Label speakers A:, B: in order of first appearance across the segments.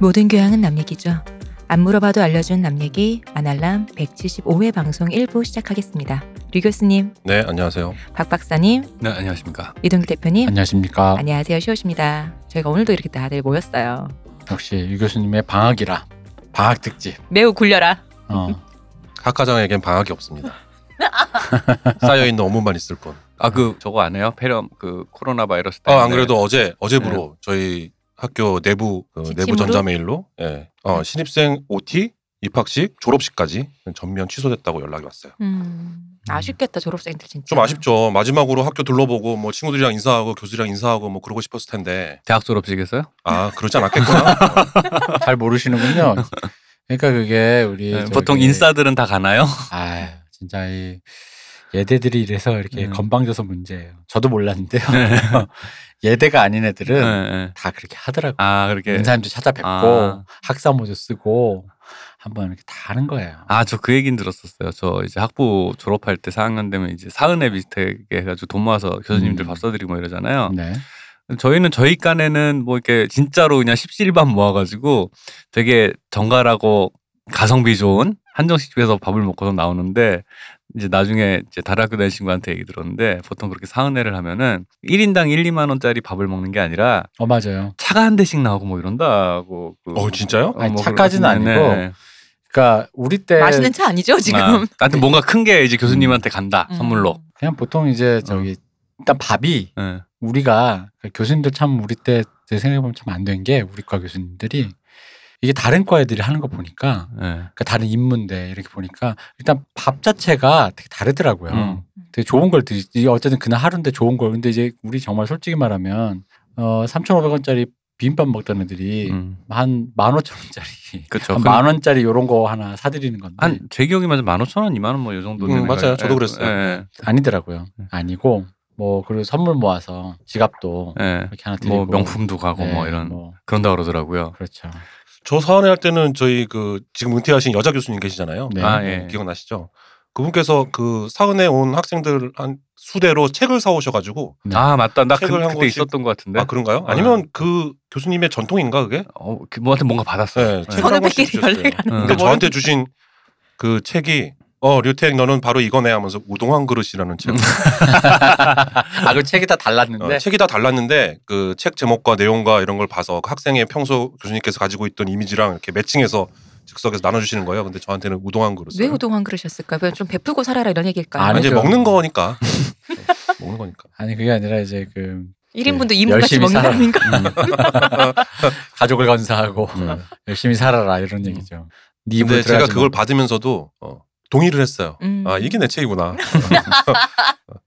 A: 모든 교양은 남 얘기죠. 안 물어봐도 알려준 남 얘기 아날람 175회 방송 1부 시작하겠습니다. 류 교수님,
B: 네, 안녕하세요.
A: 박 박사님,
C: 네, 안녕하십니까.
A: 이동규 대표님,
C: 안녕하십니까.
A: 안녕하세요 시호십니다. 저희가 오늘도 이렇게 다들 모였어요.
C: 역시 유 교수님의 방학이라 방학 특집.
A: 매우 굴려라.
C: 어.
B: 학과장에겐 방학이 없습니다. 쌓여 있는 업무만 있을 뿐.
D: 아 그 저거 안 해요? 폐렴 그 코로나 바이러스
B: 아,
D: 때문에
A: 네.
B: 안 그래도 어제 어제부로 저희 학교 내부 그
A: 지침으로? 네.
B: 내부 전자 메일로 예. 어, 신입생 OT, 입학식, 졸업식까지 전면 취소됐다고 연락이 왔어요.
A: 음, 아쉽겠다 졸업생들 진짜.
B: 좀 아쉽죠. 마지막으로 학교 둘러보고 뭐 친구들이랑 인사하고 교수랑 인사하고 뭐 그러고 싶었을 텐데
D: 대학 졸업식에서요?
B: 아 그러지 않았겠구나.
C: 잘 모르시는군요. 그러니까 그게 우리
D: 네,
C: 저기-
D: 보통 인싸들은 다 가나요?
C: 아 진짜 이 예대들이 이래서 이렇게
D: 음.
C: 건방져서 문제예요. 저도 몰랐는데요.
D: 네.
C: 예대가 아닌 애들은
D: 네, 네.
C: 다 그렇게 하더라고. 요
D: 아 그렇게
C: 인사님도 찾아뵙고
D: 아.
C: 학사 모조 쓰고 한번 이렇게 다 하는 거예요.
D: 아 저 그 얘긴 들었었어요. 저 이제 학부 졸업할 때 4학년 되면 이제 사은회 비슷하게 해가지고 돈 모아서 교수님들
C: 음.
D: 밥 사드리고 뭐 이러잖아요.
C: 네.
D: 저희는 저희 깐에는 뭐 이렇게 진짜로 그냥 17밥 모아가지고 되게 정갈하고 가성비 좋은 한정식 집에서 밥을 먹고서 나오는데 이제 나중에 이제 다른 학교 다니는 친구한테 얘기 들었는데 보통 그렇게 사은회를 하면은 1인당 1, 2만 원짜리 밥을 먹는 게 아니라
C: 어 맞아요.
D: 차가 한 대씩 나오고 뭐 이런다고 그
B: 어 진짜요?
C: 아니,
D: 뭐
C: 차까지는
D: 그러-
C: 아니고
D: 네.
C: 그러니까 우리 때
A: 맛있는 차 아니죠 지금?
D: 아, 하여튼 뭔가 큰 게 이제 교수님한테 간다
A: 음.
D: 선물로
C: 그냥 보통 이제
D: 어.
C: 저기 일단 밥이
D: 네.
C: 우리가 그 교수님들 참 우리 때 제 생각해보면 참 안 된 게 우리 과 교수님들이 이게 다른 과 애들이 하는 거 보니까
D: 네.
C: 그러니까 다른 인문대 이렇게 보니까 일단 밥 자체가 되게 다르더라고요.
D: 음.
C: 되게 좋은 걸 드시 어쨌든 그날 하루인데 좋은 걸 근데 이제 우리 정말 솔직히 말하면 어 3,500원짜리 비빔밥 먹던 애들이
D: 음.
C: 한 15,000원짜리
D: 그렇죠.
C: 한 만 원짜리 요런 거 하나 사드리는 건데
D: 한 제 기억에 맞아 15,000원, 2만 원 뭐 이 정도
B: 음,
D: 되는
B: 맞아요.
D: 거예요.
B: 저도 그랬어요.
D: 예,
C: 아니더라고요.
D: 네.
C: 음. 아니고 뭐 그리고 선물 모아서 지갑도
D: 예.
C: 이렇게 하나 드리고
D: 뭐 명품도 가고
C: 네,
D: 뭐 이런
C: 뭐
D: 그런다 그러더라고요.
C: 그렇죠.
B: 저 사원회 할 때는 저희 그 지금 은퇴하신 여자 교수님 계시잖아요.
C: 네.
D: 아 예.
B: 기억나시죠? 그분께서 그 사은에 온 학생들 한 수대로 책을 사오셔가지고
D: 아 맞다. 나 그,
B: 책을 한
D: 그때
B: 권씩-
D: 있었던 것 같은데.
B: 아 그런가요? 아니면 아. 그 교수님의 전통인가 그게?
D: 어, 그, 뭐한테 뭔가 받았어요.
B: 네,
D: 예.
B: 책을 한 권씩
A: 선후배끼리
B: 주셨어요.
A: 연락하는
B: 근데
D: 거.
B: 그러니까 저한테 주신 그 책이 어 류택 너는 바로 이거네 하면서 우동 한 그릇이라는 책.
C: 아그 책이 다 달랐는데
A: 네.
B: 어, 책이 다 달랐는데 그 책 제목과 내용과 이런 걸 봐서 그 학생의 평소 교수님께서 가지고 있던 이미지랑 이렇게 매칭해서 즉석에서 나눠주시는 거예요. 근데 저한테는 우동 한 그릇.
A: 왜 우동한 그러셨을까? 요좀 베풀고 살아라 이런 얘기일까요?
B: 음.
C: 아니,
B: 아니 그 이제
C: 아니죠.
B: 먹는 거니까. 네, 먹는 거니까.
C: 아니 그게 아니라 이제 그
A: 1인분도
C: 네,
A: 2인분같이
C: 열심히
A: 먹는 거
C: 살아라.
A: 아닌가?
C: 가족을 건사하고
B: 음.
C: 열심히 살아라 이런 얘기죠. 네 입으로
B: 근데 제가
C: 들어가지
B: 그걸
C: 마.
B: 받으면서도 어, 동의를 했어요.
A: 음.
B: 아 이게 내 책이구나.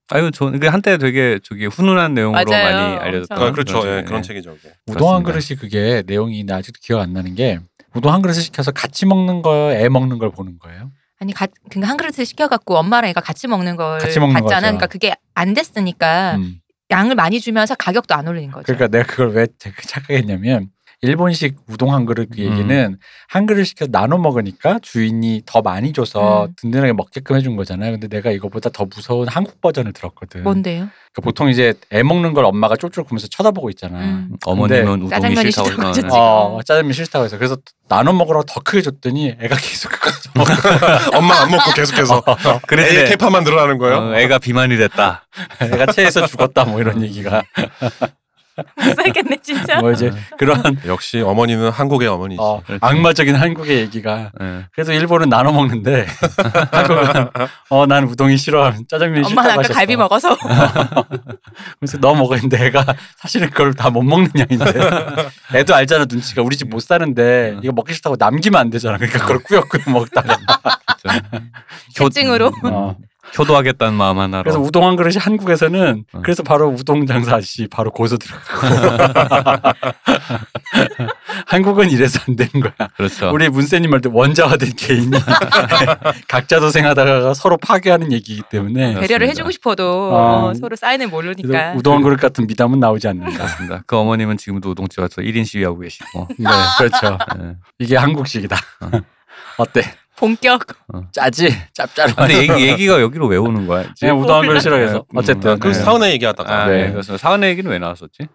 D: 아유, 저 이게 한때 되게 저기 훈훈한 내용으로
A: 맞아요.
D: 많이 알려졌던.
A: 어,
B: 아, 그렇죠.
D: 거죠.
B: 예,
D: 예.
B: 그런 책이죠. 그게.
C: 우동 한
D: 그렇습니다.
C: 그릇이 그게 내용이 나 아직도 기억 안 나는 게 우동 한 그릇을 시켜서 같이 먹는 거예요, 애 먹는 걸 보는 거예요.
A: 아니 가, 그러니까 한 그릇을 시켜갖고 엄마랑 애가 같이 먹는 걸
C: 같이 먹는
A: 봤잖아.
C: 거죠.
A: 그러니까 그게 안 됐으니까
C: 음.
A: 양을 많이 주면서 가격도 안 올린 거죠.
C: 그러니까 내가 그걸 왜 자꾸 착각했냐면 일본식 우동 한 그릇 그
B: 음.
C: 얘기는 한 그릇 시켜 서 나눠 먹으니까 주인이 더 많이 줘서
A: 음.
C: 든든하게 먹게끔 해준 거잖아요. 근데 내가 이거보다 더 무서운 한국 버전을 들었거든.
A: 뭔데요?
C: 그러니까 보통 이제 애 먹는 걸 엄마가 쫄쫄 보면서 쳐다보고 있잖아.
A: 음.
D: 어머님은 우동이
A: 짜장면이
D: 싫다고
A: 싫다고
D: 하셨는데.
A: 하셨지.
C: 어, 짜장면 싫다고 해서 그래서 나눠 먹으라고 더 크게 줬더니 애가 계속 그걸 먹어.
B: 엄마 안 먹고 계속해서 애의
D: 아, 그랬는데
B: 케파만 늘어나는 거예요.
D: 네. 어, 애가 비만이 됐다.
C: 애가 체해서 죽었다 뭐 이런 얘기가
A: 못 살겠네 진짜.
C: 뭐 이제 그런
B: 역시 어머니는 한국의 어머니지.
C: 어,
D: 아, 그렇지.
C: 악마적인 한국의 얘기가
D: 예.
C: 그래서 일본은 나눠 먹는데 한국은 어난 우동이 싫어 짜장면이 싫다고
A: 엄마는 아까
C: 하셨어.
A: 갈비 먹어서
C: 그래서 너 먹었는데 애가 사실은 그걸 다 못 먹는 양인데 애도 알잖아 눈치가 우리 집 못 사는데
D: 음.
C: 이거 먹기 싫다고 남기면 안 되잖아 그러니까 그걸 꾸역꾸역 먹다가
D: 교-
A: 결증으로.
D: 음.
C: 어.
D: 효도하겠다는 마음 하나로.
C: 그래서 우동 한 그릇이 한국에서는
D: 어.
C: 그래서 바로 우동 장사 아저씨 바로 고소 들어가고 한국은 이래서 안 되는 거야.
D: 그렇죠.
C: 우리 문세님 말대 원자화된 개인이 각자 도생하다가 서로 파괴하는 얘기이기 때문에
A: 배려를
D: 맞습니다.
A: 해주고 싶어도
C: 아.
A: 어, 서로 사인을 모르니까.
C: 그래서 우동 한 그릇 같은 미담은 나오지 않는다.
D: 그렇습니다. 그 어머님은 지금도 우동집 와서 1인 시위하고 계시고.
C: 네, 그렇죠.
D: 예.
C: 이게 한국식이다. 어때?
A: 본격.
C: 짜지 짭짤한.
D: 아니 얘기, 얘기가 여기로 왜 오는 거야? 이제?
C: 그냥 우다한 걸 싫어해서.
D: 음,
C: 어쨌든.
B: 그
D: 네.
B: 사은의 얘기하다가
D: 아,
C: 네.
D: 네. 그래서 사은의 얘기는 왜 나왔었지?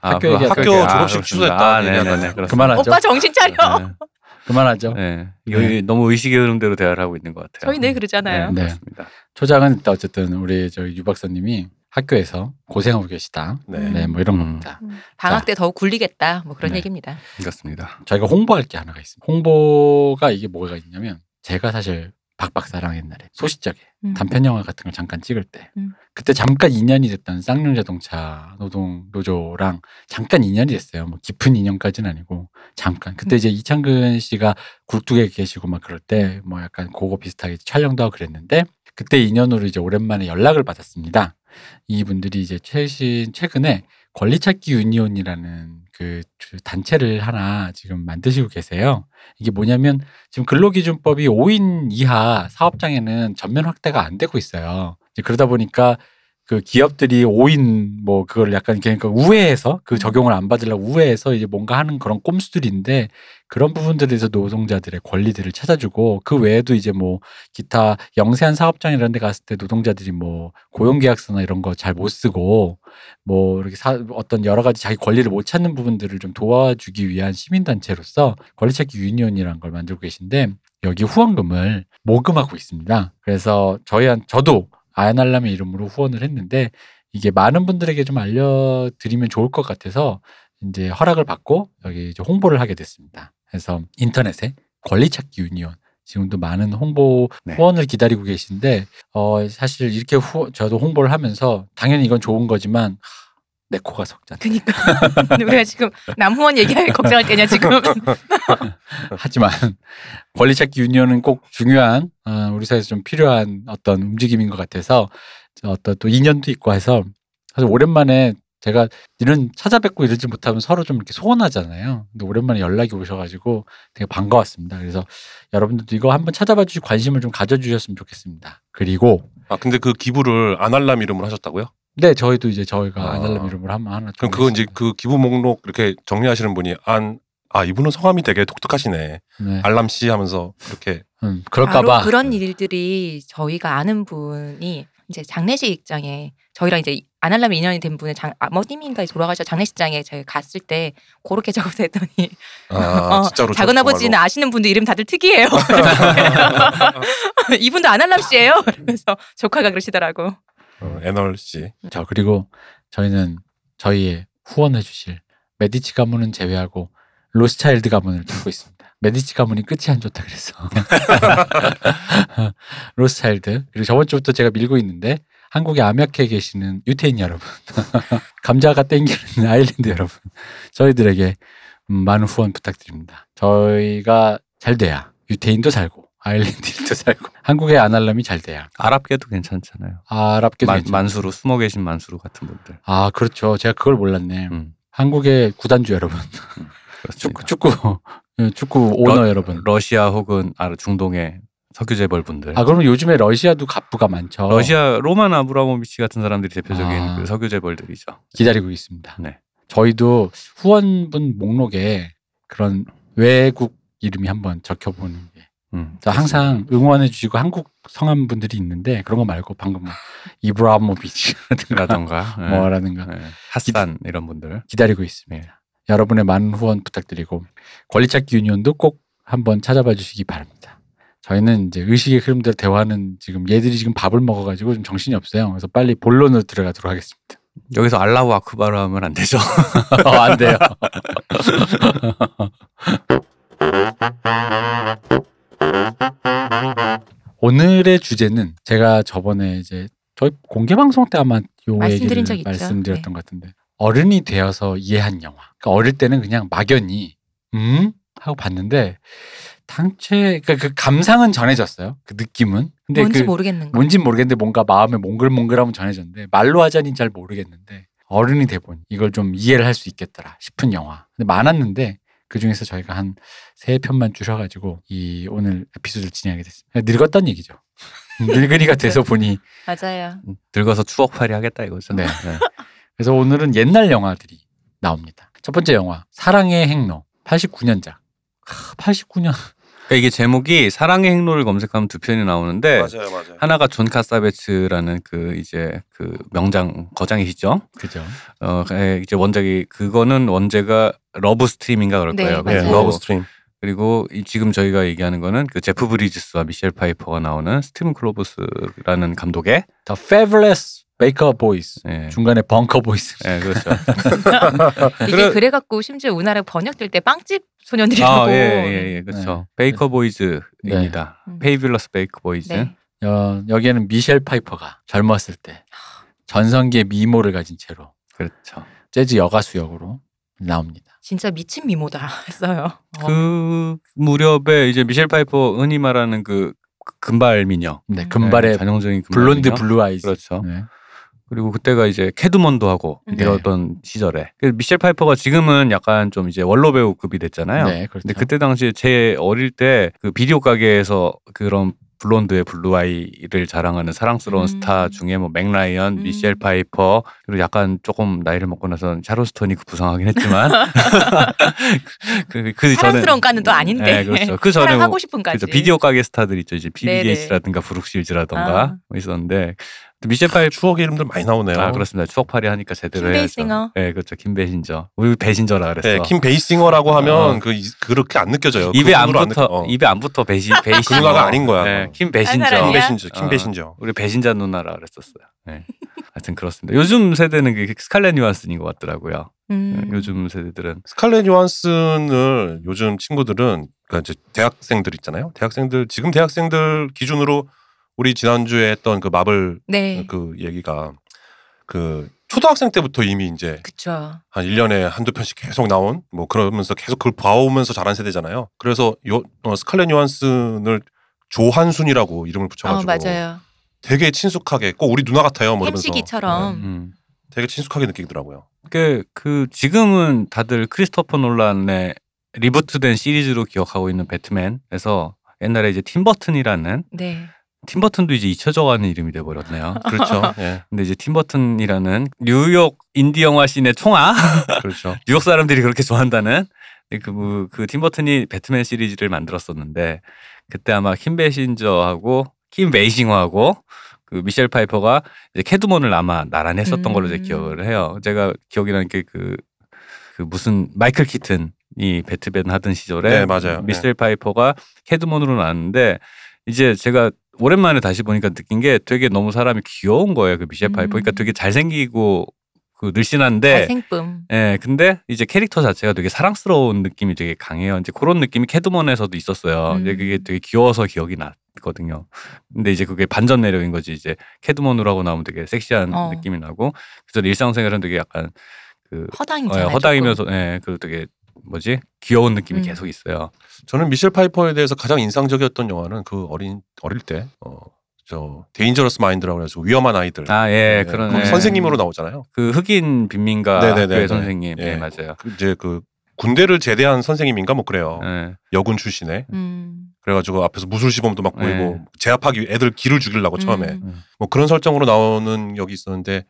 D: 아,
C: 학교
D: 그거
C: 얘기
B: 학교 졸업식
D: 그렇구나.
B: 취소했다
D: 아,
B: 얘기하는
D: 네네네.
B: 거죠.
D: 그렇습니다.
C: 그만하죠.
A: 오빠 정신 차려.
C: 그만하죠.
D: 네. 이거 너무 의식의 흐름대로 대화를 하고 있는 것 같아요.
A: 저희 늘 그러잖아요.
C: 네.
D: 그렇습니다.
C: 초장은 일단 어쨌든 우리 저유 박사님이 학교에서 고생하고 계시다.
B: 네.
C: 네, 뭐 이런
D: 음.
C: 겁니다.
A: 음, 방학 때 더욱 굴리겠다. 뭐 그런
C: 네.
A: 얘기입니다.
D: 그렇습니다.
C: 저희가 홍보할 게 하나가 있습니다. 홍보가 이게 뭐가 있냐면 제가 사실 박박사랑 옛날에 소시적에
A: 음.
C: 단편 영화 같은 걸 잠깐 찍을 때
A: 음.
C: 그때 잠깐 인연이 됐던 쌍용 자동차 노동 노조랑 잠깐 인연이 됐어요. 뭐 깊은 인연까지는 아니고 잠깐.
A: 음.
C: 그때 이제 이창근 씨가 굴뚝에 계시고 막 그럴 때 뭐 약간 그거 비슷하게 촬영도 하고 그랬는데 그때 인연으로 이제 오랜만에 연락을 받았습니다. 이분들이 이제 최신 최근에 권리찾기 유니온이라는 그그 단체를 하나 지금 만드시고 계세요. 이게 뭐냐면 지금 근로기준법이 5인 이하 사업장에는 전면 확대가 안 되고 있어요. 이제 그러다 보니까 그 기업들이 5인 뭐 그걸 약간 그러니까 우회해서 그 적용을 안 받으려고 우회해서 이제 뭔가 하는 그런 꼼수들인데 그런 부분들에 대해서 노동자들의 권리들을 찾아주고 그 외에도 이제 뭐 기타 영세한 사업장 이런 데 갔을 때 노동자들이 뭐 고용계약서나 이런 거 잘 못 쓰고 뭐 이렇게 사, 어떤 여러 가지 자기 권리를 못 찾는 부분들을 좀 도와주기 위한 시민단체로서 권리찾기 유니온이라는 걸 만들고 계신데 여기 후원금을 모금하고 있습니다. 그래서 저희한 저도 아연알람의 이름으로 후원을 했는데 이게 많은 분들에게 좀 알려드리면 좋을 것 같아서 이제 허락을 받고 여기 이제 홍보를 하게 됐습니다. 그래서 인터넷에 권리찾기 유니온 지금도 많은 홍보
D: 네.
C: 후원을 기다리고 계신데 어 사실 이렇게 후, 저도 홍보를 하면서 당연히 이건 좋은 거지만 하, 내 코가 석잔
A: 그니까 우리가 지금 남후원 얘기할 걱정할 때냐 지금.
C: 하지만 권리찾기 유니언은 꼭 중요한 어, 우리 사회에서 좀 필요한 어떤 움직임인 것 같아서 저 어떤 또 인연도 있고 해서 사실 오랜만에 제가 이런 찾아뵙고 이러지 못하면 서로 좀 이렇게 소원하잖아요. 근데 오랜만에 연락이 오셔가지고 되게 반가웠습니다. 그래서 여러분들도 이거 한번 찾아봐 주시고 관심을 좀 가져주셨으면 좋겠습니다. 그리고
B: 아 근데 그 기부를 안할람 이름으로 하셨다고요?
C: 네 저희도 이제 저희가
B: 아.
C: 안할람 이름으로 한번 하나
B: 그럼 그거 이제 그 기부 목록 이렇게 정리하시는 분이 안 아 이분은 성함이 되게 독특하시네
C: 네.
B: 알람 씨 하면서 이렇게
C: 음,
A: 바로
C: 그럴까봐
A: 그런 일들이 저희가 아는 분이 이제 장례식장에 저희랑 이제 안할람 인연이 된 분의 장 아버님인가 뭐 돌아가셔 장례식장에 저희 갔을 때 그렇게 적어서 했더니
B: 아
A: 어,
B: 진짜로 저-
A: 작은 아버지는
B: 정말로.
A: 아시는 분들 이름 다들 특이해요. 이분도 안할람 씨예요. 그래서 조카가 그러시더라고.
B: 어, 애널 씨
C: 자 그리고 저희는 저희의 후원해주실 메디치 가문은 제외하고 로스차일드 가문을 들고 있습니다. 메디치 가문이 끝이 안 좋다 그래서 로스차일드 그리고 저번 주부터 제가 밀고 있는데 한국의 암약회에 계시는 유태인 여러분 감자가 땡기는 아일랜드 여러분 저희들에게 음, 많은 후원 부탁드립니다. 저희가 잘 돼야 유태인도 살고 아일랜드인도 살고 한국의 아날람이 잘 돼야
D: 아랍계도 괜찮잖아요.
C: 아랍계도
D: 만,
C: 괜찮고.
D: 만수르 숨어 계신 만수르 같은 분들.
C: 아 그렇죠. 제가 그걸 몰랐네.
D: 음,
C: 한국의 구단주 여러분,
D: 그렇습니다.
C: 축구 축구 예, 축구 오너
D: 네. 러-
C: 여러분.
D: 러시아 혹은 아, 중동의 석유 재벌 분들.
C: 아 그러면 요즘에 러시아도 갑부가 많죠.
D: 러시아 로만 아브라모비치 같은 사람들이 대표적인
C: 아.
D: 그 석유 재벌들이죠.
C: 기다리고 있습니다.
D: 네.
C: 저희도 후원분 목록에 그런 외국 이름이 한번 적혀보는 게.
D: 음,
C: 저 항상 응원해주시고 한국 성함 분들이 있는데 그런 거 말고 방금 뭐 이브라모비치라든가
D: 라던가 예,
C: 뭐라든가
D: 예, 핫산 이런 분들.
C: 기다리고 있습니다. 여러분의 많은 후원 부탁드리고 권리찾기 유니온도 꼭 한번 찾아봐 주시기 바랍니다. 저희는 이제 의식의 흐름대로 대화하는 지금 얘들이 지금 밥을 먹어가지고 좀 정신이 없어요. 그래서 빨리 본론으로 들어가도록 하겠습니다.
D: 여기서 알라우 아쿠바로 하면 안 되죠.
C: 어, 안 돼요. 오늘의 주제는 제가 저번에 이제 저희 공개 방송 때 아마 요
A: 말씀드린
C: 얘기를
A: 적 있죠. 네.
C: 말씀드렸던 것 같은데 어른이 되어서 이해한 영화. 그러니까 어릴 때는 그냥 막연히 음 하고 봤는데 당최 그러니까 그 감상은 전해졌어요. 그 느낌은. 근데
A: 뭔지
C: 그
A: 모르겠는 거.
C: 뭔진 모르겠는데 뭔가 마음에 몽글몽글함은 전해졌는데 말로 하자니 잘 모르겠는데 어른이 돼보니 이걸 좀 이해를 할 수 있겠더라 싶은 영화 근데 많았는데 그중에서 저희가 한 세 편만 주셔가지고 이 오늘 에피소드를 진행하게 됐습니다 늙었단 얘기죠 늙은이가 돼서 보니
A: 맞아요.
D: 음, 늙어서 추억팔이 하겠다 이거죠.
C: 네. 그래서 오늘은 옛날 영화들이 나옵니다 첫 번째 영화 사랑의 행로 89년작 89년
D: 그러니까 이게 제목이 사랑의 행로를 검색하면 두 편이 나오는데
B: 맞아요, 맞아요.
D: 하나가 존 카사베츠라는 그 이제 그 명장 거장이시죠.
C: 그죠.
D: 어 예, 이제 원작이 그거는 원제가 러브 스트림인가 그럴
A: 네,
D: 거예요.
B: 예,
A: 맞아요.
B: 러브 스트림.
D: 그리고 이 지금 저희가 얘기하는 거는 그 제프 브리지스와 미셸 파이퍼가 나오는 스팀 크로버스라는 감독의
C: The Fabulous Baker Boys.
D: 예.
C: 중간에 벙커 보이스.
D: 예, 그렇죠.
A: 이게
D: 그래-
A: 그래... 갖고 심지어 우리나라 번역될 때 빵집 소년들이라고.
D: 아, 예, 예, 예,
B: 네.
D: 그렇죠. 베이커 보이즈입니다.
A: 네.
D: 페이빌러스 베이커 보이즈.
A: 네.
C: 어, 여기에는 미셸 파이퍼가 젊었을 때 전성기의 미모를 가진 채로
D: 그렇죠.
C: 재즈 여가수 역으로 나옵니다.
A: 진짜 미친 미모다 했어요. 어.
D: 그 무렵에 이제 미셸 파이퍼 흔히 말하는 그 금발 미녀.
B: 음.
C: 네,
D: 네,
C: 금발의
D: 전형적인 금발
C: 블론드
D: 미녀.
C: 블루 아이즈.
D: 그렇죠.
C: 네.
D: 그리고 그때가 이제 캐드먼도 하고
A: 네.
D: 이러던 시절에. 그래서 미셸 파이퍼가 지금은 약간 좀 이제 원로 배우급이 됐잖아요.
C: 네, 그렇죠.
D: 근데 그때 당시에 제 어릴 때 그 비디오 가게에서 그런 블론드의 블루아이를 자랑하는 사랑스러운
A: 음.
D: 스타 중에 뭐 맥라이언,
A: 음.
D: 미셸 파이퍼 그리고 약간 조금 나이를 먹고 나선 샤로스톤이 그 부상하긴 했지만 그, 그
A: 사랑스러운 까는 또 아닌데.
D: 네, 그렇죠. 그 전에 뭐
A: 사랑하고 싶은까지.
D: 그렇죠. 비디오 가게 스타들 있죠. 이제 비비
A: 네네.
D: 게이츠라든가 브룩 실즈라든가
A: 아.
D: 뭐 있었는데 또 미셸 파이퍼
B: 추억의 이름들 많이 나오네요.
D: 아 그렇습니다. 추억팔이 하니까 제대로
A: 킴
D: 해야죠.
A: 베이싱어.
D: 네, 그렇죠. 김 배신저. 우리 배신저라 그랬어.
B: 네, 킴 베이싱어라고 하면
D: 어.
B: 그 이- 그렇게 안 느껴져요.
D: 입에
B: 그
D: 안
B: 눈으로
D: 붙어
B: 느껴- 어.
D: 입에 안 붙어 배신
B: 그
D: 배신
B: 누나가 아닌 거야. 어.
D: 네,
B: 킴
D: 킴 배신자.
A: 알 사람이야?
B: 베이신저, 킴
D: 어.
B: 베이신저.
D: 우리 배신자 누나라 그랬었어요. 네. 하여튼 그렇습니다. 요즘 세대는 그 스칼렛 뉴한슨인 것 같더라고요. 네,
A: 음.
D: 요즘 세대들은
B: 스칼렛 요한슨을 요즘 친구들은 그러니까 이제 대학생들 있잖아요. 대학생들 지금 대학생들 기준으로 우리 지난주에 했던 그 마블
A: 네.
B: 그 얘기가 그 초등학생 때부터 이미 이제
A: 그쵸. 아,
B: 한 1년에 한두 편씩 계속 나온 뭐 그러면서 계속 그걸 봐오면서 자란 세대잖아요. 그래서 요 어, 스칼렛 요한슨을 조한순이라고 이름을 붙여
A: 어,
B: 가지고
A: 맞아요.
B: 되게 친숙하게 꼭 우리 누나 같아요. 뭐 이러면서
A: 햄식이처럼.
D: 음.
B: 네, 되게 친숙하게 느끼더라고요.
D: 그게 그 지금은 다들 크리스토퍼 논란의 리부트된 시리즈로 기억하고 있는 배트맨에서 옛날에 이제 팀버튼이라는
A: 네.
D: 팀버튼도 이제 잊혀져가는 이름이 돼버렸네요.
B: 그렇죠. 예.
D: 근데 이제 팀버튼이라는 뉴욕 인디 영화 씬의 총아
B: 그렇죠.
D: 뉴욕 사람들이 그렇게 좋아한다는 그, 그 팀버튼이 배트맨 시리즈를 만들었었는데 그때 아마 킴 베신저하고 킴 베이싱어하고 그 미셸 파이퍼가 이제 캐드먼을 아마 나란히 했었던 걸로 제
A: 음.
D: 기억을 해요. 제가 기억이 나는 게그 그 무슨 마이클 키튼이 배트맨 하던 시절에
B: 네, 맞아요.
D: 미셸 파이퍼가 캐드먼으로 나왔는데 이제 제가 오랜만에 다시 보니까 느낀 게 되게 너무 사람이 귀여운 거예요. 그 미셸
A: 음.
D: 파이퍼. 그러니까 되게 잘생기고 그 늘씬한데
A: 잘생쁨.
D: 예, 근데 이제 캐릭터 자체가 되게 사랑스러운 느낌이 되게 강해요. 이제 그런 느낌이 캐드먼에서도 있었어요. 이제
A: 음.
D: 그게 되게 귀여워서 기억이 났거든요. 근데 이제 그게 반전 매력인 거지. 이제 캐드먼으로 하고 나오면 되게 섹시한
A: 어.
D: 느낌이 나고 그래서 일상생활은 되게 약간 그 어,
A: 허당이잖아요.
D: 허당이면서 예, 그리고 되게 뭐지 귀여운 느낌이
A: 음.
D: 계속 있어요.
B: 저는 미셸 파이퍼에 대해서 가장 인상적이었던 영화는 그 어린 어릴 때어저 데인저러스 마인드라고 해서 위험한 아이들
D: 아, 예,
A: 네.
B: 예,
D: 그런
B: 그
D: 예.
B: 선생님으로 나오잖아요.
D: 그 흑인 빈민가
B: 네네네,
D: 학교의
B: 네.
D: 선생님,
B: 예.
D: 예, 맞아요.
B: 그 이제 그 군대를 제대한 선생님인가 뭐 그래요.
D: 예.
B: 여군 출신에
A: 조금. 음.
B: 그래가지고 앞에서 무술 시범도 막 보이고
D: 네.
B: 제압하기 위해 애들 기를 죽이려고 처음에
A: 음.
B: 뭐 그런 설정으로 나오는 역이 있었는데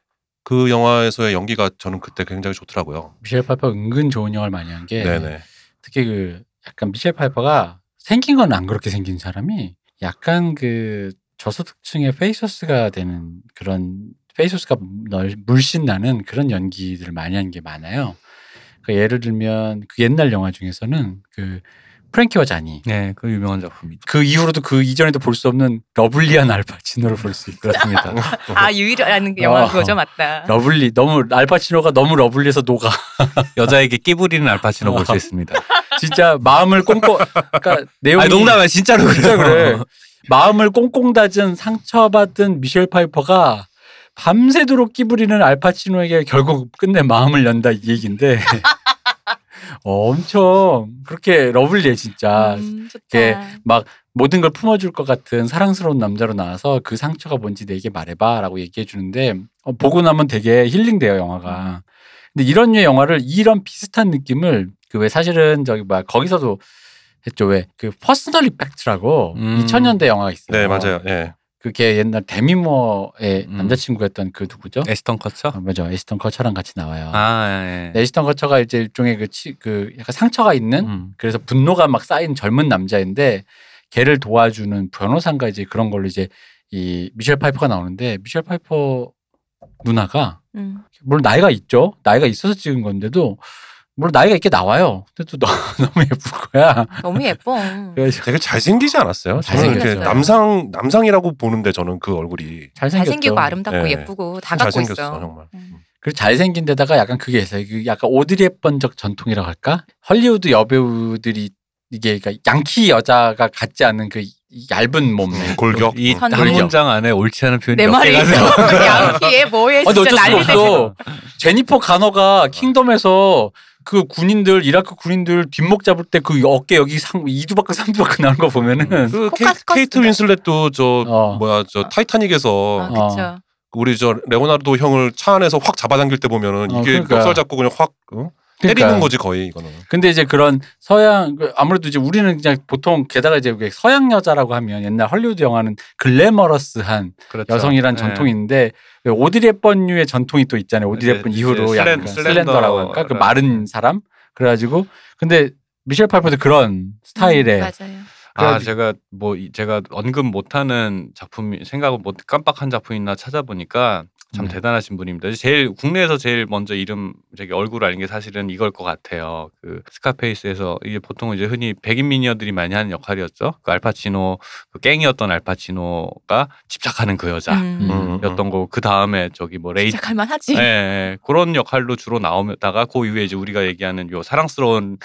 B: 그 영화에서의 연기가 저는 그때 굉장히 좋더라고요.
C: 미셸 파이퍼 은근 좋은 영화를 많이 한 게
B: 네네.
C: 특히 그 약간 미셸 파이퍼가 생긴 건 안 그렇게 생긴 사람이 약간 그 저소득층의 페이소스가 되는 그런 페이소스가 널 물씬 나는 그런 연기들을 많이 한 게 많아요. 그 예를 들면 그 옛날 영화 중에서는 그 프랭키와 자니
D: 예, 그 유명한 작품이죠.
C: 그 이후로도 그 이전에도 볼 수 없는 러블리한 알파치노를 볼 수 있고
D: 그렇습니다.
A: 아, 유일한 영화
C: 어.
A: 그거죠, 맞다.
C: 러블리 너무 알파치노가 너무 러블리해서 녹아
D: 여자에게 끼부리는 알파치노 볼 수 있습니다.
C: 진짜 마음을 꽁꽁 그러니까 내용이
D: 아, 농담이야, 진짜로 그래요.
C: 진짜 그래.
D: 어.
C: 마음을 꽁꽁 다진 상처받은 미셸 파이퍼가 밤새도록 끼부리는 알파치노에게 결국 끝내 마음을 연다 이 얘기인데 어, 엄청 그렇게 러블리해 진짜
A: 음, 좋다.
C: 아, 이게 막 모든 걸 품어줄 것 같은 사랑스러운 남자로 나와서 그 상처가 뭔지 내게 말해봐라고 얘기해 주는데 어, 보고 나면 되게 힐링돼요 영화가. 근데 이런 류의 영화를 이런 비슷한 느낌을 그 왜 사실은 저기 막 거기서도 했죠 왜 그 퍼스널 이펙트라고
D: 음.
C: 2000년대 영화가 있어요.
B: 네 맞아요. 예.
C: 그게 옛날 데미모어의
D: 음.
C: 남자친구였던 그 누구죠?
D: 에스턴 커처?
C: 아, 맞아. 에스턴 커처랑 같이 나와요.
D: 아, 예. 예.
C: 에스턴 커처가 이제 일종의 그, 치, 그 약간 상처가 있는
D: 음.
C: 그래서 분노가 막 쌓인 젊은 남자인데 걔를 도와주는 변호사인가 이제 그런 걸로 이제 이 미셸 파이퍼가 나오는데 미셸 파이퍼 누나가
A: 음.
C: 물론 나이가 있죠. 나이가 있어서 찍은 건데도 물론 나이가 있게 나와요. 근데 또 너무, 너무 예쁜 거야.
D: 음.
A: 너무 예뻐.
C: 그래서
B: 되게 잘생기지 않았어요? 저는 이렇게
A: 잘생겼어요.
B: 남상 남상이라고 보는데 저는 그 얼굴이
C: 잘생겼죠.
A: 잘생기고 아름답고
B: 네.
A: 예쁘고 다
B: 참
A: 갖고
B: 잘생겼어
A: 있어.
B: 정말.
A: 음.
C: 그리고 잘생긴 데다가 약간 그게 있어요. 그 약간 오드리 헵번적 전통이라고 할까? 헐리우드 여배우들이 이게 그러니까 양키 여자가 같지 않은 그 얇은 몸.
B: 골격. 음.
A: 선-
D: 어. 한
A: 그렇죠.
D: 문장 안에 옳지 않은 표현이
A: 내
D: 몇
A: 말이
D: 개가
A: 있어.
D: 돼요.
A: 양키에 뭐에
C: 아니
A: 진짜
C: 어쩔 수가
A: 난리 났어.
C: 없어. 제니퍼
B: 아.
C: 가너가 킹덤에서 그 군인들 이라크 군인들 뒷목 잡을 때 그 어깨 여기 상 이두박근 삼두박근 나오는 거 보면은
B: 그
A: 코카
B: 케이, 케이트
A: 컸습니다.
B: 윈슬렛도 저
C: 어.
B: 뭐야 저 타이타닉에서
A: 아, 그쵸.
B: 우리 저 레오나르도 형을 차 안에서 확 잡아당길 때 보면은
C: 어,
B: 이게
C: 그러니까.
B: 멱살 잡고 그냥 확 어? 때리는 거지 거의 이거는.
C: 근데 이제 그런 서양 그 아무래도 이제 우리는 그냥 보통 게다가 이제 그게 서양 여자라고 하면 옛날 헐리우드 영화는 글래머러스한
D: 그렇죠.
C: 여성이란
D: 예.
C: 전통이 있는데 왜 오드리 헵번류의 전통이 또 있잖아요. 오드리
D: 이제
C: 헵번
D: 이제
C: 이후로
D: 슬렌-
C: 약간 슬렌더라고 할까? 그
D: 슬렌더라는-
C: 마른 사람 그래가지고 근데 미셸 파이퍼도 그런
A: 음,
C: 스타일의
A: 맞아요.
D: 아,
C: 그래가지고-
D: 제가 뭐 이- 제가 언급 못하는 작품이 생각을 못 깜빡한 작품 있나 찾아보니까 참
C: 네.
D: 대단하신 분입니다. 제일 국내에서 제일 먼저 이름 저기 얼굴 알린 게 사실은 이걸 것 같아요. 그 스카페이스에서 이게 보통 이제 흔히 백인 미녀들이 많이 하는 역할이었죠. 그 알파치노 그 깽이었던 알파치노가 집착하는 그 여자였던
A: 음.
C: 음.
D: 거고 그 다음에 저기 뭐 레이
A: 시작할 만하지.
D: 예, 예. 그런 역할로 주로 나오다가 그 이후에 이제 우리가 얘기하는 요 사랑스러운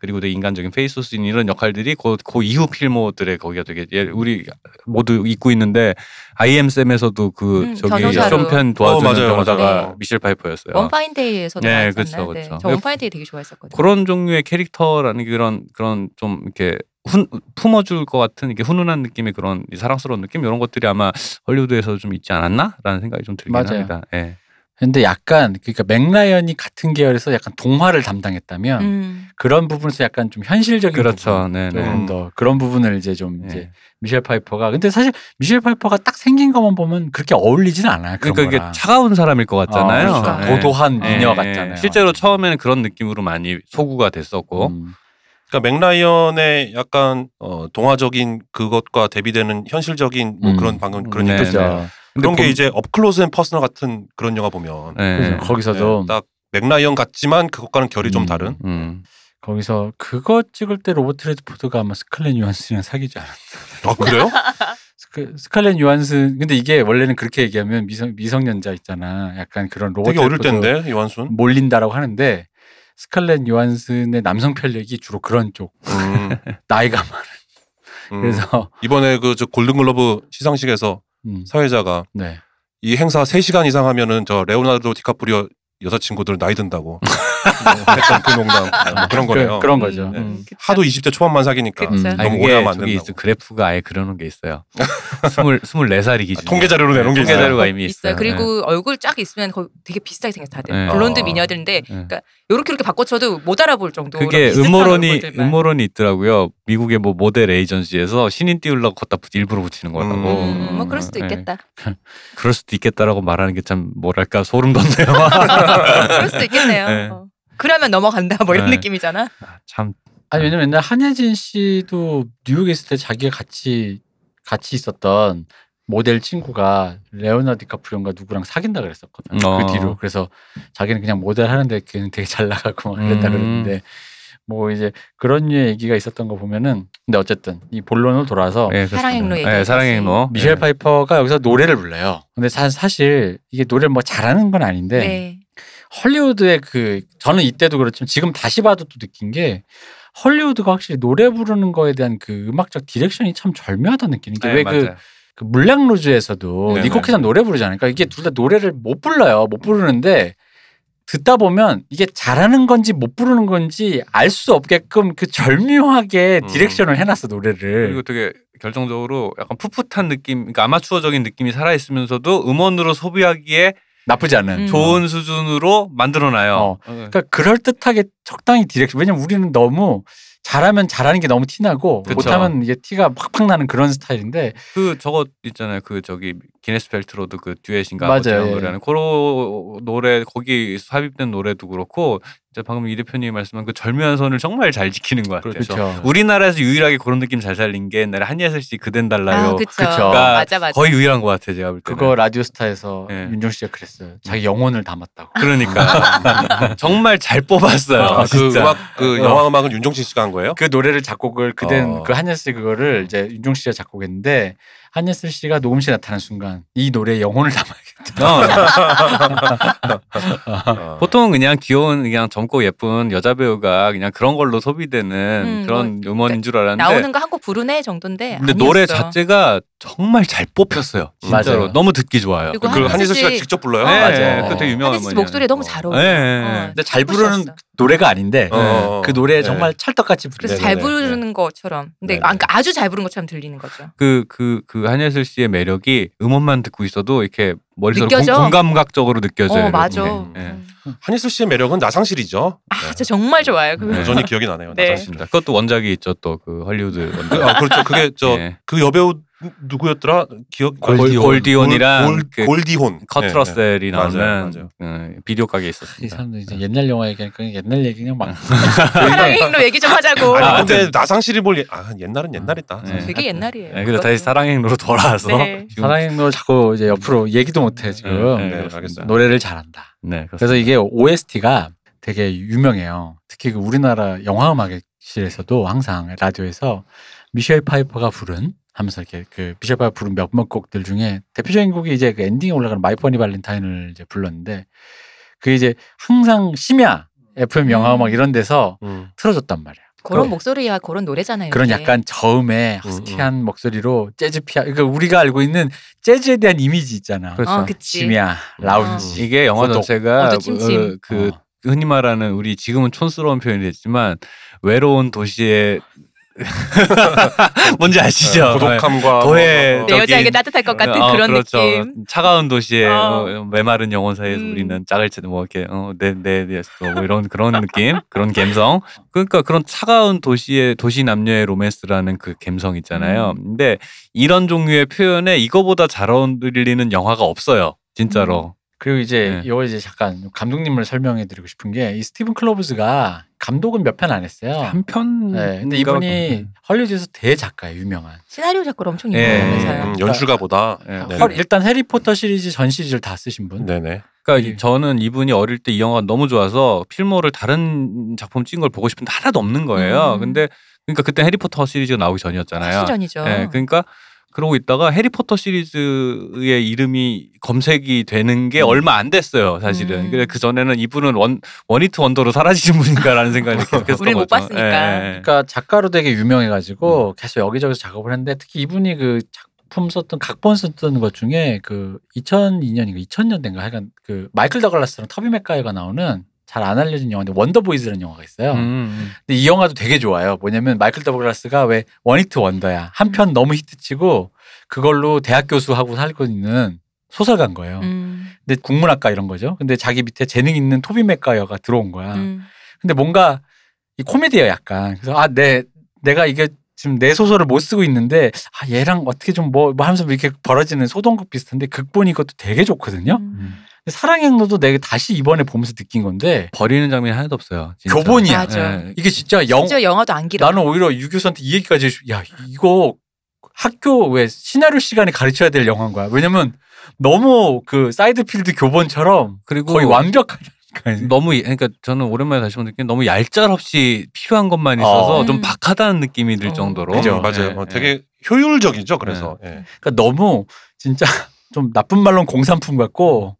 D: 그리고 되게 인간적인 페이소스인 이런 역할들이 그, 그 이후 필모들의 거기가 되게 예, 우리 모두 잊고 있는데 아이엠 쌤에서도 그
A: 음,
D: 저기
A: 변호사로. 네.
D: 쇼펜
B: 어,
D: 도와주는
B: 맞아요,
D: 변호사가
B: 맞아요.
D: 미셸 파이퍼였어요.
A: 원파인데이에서도
D: 네,
A: 나왔잖아요.
D: 그쵸, 그쵸.
A: 저 원파인데이 되게 좋아했었거든요.
D: 그런 종류의 캐릭터라는 게 그런 그런 좀 이렇게 훈, 품어줄 것 같은 이렇게 훈훈한 느낌의 그런 이 사랑스러운 느낌 이런 것들이 아마 헐리우드에서 좀 있지 않았나라는 생각이 좀 들긴
C: 맞아요.
D: 합니다. 예.
C: 근데 약간 그러니까 맥라이언이 같은 계열에서 약간 동화를 담당했다면
A: 음.
C: 그런 부분에서 약간 좀 현실적인
D: 그렇죠. 네,
C: 부분
D: 네.
C: 조금 더 그런 부분을 이제 좀 이제
D: 예.
C: 미셸 파이퍼가 근데 사실 미셸 파이퍼가 딱 생긴 것만 보면 그렇게 어울리진 않아요. 그런
D: 그러니까 이게
C: 거랑.
D: 차가운 사람일 것 같잖아요.
C: 어, 그러니까
D: 예.
C: 도도한
D: 예,
C: 미녀
D: 예.
C: 같잖아요.
D: 실제로 처음에는 그런 느낌으로 많이 소구가 됐었고.
C: 음.
B: 그러니까 맥라이언의 약간 어, 동화적인 그것과 대비되는 현실적인 뭐
C: 음.
B: 그런 방금 그런
D: 네,
B: 얘기
C: 그죠.
B: 했잖아요.
D: 근데
B: 그런 게
D: 본-
B: 이제 업클로즈 앤 퍼스널 같은 그런 영화 보면
D: 예.
C: 그죠. 거기서도
B: 예, 딱 맥라이언 같지만 그것과는 결이 좀
C: 음.
B: 다른.
D: 음.
C: 거기서 그거 찍을 때 로버트 레드포드가 아마 스칼렛 요한슨이랑 사귀지 않았나.
B: 아 그래요?
C: 스크- 스칼렛 요한슨 근데 이게 원래는 그렇게 얘기하면 미성 미성년자 있잖아. 약간 그런 로버트
B: 되게 어릴
C: 레드포드
B: 때인데 요한순.
C: 몰린다라고 하는데 스칼렛 요한슨의 남성 편력이 주로 그런 쪽
B: 음,
C: 나이가 많.
B: 음.
C: 그래서
B: 이번에 그 저 골든글러브 시상식에서
C: 음,
B: 사회자가
C: 네.
B: 이 행사 3시간 이상 하면은 저 레오나르도 디카프리오 여자친구들 나이 든다고 뭐 했던 그 농담 뭐 그런 거네요.
C: 그, 런 거죠.
A: 음,
C: 음.
A: 그쵸.
B: 하도 20대 초반만 사귀니까
A: 그쵸.
C: 음.
D: 아니,
B: 너무
D: 그게
B: 오래 하면 안
D: 저기
B: 된다고.
D: 있어. 그래프가 아예 그러는 게 있어요. 스물 스물네 살이
C: 아,
D: 기준.
B: 아, 통계 자료로 내놓은
A: 네,
C: 네.
B: 게
D: 통계
B: 있어요.
D: 자료가 이미 있어요.
A: 있어요. 그리고 얼굴 쫙 있으면 거의 되게 비슷하게 생겼어 다들.
D: 네.
A: 블론드
B: 어.
A: 미녀들인데
D: 네.
A: 그러니까 요렇게 이렇게 바꿔쳐도 못 알아볼 정도로 그러니까
D: 그게
A: 비슷한
D: 음모론이
A: 얼굴들만.
D: 음모론이 있더라고요. 미국의 뭐 모델 에이전시에서 신인 띄우려고 걷다 붙- 일부러 붙이는 거라고.
B: 음,
A: 음, 뭐 그럴 수도
D: 예.
A: 있겠다.
D: 그럴 수도 있겠다라고 말하는 게 참 뭐랄까 소름 돋네요.
A: 그럴 수도 있겠네요.
D: 네.
A: 어. 그러면 넘어간다 뭐 이런
D: 네.
A: 느낌이잖아.
D: 참
C: 아니 왜냐면 옛날 한혜진 씨도 뉴욕에 있을 때 자기가 같이 같이 있었던 모델 친구가 레오나르도 디카프리오인가 누구랑 사귄다 그랬었거든.
D: 어.
C: 그 뒤로. 그래서 자기는 그냥 모델 하는데 걔는 되게 잘 나가고 막 그랬다
D: 음.
C: 그랬는데 뭐 이제 그런 류의 얘기가 있었던 거 보면은 근데 어쨌든 이 본론으로 돌아서
D: 예, 그렇습니다.
A: 사랑의 행로
D: 예,
A: 얘기하듯이.
D: 사랑의 행로.
C: 어, 미셸
D: 예.
C: 파이퍼가 여기서 노래를 불러요. 근데 사, 실 이게 노래를 뭐 잘하는 건 아닌데
A: 네.
C: 헐리우드의 그 저는 이때도 그렇지만 지금 다시 봐도 또 느낀 게 헐리우드가 확실히 노래 부르는 거에 대한 그 음악적 디렉션이 참 절묘하다 느끼는 게
D: 예,
C: 왜 그
D: 맞아요.
C: 물량 루즈에서도
B: 네네.
C: 니코키랑 노래 부르잖아요. 그러니까 이게 둘 다 노래를 못 불러요. 못 부르는데 듣다 보면 이게 잘하는 건지 못 부르는 건지 알 수 없게끔 그 절묘하게
B: 음.
C: 디렉션을 해놨어 노래를.
D: 그리고 되게 결정적으로 약간 풋풋한 느낌, 그러니까 아마추어적인 느낌이 살아 있으면서도 음원으로 소비하기에
C: 나쁘지 않은.
A: 음.
D: 좋은 수준으로 만들어놔요. 네.
C: 어. 그러니까 그럴 듯하게 적당히 디렉션. 왜냐면 우리는 너무 잘하면 잘하는 게 너무 티나고
D: 그쵸.
C: 못하면 이게 티가 팍팍 나는 그런 스타일인데
D: 그 저거 있잖아요. 그 저기 기네스 벨트로드 그 듀엣인가
C: 맞아요.
D: 어때요?
C: 예.
D: 노래하는 그런 노래 거기 삽입된 노래도 그렇고 진짜 방금 이 대표님이 말씀한 그 절묘한 선을 정말 잘 지키는 것 같아요.
C: 그렇죠.
D: 우리나라에서 유일하게 그런 느낌 잘 살린 게 옛날에 한예슬 씨 그댄 달라요.
A: 아, 그쵸.
C: 그쵸.
A: 맞아, 맞아.
D: 그러니까 거의 유일한 것 같아요. 제가 볼 때는.
C: 그거 라디오스타에서
D: 예.
C: 윤종 씨가 그랬어요. 자기 영혼을 담았다고.
D: 그러니까 정말 잘 뽑았어요.
B: 아, 그
D: 진짜.
B: 음악 그
D: 어.
B: 영화 음악은 윤종신 씨가 한 거예요?
C: 그 노래를 작곡을 그댄
B: 어.
C: 그 한예슬 그거를 이제 윤종 씨가 작곡했는데 한예슬 씨가 녹음실에 나타난 순간 이 노래에 영혼을 담아야겠다.
D: 어,
B: 아.
D: 보통 그냥 귀여운 그냥 젊고 예쁜 여자 배우가 그냥 그런 걸로 소비되는
A: 음,
D: 그런 음원인 줄 알았는데
A: 나오는 거 한 곡 부르네 정도인데
D: 근데
A: 아니었어요.
D: 노래 자체가 정말 잘 뽑혔어요. 진짜로
C: 맞아요.
D: 너무 듣기 좋아요.
A: 그리고
B: 그
A: 한예슬
B: 한예슬 씨가
A: 씨-
B: 직접 불러요? 어.
D: 네,
C: 맞아요.
D: 그것도 유명한
A: 한예슬 어, 씨 목소리에 너무 잘 어울려.
D: 네.
C: 근데 잘
A: 예쁘셨어.
C: 부르는 노래가 아닌데
B: 어.
C: 그 노래에
B: 네.
C: 정말 찰떡같이 부르는
A: 그래서
B: 네네네.
A: 잘 부르는 것처럼 근데
B: 네네.
A: 아, 그러니까 아주 잘 부르는 것처럼 들리는 거죠.
D: 그, 그, 그 한예슬 씨의 매력이 음원만 듣고 있어도 이렇게 머릿속으로
A: 느껴져?
D: 공- 공감각적으로 느껴져요.
A: 어
D: 이렇게.
A: 맞아.
D: 예.
A: 음.
B: 한희수 씨의 매력은 나상실이죠.
A: 아, 저 정말 좋아요. 그
D: 네.
B: 여전히 기억이 나네요.
A: 네.
B: 나상실.
D: 맞습니다. 그것도 원작이 있죠. 또 그 헐리우드
B: 그,
D: 원작.
B: 아, 그렇죠. 그게 저 그
D: 예.
B: 여배우 누구였더라? 기억
D: 골- 골디온이랑
B: 골-
D: 그-
B: 골디혼 네,
D: 커트러셀이 나오는
B: 맞아요, 맞아요.
D: 음, 비디오 가게에
C: 이
D: 있었습니다.
C: 사람들 이제 옛날 영화 얘기하니까 옛날 얘기 그냥 막
A: 사랑행로 얘기 좀 하자고.
B: 네. 아니
D: 아,
B: 근데 나상실이 뭘 예- 아, 옛날은 옛날이다.
D: 네.
A: 되게 옛날이에요.
D: 예, 그래서 다시 사랑행로로 돌아와서
A: 네.
D: 지금-
C: 음. 사랑의 노래 자꾸 이제 옆으로 얘기도 못해 지금
D: 네,
B: 네,
D: 그렇습니다.
B: 알겠어요.
C: 노래를 잘한다.
D: 네, 그렇습니다.
C: 그래서 이게 OST가 되게 유명해요. 특히 그 우리나라 영화음악실에서도 항상 라디오에서 미셸 파이퍼가 부른 하면서 이렇게 그 미셸 파이퍼 부른 몇몇 곡들 중에 대표적인 곡이 이제 그 엔딩에 올라가는 마이 퍼니 발렌타인을 이제 불렀는데 그게 이제 항상 심야 FM 영화음악 이런 데서
B: 음.
C: 틀어줬단 말이야.
A: 그런 목소리와 그런 노래잖아요.
C: 그런
A: 이게.
C: 약간 저음의
B: 음,
C: 허스키한 목소리로 재즈 피아 그러니까 우리가 알고 있는 재즈에 대한 이미지 있잖아.
D: 그렇죠.
A: 어, 그치.
C: 심야 라운지
D: 이게 영화
C: 음. 고독.
D: 자체가
A: 어두 침침.
D: 어, 그 흔히 말하는 우리 지금은 촌스러운 표현이 됐지만 외로운 도시의 뭔지
C: 어,
D: 아시죠?
B: 예, 고독함과
D: 예. 도해.
A: 내
D: 저기-
A: 여자에게 따뜻할 것 같은
D: 어,
A: 그런
D: 그렇죠.
A: 느낌.
D: 차가운 도시의
A: 어.
D: 어, 메마른 영혼 사이에서
A: 음.
D: 우리는 짝을 치는 뭐 이렇게 네, 어내내뭐 이런 그런 느낌, 그런 감성. 그러니까 그런 차가운 도시의 도시 남녀의 로맨스라는 그 감성 있잖아요.
A: 음.
D: 근데 이런 종류의 표현에 이거보다 잘 어울리는 영화가 없어요.
A: 음.
D: 진짜로.
C: 그리고 이제
D: 네.
C: 이거 이제 잠깐 감독님을 설명해 드리고 싶은 게 이 스티븐 클로브즈가 감독은 몇 편 안 했어요.
D: 한편
C: 네, 근데 이분이 헐리우드에서 대작가예요, 유명한.
A: 시나리오 작곡을 엄청
D: 예.
A: 유명하면서요.
B: 음, 연출가보다.
D: 예.
B: 네.
A: 그러니까
C: 헐, 일단 해리포터 시리즈 전 시리즈를 다 쓰신 분.
B: 네네.
D: 그러니까
C: 예.
D: 저는 이분이 어릴 때 이 영화가 너무 좋아서 필모를 다른 작품 찍은 걸 보고 싶은데 하나도 없는 거예요.
A: 음.
D: 근데 그러니까 그때 해리포터 시리즈가 나오기 전이었잖아요.
A: 시전이죠.
D: 예, 그러니까 그러고 있다가 해리포터 시리즈의 이름이 검색이 되는 게
C: 음.
D: 얼마 안 됐어요, 사실은.
A: 음.
D: 근데 그 전에는 이분은 원 원히트 원더로 사라지는 분인가라는 생각이 계속했던
A: 우리를
D: 거죠.
A: 못 봤으니까.
D: 예, 예.
C: 그러니까 작가로 되게 유명해가지고 계속 여기저기서 작업을 했는데 특히 이분이 그 작품 썼던 각본 썼던 것 중에 그 2002년인가 2000년대인가 하여간 그 마이클 더글라스랑 터비 맥가이가 나오는 잘 안 알려진 영화인데 원더보이즈라는 영화가 있어요.
D: 음, 음.
C: 근데 이 영화도 되게 좋아요. 뭐냐면 마이클 더글라스가 왜 원히트 원더야. 한 편 너무 히트치고 그걸로 대학 교수하고 살고 있는 소설가인 거예요.
A: 음,
C: 근데 국문학과 이런 거죠. 근데 자기 밑에 재능 있는 토비 맥가이어가 들어온 거야.
A: 음.
C: 근데 뭔가 이 코미디야 약간. 그래서 아, 내 내가 이게 지금 내 소설을 못 쓰고 있는데 아 얘랑 어떻게 좀 뭐 하면서 이렇게 벌어지는 소동극 비슷한데 극본이 이것도 되게
D: 아.
C: 좋거든요.
A: 음.
C: 근데 사랑의 행로도 내가 다시 이번에 보면서 느낀 건데
D: 버리는 장면이 하나도 없어요. 진짜.
C: 교본이야.
A: 맞아.
D: 예.
C: 이게 진짜 영
A: 심지어 영화도 안 길어.
C: 나는 오히려 유 교수한테 이 얘기까지 해주- 야 이거 학교 왜 시나리오 시간에 가르쳐야 될 영화인 거야 왜냐면 너무 그 사이드필드 교본처럼
D: 그리고
C: 거의 완벽하니까
D: 뭐. 너무 예- 그러니까 저는 오랜만에 다시 본 느낌 너무 얄짤없이 필요한 것만 있어서
A: 어.
D: 좀
A: 음.
D: 박하다는 느낌이 들
A: 어.
D: 정도로
B: 그죠.
C: 그죠.
B: 맞아요.
D: 예,
B: 어,
D: 예.
B: 되게 효율적이죠. 그래서 예.
C: 그러니까 너무 진짜 좀 나쁜 말로는 공산품 같고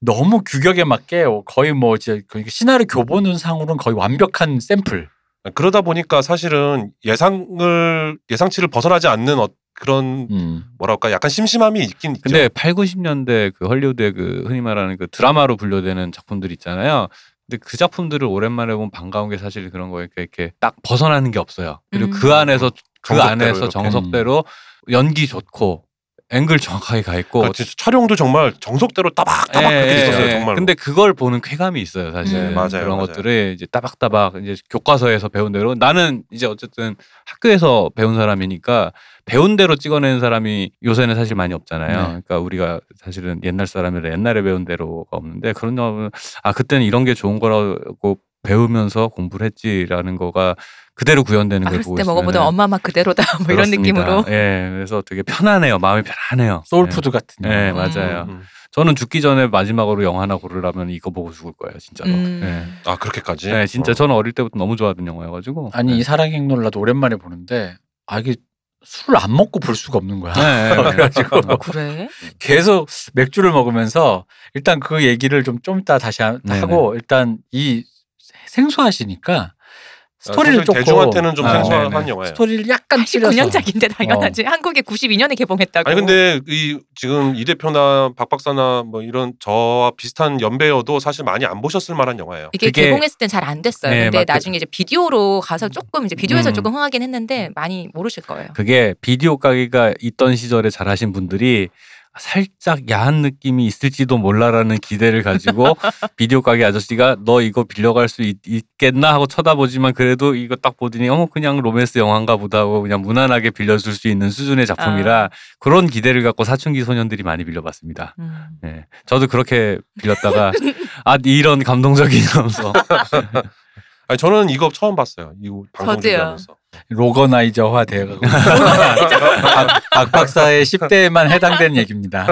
C: 너무 규격에 맞게 거의 뭐 이제 그 시나리오 교본 상으로는 거의 완벽한 샘플
B: 그러다 보니까 사실은 예상을 예상치를 벗어나지 않는 어, 그런 뭐랄까 약간 심심함이 있긴 있죠.
D: 근데 8, 90년대 그 헐리우드의 그 흔히 말하는 그 드라마로 분류되는 작품들 있잖아요. 근데 그 작품들을 오랜만에 보면 반가운 게 사실 그런 거예요. 그러니까 이렇게, 이렇게 딱 벗어나는 게 없어요. 그리고
A: 음.
D: 그 안에서 그
B: 정석대로
D: 안에서
B: 이렇게.
D: 정석대로 연기 좋고 앵글 정확하게 가 있고
B: 그러니까 진짜 촬영도 정말 정석대로 따박따박
D: 뭐 예,
B: 그렇게
D: 예,
B: 있었어요
D: 예.
B: 정말.
D: 근데 그걸 보는 쾌감이 있어요, 사실.
A: 음.
B: 맞아요,
D: 그런
B: 맞아요.
D: 것들을 이제 따박따박 이제 교과서에서 배운 대로 나는 이제 어쨌든 학교에서 배운 사람이니까 배운 대로 찍어낸 사람이 요새는 사실 많이 없잖아요.
C: 네.
D: 그러니까 우리가 사실은 옛날 사람이라 옛날에 배운 대로가 없는데 그런 점은 아 그때는 이런 게 좋은 거라고 배우면서 공부를 했지라는 거가 그대로 구현되는 걸
A: 어렸을
D: 보고
A: 아, 때
D: 있으면
A: 먹어보던 엄마 맛 그대로다 뭐 이런 느낌으로
D: 예, 그래서 되게 편안해요. 마음이 편안해요.
C: 소울푸드 같은.
D: 예, 예
C: 영화.
D: 맞아요.
B: 음.
D: 저는 죽기 전에 마지막으로 영화 하나 고르라면 이거 보고 죽을 뭐, 거예요, 진짜로.
A: 음.
B: 아 그렇게까지?
D: 네. 네, 진짜
B: 어.
D: 저는 어릴 때부터 너무 좋아하던 영화여가지고.
C: 아니
D: 네.
C: 이 사랑행 놀라도 오랜만에 보는데 아 이게 술을 안 먹고 볼 수가 없는 거야.
D: 네, 네, 네.
C: 그래가지고
A: 어, 그래 그러니까
C: 계속 맥주를 먹으면서 일단 그 얘기를 좀 좀 이따 다시 하-
D: 네네.
C: 하고 일단 이 생소하시니까
B: 아,
C: 스토리를
B: 사실
C: 조금
B: 대중한테는 좀
C: 아,
B: 생소한
D: 네네.
B: 영화예요.
C: 스토리를 약간 찌려서
D: 어.
A: 89년작인데 당연하지 한국에 92년에 개봉했다고
B: 아니 근데 이 지금 이 대표나 박 박사나 뭐 이런 저와 비슷한 연배여도 사실 많이 안 보셨을 만한 영화예요.
A: 이게
D: 그게-
A: 개봉했을 땐 잘 안 됐어요.
D: 네,
A: 근데
D: 맞-
A: 나중에 이제 비디오로 가서 조금 이제 비디오에서
D: 음.
A: 조금 흥하긴 했는데 많이 모르실 거예요.
D: 그게 비디오 가게가 있던 시절에 잘하신 분들이 살짝 야한 느낌이 있을지도 몰라라는 기대를 가지고 비디오 가게 아저씨가 너 이거 빌려갈 수 있, 있겠나 하고 쳐다보지만 그래도 이거 딱 보더니 어머 그냥 로맨스 영화인가 보다 하고 그냥 무난하게 빌려줄 수 있는 수준의 작품이라 그런 기대를 갖고 사춘기 소년들이 많이 빌려봤습니다.
A: 음.
D: 네. 저도 그렇게 빌렸다가 아 이런 감동적인 하면서
B: 아니 저는 이거 처음 봤어요. 이 방송
A: 저도요.
B: 준비하면서. 음,
C: 로거나이저화 되어가고 박, 박 박사의 10대에만 해당되는 얘기입니다.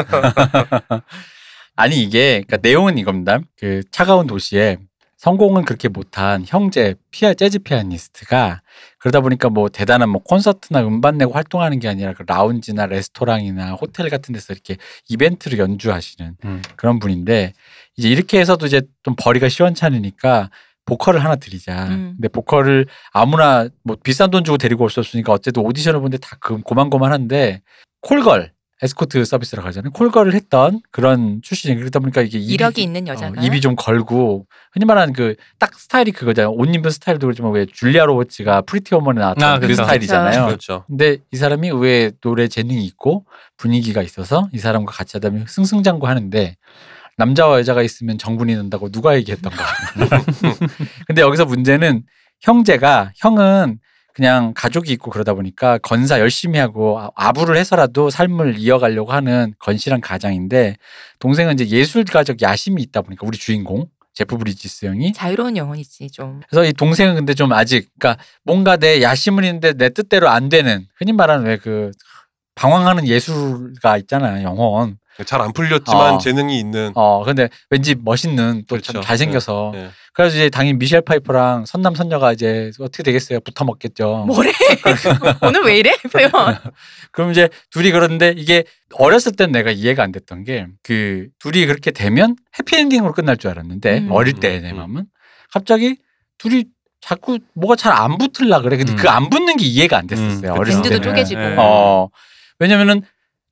C: 아니 이게 그러니까 내용은 이겁니다. 그 차가운 도시에 성공은 그렇게 못한 형제 피아 재즈 피아니스트가 그러다 보니까 뭐 대단한 뭐 콘서트나 음반 내고 활동하는 게 아니라 그 라운지나 레스토랑이나 호텔 같은 데서 이렇게 이벤트를 연주하시는
D: 음.
C: 그런 분인데 이제 이렇게 해서도 이제 좀 벌이가 시원찮으니까 보컬을 하나 드리자.
A: 음.
C: 근데 보컬을 아무나 뭐 비싼 돈 주고 데리고 올 수 없으니까 어쨌든 오디션을 보는데 다 그- 고만고만한데 콜걸 에스코트 서비스라고 하잖아요. 콜걸을 했던 그런 출신이 그러다 보니까 이게 입이-
A: 이력이 있는
C: 어,
A: 여자가
C: 입이 좀 걸고 흔히 말하는 그 딱 스타일이 그거잖아요. 옷 입은 스타일도 그렇지만 왜 줄리아 로버츠가 프리티 워먼에 나왔던
D: 아,
C: 그
D: 그렇죠.
C: 스타일이잖아요.
B: 그렇죠.
C: 근데 이 사람이 의외에 노래 재능이 있고 분위기가 있어서 이 사람과 같이 하다 보면 승승장구하는데 남자와 여자가 있으면 정분이 난다고 누가 얘기했던가. 근데 여기서 문제는 형제가 형은 그냥 가족이 있고 그러다 보니까 건사 열심히 하고 아- 아부를 해서라도 삶을 이어가려고 하는 건실한 가장인데 동생은 이제 예술가적 야심이 있다 보니까 우리 주인공 제프 브리지스 형이
A: 자유로운 영혼이지 좀.
C: 그래서 이 동생은 근데 좀 아직 그러니까 뭔가 내 야심은 있는데 내 뜻대로 안 되는 흔히 말하는 왜 그 방황하는 예술가 있잖아요 영혼
B: 잘 안 풀렸지만
C: 어.
B: 재능이 있는
C: 어 근데 왠지 멋있는 또 참
B: 그렇죠.
C: 잘생겨서
B: 네.
C: 그래서 이제 당연히 미셸 파이퍼랑 선남 선녀가 이제 어떻게 되겠어요 붙어 먹겠죠
A: 뭐래? 오늘 왜 이래? 뭐. 표현.
D: 그러니까.
C: 그럼 이제 둘이 그런데 이게 어렸을 땐 내가 이해가 안 됐던 게 그 둘이 그렇게 되면 해피엔딩으로 끝날 줄 알았는데
A: 음.
C: 어릴 때 내
B: 음.
C: 마음은 갑자기 둘이 자꾸 뭐가 잘 안 붙을라 그래 근데
D: 음.
C: 그 안 붙는 게 이해가 안 됐었어요
D: 음,
A: 밴드도
C: 어렸을 때는
D: 그때는.
A: 쪼개지고.
D: 예, 예.
C: 어 왜냐면은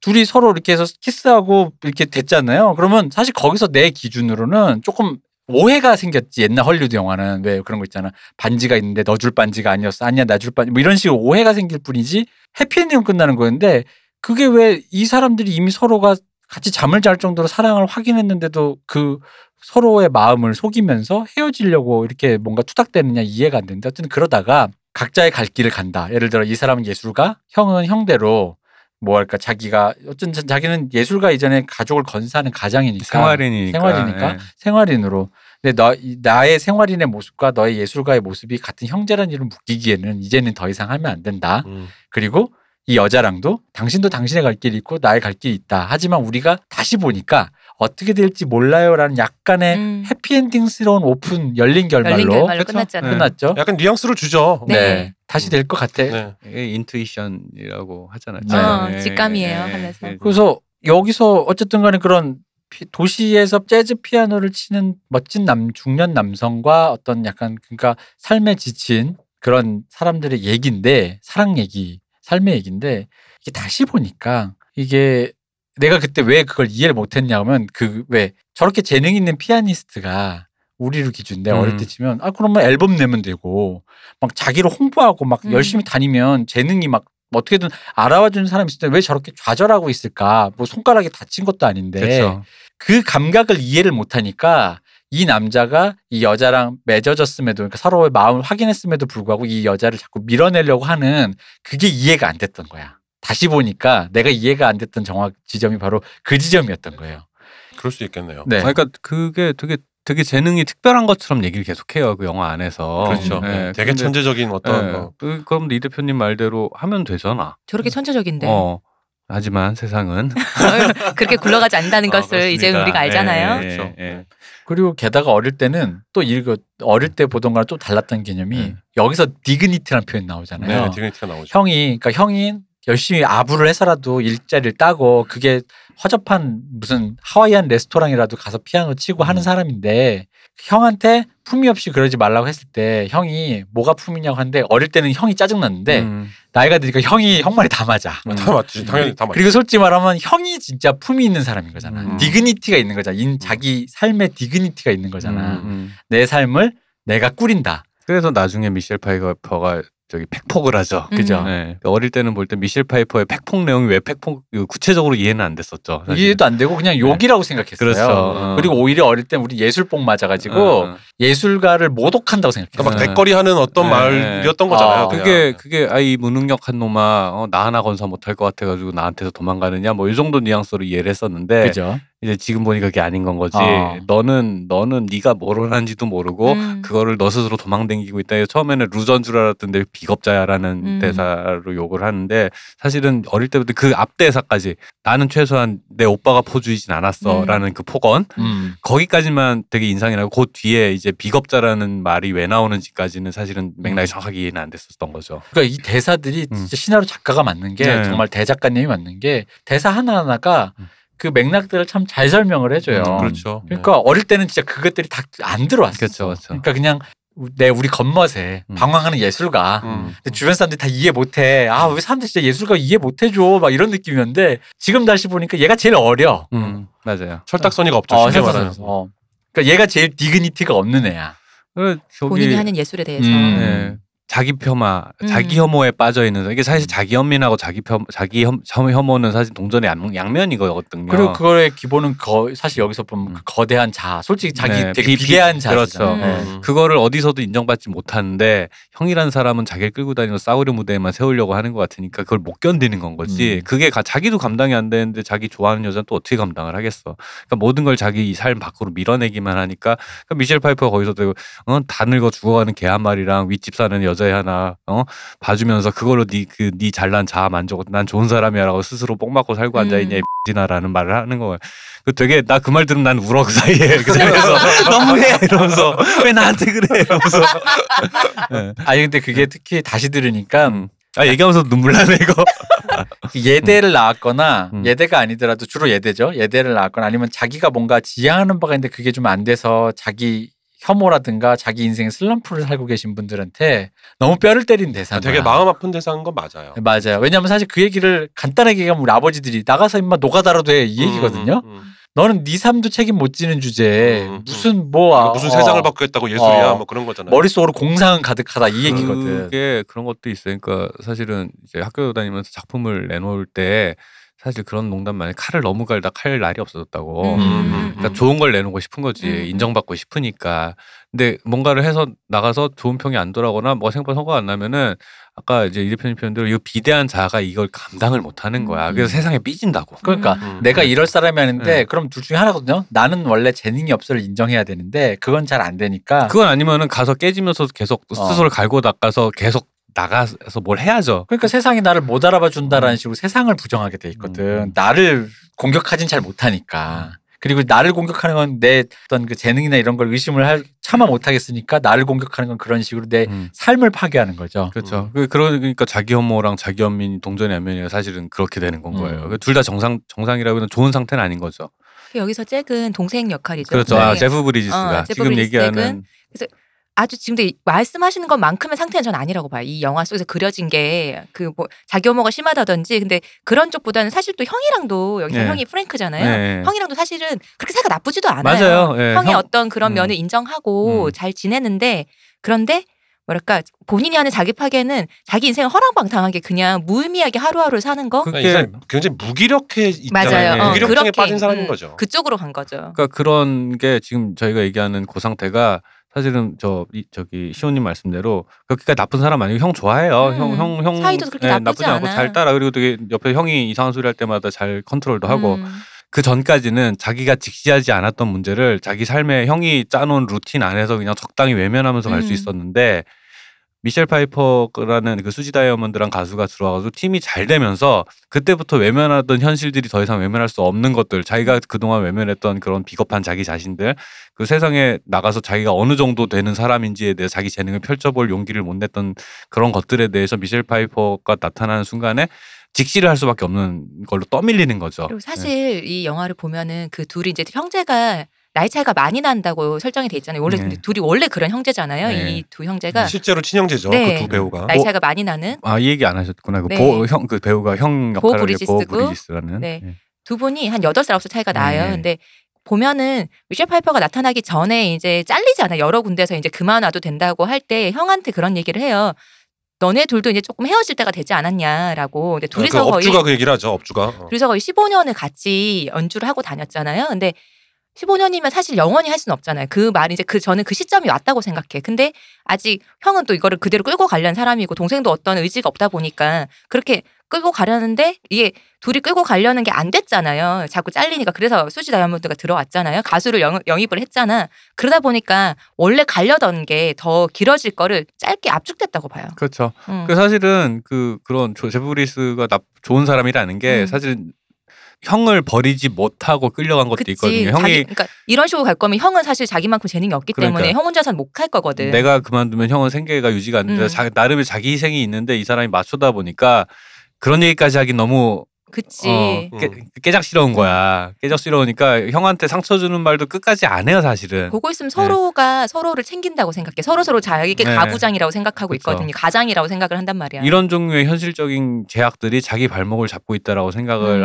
C: 둘이 서로 이렇게 해서 키스하고 이렇게 됐잖아요 그러면 사실 거기서 내 기준으로는 조금 오해가 생겼지 옛날 헐리우드 영화는 왜 그런 거 있잖아 반지가 있는데 너 줄 반지가 아니었어 아니야 나 줄 반지 뭐 이런 식으로 오해가 생길 뿐이지 해피엔딩으로 끝나는 거였는데 그게 왜 이 사람들이 이미 서로가 같이 잠을 잘 정도로 사랑을 확인했는데도 그 서로의 마음을 속이면서 헤어지려고 이렇게 뭔가 투닥대느냐 이해가 안 되는데 어쨌든 그러다가 각자의 갈 길을 간다. 예를 들어 이 사람은 예술가, 형은 형대로 뭐랄까 자기가 어쨌든 자기는 예술가 이전에 가족을 건사하는 가장이니까
D: 생활인이니까.
C: 그러니까 생활이니까
D: 예.
C: 생활인으로. 근데 너, 이- 나의 생활인의 모습과 너의 예술가의 모습이 같은 형제란 이름 묶이기에는 이제는 더 이상 하면 안 된다.
B: 음.
C: 그리고 이 여자랑도 당신도 당신의 갈 길이 있고 나의 갈 길이 있다. 하지만 우리가 다시 보니까 어떻게 될지 몰라요라는 약간의
A: 음.
C: 해피엔딩스러운 오픈 열린 결말로, 그렇죠?
A: 열린 결말로
D: 그쵸?
A: 끝났잖아요.
D: 네.
C: 끝났죠.
B: 약간 뉘앙스를 주죠.
A: 네.
C: 다시 될 것 같아.
B: 네.
D: 이게 인투이션이라고 예. 하잖아요. 예,
C: 네.
A: 어, 직감이에요 하면서.
D: 네.
C: 그래서 여기서 어쨌든 간에 그런 피- 도시에서 재즈 피아노를 치는 멋진 남 중년 남성과 어떤 약간 그러니까 삶에 지친 그런 사람들의 얘기인데 사랑 얘기, 삶의 얘기인데 이게 다시 보니까 이게 내가 그때 왜 그걸 이해를 못했냐면 그 왜 저렇게 재능 있는 피아니스트가 우리로 기준 내 어릴
D: 음.
C: 때 치면 아 그러면 앨범 내면 되고 막 자기를 홍보하고 막
A: 음.
C: 열심히 다니면 재능이 막 어떻게든 알아와 주는 사람이 있을 때 왜 저렇게 좌절하고 있을까? 뭐 손가락이 다친 것도 아닌데
D: 그렇죠.
C: 그 감각을 이해를 못하니까 이 남자가 이 여자랑 맺어졌음에도 그러니까 서로의 마음을 확인했음에도 불구하고 이 여자를 자꾸 밀어내려고 하는 그게 이해가 안 됐던 거야. 다시 보니까 내가 이해가 안 됐던 정확 지점이 바로 그 지점이었던 거예요.
B: 그럴 수 있겠네요.
C: 네.
D: 아, 그러니까 그게 되게 되게 재능이 특별한 것처럼 얘기를 계속해요 그 영화 안에서.
C: 어,
B: 그렇죠.
D: 예,
B: 네, 되게
D: 근데-
B: 천재적인 어떤
C: 네.
D: 예,
B: 뭐
D: 그- 그럼 이 대표님 말대로 하면 되잖아.
A: 저렇게 천재적인데 어,
D: 어. 하지만 세상은
A: 그렇게 굴러가지 않는다는
D: 어,
A: 것을 이제
D: 그렇습니다.
A: 우리가 알잖아요.
C: 네.
D: 예, 예,
B: 그렇죠.
D: 예.
C: 그리고 게다가 어릴 때는 또 이거 어릴 때 보던 거랑 또 달랐던 개념이
D: 음.
C: 여기서 디그니티라는 표현
B: 네,
C: 나오잖아요.
B: 네, 디그니티가 나오죠.
C: 형이 그러니까 형이 열심히 아부를 해서라도 일자리를 따고 그게 허접한 무슨 하와이안 레스토랑이라도 가서 피아노 치고 하는
B: 음.
C: 사람인데 형한테 품위 없이 그러지 말라고 했을 때 형이 뭐가 품이냐고 하는데 어릴 때는 형이 짜증났는데
D: 음.
C: 나이가 드니까 형이 형 말이 다 맞아.
B: 다 맞지, 당연히 다 맞지.
C: 그리고 솔직히 말하면 형이 진짜 품이 있는 사람인 거잖아.
D: 음.
C: 디그니티가 있는 거잖아. 인 자기 삶의 디그니티가 있는 거잖아.
D: 음, 음.
C: 내 삶을 내가 꾸린다.
D: 그래서 나중에 미셸 파이퍼가 저기 팩폭을 하죠.
A: 음.
C: 그죠?
D: 네. 어릴 때는 볼 때 미셸 파이퍼의 팩폭 내용이 왜 팩폭 구체적으로 이해는 안 됐었죠. 사실은.
C: 이해도 안 되고 그냥 욕이라고 생각했어요.
D: 네. 그렇죠. 어.
C: 그리고 오히려 어릴 땐 우리 예술복 맞아가지고
D: 어, 어.
C: 예술가를 모독한다고 생각했어요.
B: 그러니까 막
D: 네.
B: 댓거리 하는 어떤
D: 네.
B: 말이었던
C: 아,
B: 거잖아요. 그냥.
D: 그게 그게 아이 무능력한 놈아 어, 나 하나 건사 못할 것 같아가지고 나한테서 도망가느냐 뭐 이 정도 뉘앙스로 이해를 했었는데
C: 그죠?
D: 이제 지금 보니까 그게 아닌 건 거지.
C: 아.
D: 너는 너는 네가 뭘 원하는지도 모르고
A: 음.
D: 그거를 너 스스로 도망댕기고 있다. 해서 처음에는 루저인 줄 알았던데 비겁자야라는
A: 음.
D: 대사로 욕을 하는데 사실은 어릴 때부터 그 앞 대사까지 나는 최소한 내 오빠가 포주이진 않았어라는 그 폭언
C: 음.
D: 거기까지만 되게 인상이 나고 그 뒤에 이제 비겁자라는 말이 왜 나오는지까지는 사실은
C: 음.
D: 맥락이 정확하게 이해는 안 됐었던 거죠.
C: 그러니까 이 대사들이
D: 음.
C: 진짜 신화로 작가가 맞는 게
D: 네.
C: 정말 대작가님이 맞는 게 대사 하나하나가
D: 음.
C: 그 맥락들을 참 잘 설명을 해줘요.
D: 음,
C: 그러
D: 그렇죠.
C: 니까
B: 그렇죠.
C: 어릴 때는 진짜 그것들이 다 안 들어왔어.
D: 그렇죠, 그렇죠.
C: 그러니까 그냥 우- 내 우리 겉멋에
D: 음.
C: 방황하는 예술가.
B: 음.
C: 근데 주변 사람들이 다 이해 못해. 아 왜 사람들이 진짜 예술가 이해 못해줘. 막 이런 느낌이었는데 지금 다시 보니까 얘가 제일 어려.
D: 음, 맞아요.
B: 철딱서니가 없죠.
C: 어,
B: 쉽게
C: 세상에서.
B: 말하면.
C: 어. 그러니까 얘가 제일 디그니티가 없는 애야.
D: 그래, 저기-
A: 본인이 하는 예술에 대해서
C: 음.
D: 예. 자기 폄하,
A: 음.
D: 자기 혐오에 빠져 있는 이게 사실
C: 음.
D: 자기 혐민하고 자기 폄 자기 혐, 혐- 혐오는 사실 동전의 양- 양면이거든요.
C: 그리고 그거의 기본은 거, 사실 여기서 보면
D: 음.
C: 그 거대한 자, 솔직히 자기
D: 네,
C: 되게
D: 비-
C: 비, 대한
D: 비-
C: 자.
D: 그렇죠.
A: 음.
B: 음.
D: 그거를 어디서도 인정받지 못하는데 형이라는 사람은 자기를 끌고 다니면서 싸우려 무대에만 세우려고 하는 것 같으니까 그걸 못 견디는 건 거지.
C: 음.
D: 그게 가- 자기도 감당이 안 되는데 자기 좋아하는 여자는 또 어떻게 감당을 하겠어. 그러니까 모든 걸 자기 이 삶 밖으로 밀어내기만 하니까 그러니까 미셸 파이퍼가 거기서 되고 어, 다 늙어 죽어가는 개 한 마리랑 윗집 사는 여자애 하나 어? 봐주면서 그걸로 네 그 네 잘난 자아 만족 난 좋은 사람이야라고 스스로 뽕 맞고 살고
A: 음.
D: 앉아있냐 이나라는 말을 하는 거예요. 그 되게 나 그 말 들으면 난 울어 그 사이에 그 사이에서 너무해 이러면서 왜 나한테 그래 이러면서 예.
C: 아니 근데 그게 특히 다시 들으니까
D: 음. 아 얘기하면서 눈물 나네 이거
C: 그 예대를 낳았거나
D: 음.
C: 예대가 아니더라도 주로 예대죠. 예대를 낳았거나 아니면 자기가 뭔가 지향하는 바가 있는데 그게 좀 안 돼서 자기 혐오라든가 자기 인생의 슬럼프를 살고 계신 분들한테 너무 뼈를 때린 대사.
B: 아, 되게 마음 아픈 대사인 건 맞아요.
C: 맞아요. 왜냐하면 사실 그 얘기를 간단하게 얘기하면 우리 아버지들이 나가서 임마 노가다라도 해 이 얘기거든요.
B: 음, 음, 음.
C: 너는 네 삶도 책임 못 지는 주제에
B: 음, 음.
C: 무슨 뭐 아,
B: 무슨
C: 어.
B: 세상을 바꾸겠다고 예술이야 음,
C: 어.
B: 뭐 그런 거잖아요.
C: 머릿속으로 공상은 가득하다 이 얘기거든.
D: 그게 그런 것도 있어요. 그러니까 사실은 이제 학교 다니면서 작품을 내놓을 때 사실 그런 농담 많이 칼을 너무 갈다 칼 날이 없어졌다고.
A: 음.
D: 그러니까
B: 음.
D: 좋은 걸 내놓고 싶은 거지
A: 음.
D: 인정받고 싶으니까. 근데 뭔가를 해서 나가서 좋은 평이 안 돌아거나 뭐 생각 성과가 안 나면은 아까 이제 이 대표님 표현대로 이 비대한 자아가 이걸 감당을 못하는 거야.
C: 음.
D: 그래서 세상에 삐진다고.
C: 그러니까
B: 음.
C: 내가 이럴 사람이 아닌데
D: 네.
C: 그럼 둘 중에 하나거든요. 나는 원래 재능이 없어를 인정해야 되는데 그건 잘 안 되니까. 그,
D: 그건 아니면은 가서 깨지면서 계속 스스로를 갈고 닦아서 계속 나가서 뭘 해야죠.
C: 러니까 그러니까 세상이 나를 못 알아봐 준다라는
B: 음.
C: 식으로 세상을 부정하게 돼 있거든.
D: 음.
C: 나를 공격하진 잘 못하니까. 그리고 나를 공격하는 건 내 어떤 그 재능이나 이런 걸 의심을 할- 참아 못하겠으니까 나를 공격하는 건 그런 식으로 내
D: 음.
C: 삶을 파괴하는 거죠.
D: 그렇죠. 그 그러니까 자기 혐오랑 자기 연민이 동전의 양면이 사실은 그렇게 되는 건
C: 음.
D: 거예요. 둘 다 정상 정상이라고는 좋은 상태는 아닌 거죠.
A: 그 여기서 잭은 동생 역할이죠.
D: 그렇죠.
A: 네.
D: 아, 제프 브리지스가
A: 어, 제프
D: 지금
A: 브리지스는
D: 얘기하는
A: 아주 지금 근데 말씀하시는 것만큼의 상태는 전 아니라고 봐요. 이 영화 속에서 그려진 게 그 뭐 자기 혐오가 심하다든지 근데 그런 쪽보다는 사실 또 형이랑도 여기서
D: 네.
A: 형이 프랭크잖아요.
D: 네.
A: 형이랑도 사실은 그렇게 사이가 나쁘지도 않아요.
D: 맞아요. 예,
A: 형의
D: 형-
A: 어떤 그런
D: 음.
A: 면을 인정하고
D: 음.
A: 잘 지내는데 그런데 뭐랄까 본인이 하는 자기 파괴는 자기 인생을 허랑방탕하게 그냥 무의미하게 하루하루를 사는 거
D: 그게
B: 그러니까 이 사람이 굉장히 무기력해 있잖아요.
A: 맞아요.
D: 어,
B: 무기력증에
A: 그렇게,
B: 빠진 사람인
A: 음,
B: 거죠.
A: 그쪽으로 간 거죠.
D: 그러니까 그런 게 지금 저희가 얘기하는 그 상태가 사실은 저 이, 저기 시호님 말씀대로 그렇게까지 나쁜 사람 아니고 형 좋아해요.
A: 음.
D: 형 형 형 예,
A: 사이도 그렇게 나쁘지
D: 않고
A: 않아.
D: 잘 따라 그리고 되게 옆에 형이 이상한 소리 할 때마다 잘 컨트롤도 하고
A: 음.
D: 그 전까지는 자기가 직시하지 않았던 문제를 자기 삶에 형이 짜놓은 루틴 안에서 그냥 적당히 외면하면서 갈 수
A: 음.
D: 있었는데 미셸 파이퍼라는 그 수지 다이아몬드란 가수가 들어와가지고 팀이 잘 되면서 그때부터 외면하던 현실들이 더 이상 외면할 수 없는 것들 자기가 그동안 외면했던 그런 비겁한 자기 자신들 그 세상에 나가서 자기가 어느 정도 되는 사람인지에 대해 자기 재능을 펼쳐볼 용기를 못 냈던 그런 것들에 대해서 미셸 파이퍼가 나타나는 순간에 직시를 할 수밖에 없는 걸로 떠밀리는 거죠.
A: 그리고
D: 네.
A: 사실 이 영화를 보면은 그 둘이 이제 형제가 나이 차이가 많이 난다고 설정이 돼 있잖아요. 원래
D: 네.
A: 근데 둘이 원래 그런 형제잖아요.
D: 네.
A: 이 두 형제가
B: 실제로 친형제죠.
A: 그러니까 네.
B: 그 두 배우가.
A: 나이
D: 뭐-
A: 차이가 많이 나는
D: 아, 이 얘기 안 하셨구나. 그
A: 네.
D: 보호 형, 그 배우가 형
A: 보호
D: 역할을
A: 브리지스고.
D: 보호 브리지스라는.
A: 네.
D: 예.
A: 두 분이 한 여덟 살 아홉 살 차이가 나요.
D: 네.
A: 근데 보면은 미셸 파이퍼가 나타나기 전에 이제 잘리잖아요. 여러 군데서 이제 그만 와도 된다고 할 때 형한테 그런 얘기를 해요. 너네 둘도 이제 조금 헤어질 때가 되지 않았냐라고. 근데
B: 그
A: 둘이서 거의 그렇죠.
B: 업주가 그 얘기를 하죠. 업주가. 어.
A: 둘이서 거의 15년을 같이 연주를 하고 다녔잖아요. 근데 15년이면 사실 영원히 할 수는 없잖아요. 그 말이 이제 그 저는 그 시점이 왔다고 생각해. 근데 아직 형은 또 이거를 그대로 끌고 가려는 사람이고 동생도 어떤 의지가 없다 보니까 그렇게 끌고 가려는데 이게 둘이 끌고 가려는 게 안 됐잖아요. 자꾸 잘리니까 그래서 수지 다이아몬드가 들어왔잖아요. 가수를 영, 영입을 했잖아. 그러다 보니까 원래 가려던 게 더 길어질 거를 짧게 압축됐다고 봐요.
D: 그렇죠.
A: 음.
D: 그 사실은 그 그런 조- 제프 브리스가 나, 좋은 사람이라는 게
A: 음.
D: 사실 형을 버리지 못하고 끌려간 것도
A: 그치.
D: 있거든요.
A: 자기,
D: 형이
A: 그러니까 이런 식으로 갈 거면 형은 사실 자기만큼 재능이 없기 때문에
D: 그러니까.
A: 형 혼자서는 못 갈 거거든.
D: 내가 그만두면 형은 생계가 유지가 안 돼.
A: 음.
D: 자, 나름의 자기 희생이 있는데 이 사람이 맞추다 보니까 그런 얘기까지 하긴 너무
A: 그치.
D: 어, 깨,
B: 음.
D: 깨작스러운 거야. 깨작스러우니까 형한테 상처 주는 말도 끝까지 안 해요, 사실은.
A: 보고 있으면 서로가 서로를 챙긴다고 생각해. 서로 서로 자기게
D: 네.
A: 가부장이라고 생각하고
D: 그쵸.
A: 있거든요. 가장이라고 생각을 한단 말이야.
D: 이런 종류의 현실적인 제약들이 자기 발목을 잡고 있다라고 생각을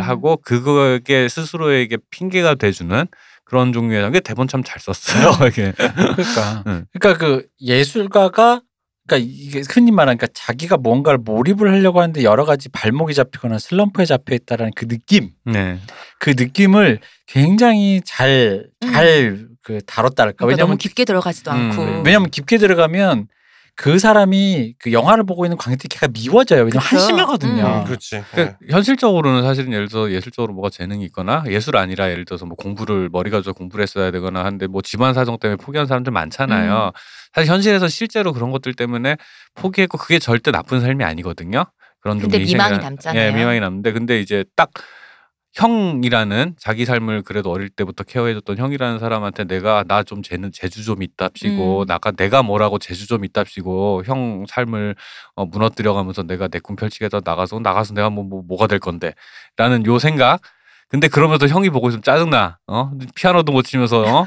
A: 음.
D: 하고 그거에게 스스로에게 핑계가 돼주는 그런 종류의 이게 대본 참 잘 썼어요 이게
C: 그러니까
D: 응.
C: 그러니까 그 예술가가 그러니까 이게 흔히 말하니까 자기가 뭔가를 몰입을 하려고 하는데 여러 가지 발목이 잡히거나 슬럼프에 잡혀 있다라는 그 느낌
D: 네
C: 그 느낌을 굉장히 잘 잘 그 다뤘다랄까
A: 음. 그러니까 너무
C: 왜냐면
A: 깊게 들어가지도
D: 음,
A: 않고.
C: 왜냐면 깊게 들어가면 그 사람이 그 영화를 보고 있는 관객들이 미워져요 왜냐면
A: 그쵸.
C: 한심하거든요
A: 음.
B: 음, 그렇지.
D: 그러니까 현실적으로는 사실은 예를 들어서 예술적으로 뭐가 재능이 있거나 예술 아니라 예를 들어서 뭐 공부를 머리가 좋아 공부를 했어야 되거나 하는데 뭐 집안 사정 때문에 포기한 사람들 많잖아요
A: 음.
D: 사실 현실에서 실제로 그런 것들 때문에 포기했고 그게 절대 나쁜 삶이 아니거든요 그런
A: 근데
D: 종류의
A: 미망이
D: 희생이라-
A: 남잖아요.
D: 예, 미망이 남는데 근데 이제 딱 형이라는 자기 삶을 그래도 어릴 때부터 케어해줬던 형이라는 사람한테 내가 나 좀 재는 재주 좀 있답시고
A: 음.
D: 나가 내가 뭐라고 재주 좀 있답시고 형 삶을 어, 무너뜨려가면서 내가 내 꿈 펼치겠다 나가서 나가서 내가 뭐, 뭐 뭐가 될 건데라는 요 생각. 근데 그러면서 형이 보고 있으면 짜증나. 어? 피아노도 못 치면서 어?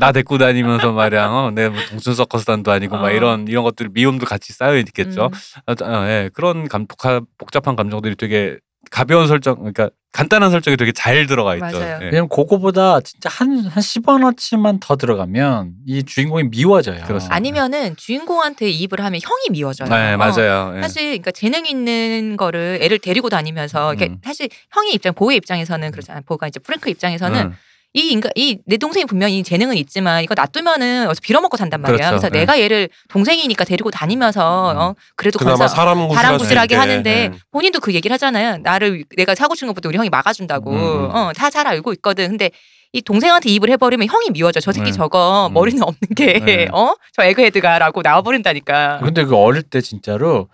D: 나 데리고 다니면서 말이야. 어? 내뭐 동춘 서커스단도 아니고
A: 어.
D: 막 이런 이런 것들 미움도 같이 쌓여 있겠죠.
A: 음.
D: 아, 아, 예. 그런 감, 복하- 복잡한 감정들이 되게 가벼운 설정, 그러니까 간단한 설정이 되게 잘 들어가 있죠.
A: 맞아요.
D: 예.
C: 왜냐면 그거보다 진짜 한, 한 10원어치만 더 들어가면 이 주인공이 미워져요.
D: 그렇습니다.
A: 아니면은 주인공한테 이입을 하면 형이 미워져요.
D: 네,
A: 어.
D: 맞아요. 예.
A: 사실 그러니까 재능 있는 거를 애를 데리고 다니면서 이게
D: 음. 사실
A: 사실 형의 입장 보의 입장에서는 그렇잖아요. 보가 이제 프랭크 입장에서는
D: 음.
A: 이 인간 이 내 동생이 분명히 재능은 있지만 이거 놔두면은 어서 빌어먹고 산단 말이야.
D: 그렇죠.
A: 그래서
D: 네.
A: 내가 얘를 동생이니까 데리고 다니면서 어, 그래도
B: 그나마
A: 건사-
B: 사람
A: 바람
B: 구실하지
A: 구실하게
B: 않게.
D: 예.
A: 하는데
B: 네.
A: 본인도 그 얘기를 하잖아요. 나를 내가 사고 치는 것부터 우리 형이 막아준다고.
D: 음, 음.
A: 어, 다 잘 알고 있거든. 근데 이 동생한테 입을 해버리면 형이 미워져. 저 새끼
D: 네.
A: 저거
D: 음.
A: 머리는 없는 게
D: 네.
A: 어? 저 에그헤드가라고 나와버린다니까.
C: 근데 그 어릴 때 진짜로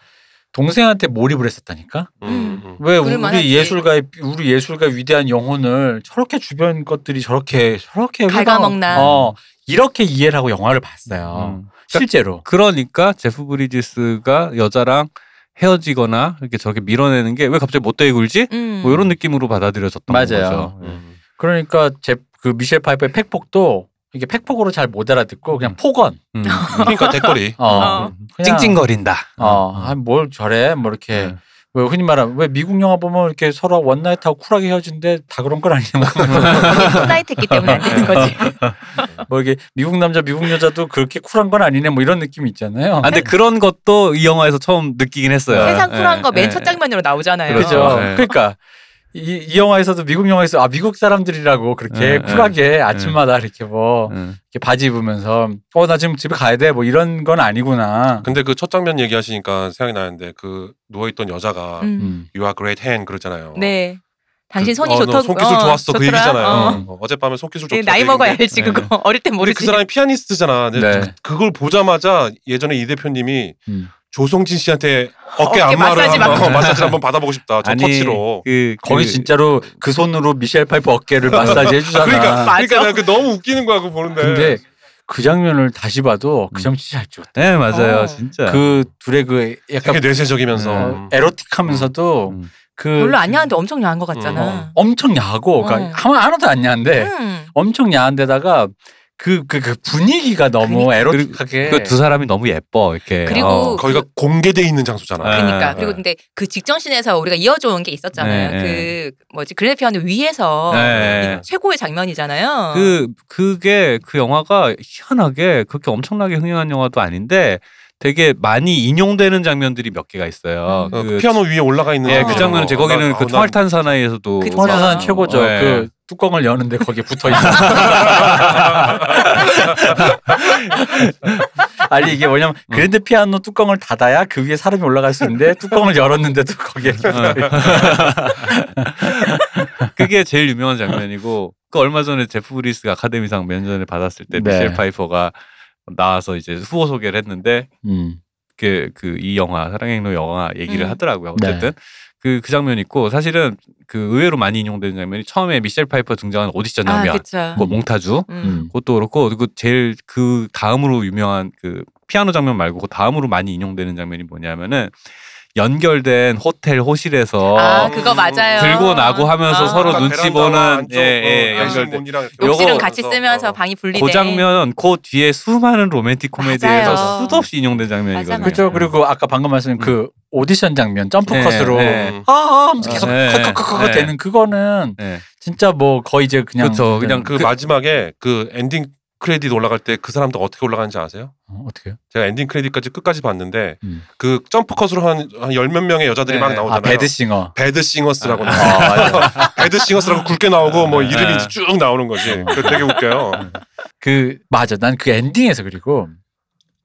C: 동생한테 몰입을 했었다니까.
B: 음, 음.
C: 왜 우리
A: 그럴만 하지.
C: 예술가의 우리 예술가 의 위대한 영혼을 저렇게 주변 것들이 저렇게 저렇게
A: 갉아먹나.
C: 회방- 어 이렇게 이해를 하고 영화를 봤어요.
D: 음.
C: 실제로.
D: 그러니까 제프 브리지스가 여자랑 헤어지거나 이렇게 저렇게 밀어내는 게 왜 갑자기 못되게 굴지?
A: 음.
D: 뭐 이런 느낌으로 받아들여졌던
C: 맞아요.
D: 거죠.
B: 음.
C: 그러니까 제 그 미셸 파이퍼의 팩폭도 이게 팩폭으로 잘 못 알아듣고 그냥 폭언.
D: 음.
B: 그러니까 댓글이
C: 어.
A: 어.
D: 찡찡거린다.
C: 음. 어, 아, 뭘 저래? 뭐 이렇게
D: 음.
C: 왜 흔히 말하면 왜 미국 영화 보면 이렇게 서로 원나잇하고 쿨하게 헤어지는데 다 그런 건 아니야.
A: 톤나이트 했기 때문에 안 되는 거지.
C: 뭐 이게 미국 남자 미국 여자도 그렇게 쿨한 건 아니네 뭐 이런 느낌이 있잖아요.
D: 아, 근데 그런 것도 이 영화에서 처음 느끼긴 했어요.
A: 세상 쿨한
D: 예,
A: 거 맨
D: 예,
A: 첫 장면으로 나오잖아요.
C: 그렇죠. 그죠.
D: 네.
C: 그러니까 이, 이 영화에서도 미국 영화에서 아 미국 사람들이라고 그렇게
D: 네,
C: 쿨하게 아침마다 이렇게 뭐
D: 예.
C: 이렇게 바지 입으면서 어 나 지금 집에 가야 돼 뭐 이런 건 아니구나.
B: 근데 그 첫 장면 얘기하시니까 생각이 나는데 그 누워 있던 여자가
A: 음.
C: 음.
B: You are great hand 그러잖아요.
A: 네. 당신
B: 그-
A: 손이
B: 어, 너
A: 좋더라.
B: 손기술 좋았어 그 얘기잖아요.
A: 어.
B: 어. 젯밤에 손기술
A: 네,
B: 좋더라.
A: 나이
B: 그
A: 먹어야
B: 얘기인데.
A: 알지
D: 네.
A: 그거. 어릴 때
B: 근데
A: 모르지.
B: 그 사람이 피아니스트잖아. 근데
D: 네.
B: 그- 그걸 보자마자 예전에 이 대표님이
C: 음.
B: 조성진 씨한테
A: 어깨
B: 어깨, 안마를
A: 마사지
B: 한번,
A: 받고.
B: 어, 마사지를 한번 받아보고 싶다. 저 터치로.
D: 그, 그
C: 거기 진짜로 그 손으로 미셸 파이프 어깨를 마사지 해주잖아.
B: 그러니까
A: 맞아.
B: 그러니까 내가 그 너무 웃기는 거야 그거 보는데.
C: 근데 그 장면을 다시 봐도 그
D: 음.
C: 장면 진짜 잘 찍었다.
D: 네 맞아요
A: 어.
D: 진짜.
C: 그 둘의 그
B: 되게
C: 약간
B: 뇌세적이면서 음.
C: 어, 에로틱하면서
D: 음.
C: 그
A: 별로 안 야한데 엄청 야한 것
D: 어.
A: 같잖아.
C: 엄청 야하고 그러니까
A: 어.
C: 하나- 하나도 안 야한데
D: 네.
A: 음.
C: 엄청 야한데다가 그, 그, 그 분위기가 너무 에로틱하게
D: 그 두 사람이 너무 예뻐 이렇게.
A: 그리고
D: 어.
B: 거기가 공개돼 있는 장소잖아.
D: 네.
A: 그러니까
D: 아,
A: 그리고
D: 아.
A: 근데 그 직전 씬에서 우리가 이어져온 게 있었잖아요.
D: 네,
A: 그 뭐지 그래피아노 위에서
D: 네.
A: 이 최고의 장면이잖아요.
D: 그 그게 그 영화가 희한하게 그렇게 엄청나게 흥행한 영화도 아닌데 되게 많이 인용되는 장면들이 몇 개가 있어요.
A: 음.
B: 어, 그 피아노 위에 올라가 있는.
D: 예,
A: 어.
D: 그 장면은 제 거기는 그 총알 탄 사나이에서도
A: 그쵸.
C: 통화사
A: 어,
C: 는 최고죠.
D: 예.
C: 그 뚜껑을 여는데 거기에 붙어 있는. 아니 이게 뭐냐면 그랜드 피아노 뚜껑을 닫아야 그 위에 사람이 올라갈 수 있는데 뚜껑을 열었는데도 거기에
D: 음, 예. 그게 제일 유명한 장면이고 그 얼마 전에 제프 브리스가 아카데미상 면전에 받았을 때
C: 네.
D: 미셸 파이퍼가 나와서 이제 후보 소개를 했는데
C: 음.
D: 그 그 이 영화 사랑행로 영화 얘기를
A: 음.
D: 하더라고요.
C: 네.
D: 어쨌든 그 그 장면 있고 사실은 그 의외로 많이 인용되는 장면이 처음에 미셸 파이퍼 등장한 오디션
A: 아,
D: 장면,
A: 그쵸.
D: 그 몽타주,
A: 음.
D: 그것도 그렇고 그리고 제일 그 다음으로 유명한 그 피아노 장면 말고 그 다음으로 많이 인용되는 장면이 뭐냐면은 연결된 호텔 호실에서
A: 아 그거 맞아요.
D: 어. 들고 나고 하면서
A: 아.
D: 서로 눈치 보는 예, 예, 연결된
B: 연결된.
A: 욕실은
D: 요거- 어,
A: 같이 쓰면서 방이 분리돼.
D: 그 장면 그 뒤에 수많은 로맨틱
A: 맞아요.
D: 코미디에서 수도 없이 인용된 장면이거든요.
A: 맞아, 맞아.
C: 그렇죠. 그리고 아까 방금 말씀드린 그 오디션 장면 점프
D: 네,
C: 컷으로
D: 네.
C: 아, 아 하면서 계속
D: 네.
C: 컷컷컷컷
D: 네.
C: 되는 그거는
D: 네.
C: 진짜 뭐 거의 이제 그냥
D: 그렇죠. 그냥
B: 그, 마지막에 그 엔딩 크레딧 올라갈 때 그 사람들 어떻게 올라가는지 아세요?
C: 어, 어떻게요?
B: 제가 엔딩 크레딧까지 끝까지 봤는데
C: 음.
B: 그 점프 컷으로 한열몇 명의 여자들이
D: 네.
B: 막
C: 아
B: 나오잖아요.
C: 배드 싱어.
B: 배드 싱어스라고
D: 아,
B: 나와요.
C: 네.
B: 배드 싱어스라고 굵게 나오고 뭐
D: 네.
B: 이름이
D: 네.
B: 이제 쭉 나오는
C: 음.
B: 거지. 그 되게 웃겨요.
C: 그 맞아. 난 그 엔딩에서 그리고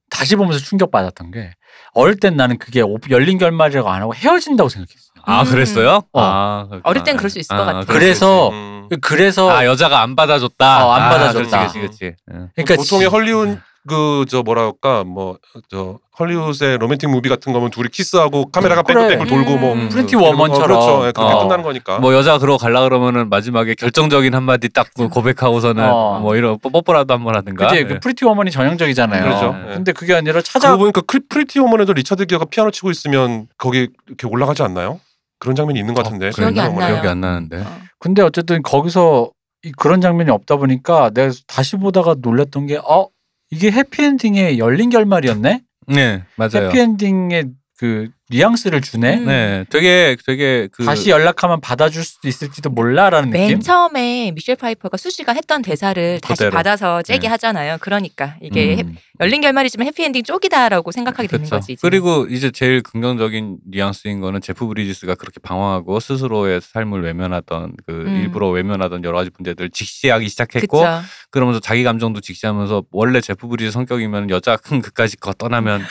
C: 다시 보면서 충격 받았던 게 어릴 땐 나는 그게 오- 열린 결말이라고 안 하고 헤어진다고 생각했어.
D: 아
A: 음.
D: 그랬어요?
C: 어.
D: 아, 그렇구나.
A: 어릴 땐 그럴 수 있을 것 같아.
D: 그럴 수
C: 그래서
B: 음.
A: 어.
C: 그래서
D: 아 여자가 안 받아줬다.
C: 어, 안
D: 아,
C: 받아줬다.
D: 그렇지, 그렇지, 그렇지.
C: 그러니까
B: 보통의
C: 지-
B: 헐리우드 그 저 뭐랄까 뭐 저 헐리우드의 로맨틱 무비 같은 거면 둘이 키스하고 카메라가
C: 네. 그래.
B: 뺑글뺑글 돌고 뭐
A: 음.
C: 프린티
B: 이런 거.
C: 워먼처럼
B: 그렇죠. 예, 그렇게
D: 어.
B: 끝나는 거니까.
D: 뭐 여자 그러고 갈라 그러면은 마지막에 결정적인 한마디 딱그 고백하고서는
C: 어.
D: 뭐 이런 뽀뽀라도 한 번 하든가.
C: 그치,
D: 예.
C: 그 프리티 워먼이 전형적이잖아요. 예.
B: 그렇죠.
D: 네.
C: 근데 그게 아니라 찾아
B: 그러고 보니까 클- 프리티 워먼에도 리차드 기어가 피아노 치고 있으면 거기 이렇게 올라가지 않나요? 어, 그런 장면이 있는 것 같은데.
A: 기억이
B: 프리티
A: 안
B: 워먼에.
A: 나요.
D: 기억이 안 나는데.
C: 근데 어쨌든 거기서 이- 그런 장면이 없다 보니까 내가 다시 보다가 놀랐던 게 어? 이게 해피엔딩의 열린 결말이었네?
D: 네 맞아요.
C: 해피엔딩의 그 뉘앙스를 주네?
A: 음.
D: 네 되게 되게 그
C: 다시 연락하면 받아줄 수도 있을지도 몰라라는
A: 맨
C: 느낌?
A: 처음에 미셸 파이퍼가 수시가 했던 대사를 다시
D: 그대로.
A: 받아서 째게
D: 네.
A: 하잖아요. 그러니까 이게 해-
C: 음.
A: 열린 결말이지만 해피엔딩 쪽이다라고 생각하게 되는
D: 그쵸.
A: 거지. 이제.
D: 그렇죠. 그리고 이제 제일 긍정적인 뉘앙스인 거는 제프 브리지스가 그렇게 방황하고 스스로의 삶을 외면하던 그
A: 음.
D: 일부러 외면하던 여러 가지 문제들을 직시하기 시작했고
A: 그쵸.
D: 그러면서 자기 감정도 직시하면서 원래 제프 브리지 성격이면 여자 큰 그까지 거 떠나면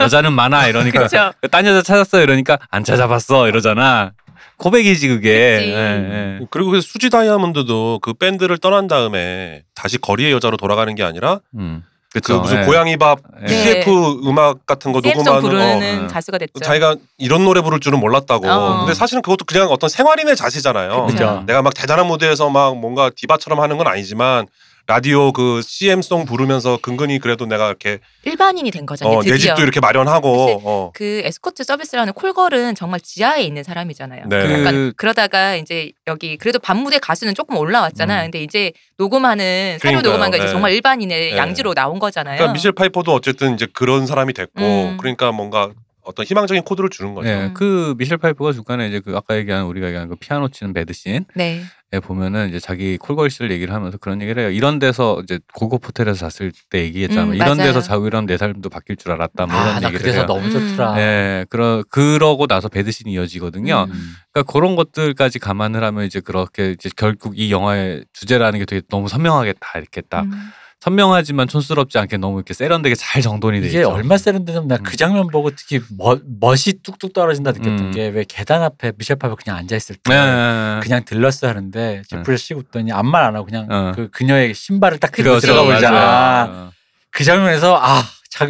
D: 여자는 많아 이러니까
A: 그쵸.
D: 딴 여자 찾았어 이러니까 안 찾아봤어 이러잖아 고백이지 그게
A: 그치.
D: 예, 예.
B: 그리고 그 수지 다이아몬드도 그 밴드를 떠난 다음에 다시 거리의 여자로 돌아가는 게 아니라
D: 음.
B: 그
D: 그쵸.
B: 무슨
D: 예.
B: 고양이 밥
D: 예.
A: 네.
B: EF 음악 같은 거
A: 샘송
B: 어, 녹음하는 거.
A: 부르는
D: 어, 어.
A: 가수가 됐죠.
B: 자기가 이런 노래 부를 줄은 몰랐다고.
A: 어.
B: 근데 사실은 그것도 그냥 어떤 생활인의 자세잖아요.
A: 그쵸.
B: 내가 막 대단한 무대에서 막 뭔가 디바처럼 하는 건 아니지만 라디오 그 CM송 부르면서 근근히 그래도 내가 이렇게
A: 일반인이 된 거잖아요.
B: 어, 내
A: 드디어
B: 집도 이렇게 마련하고 어.
A: 그 에스코트 서비스라는 콜걸은 정말 지하에 있는 사람이잖아요.
B: 네.
A: 그러니까
D: 그-
A: 그러다가 이제 여기 그래도 밤무대 가수는 조금 올라왔잖아. 요
D: 음.
A: 근데 이제 녹음하는 새로
B: 그러니까요.
A: 녹음한 거 이제
B: 네.
A: 정말 일반인의
B: 네.
A: 양지로 나온 거잖아요.
B: 그러니까 미셸 파이퍼도 어쨌든 이제 그런 사람이 됐고
A: 음.
B: 그러니까 뭔가 어떤 희망적인 코드를 주는 거죠.
C: 네.
D: 예, 그 미셸 파이프가 중간에 이제 그 아까 얘기한 우리가 얘기한 그 피아노 치는 매드신에
A: 네.
D: 보면은 이제 자기 콜걸실 얘기를 하면서 그런 얘기를 해요. 이런 데서 이제 고급 호텔에서 잤을 때 얘기했잖아.
A: 음,
D: 이런
A: 맞아요.
D: 데서 자고 이러면 내 삶도 바뀔 줄 알았다. 뭐 이런
C: 아, 나
D: 얘기를
C: 그래서
D: 해요.
C: 너무
A: 음.
C: 좋더라.
D: 예, 그러 그러고 나서 배드신이 이어지거든요.
C: 음.
D: 그러니까 그런 것들까지 감안을 하면 이제 그렇게 이제 결국 이 영화의 주제라는 게 되게 너무 선명하게 다 이렇게
B: 아.
D: 딱
A: 음.
D: 선명하지만 촌스럽지 않게 너무 이렇게 세련되게 잘 정돈이 돼
C: 이게
D: 있죠.
C: 얼마 세련되면 나 그
D: 음.
C: 장면 보고 특히 멋, 멋이 뚝뚝 떨어진다 느꼈던
D: 음.
C: 게 왜 계단 앞에 미셸 파이브 그냥 앉아 있을 때
D: 예, 예, 예.
C: 그냥 들렀어 하는데 제프리 씨 웃더니 아무 말 안 하고 그냥
D: 어.
C: 그 그녀의 신발을 딱 들고
D: 그렇죠.
C: 들어가 버리잖아.
D: 맞아요.
C: 그 장면에서 아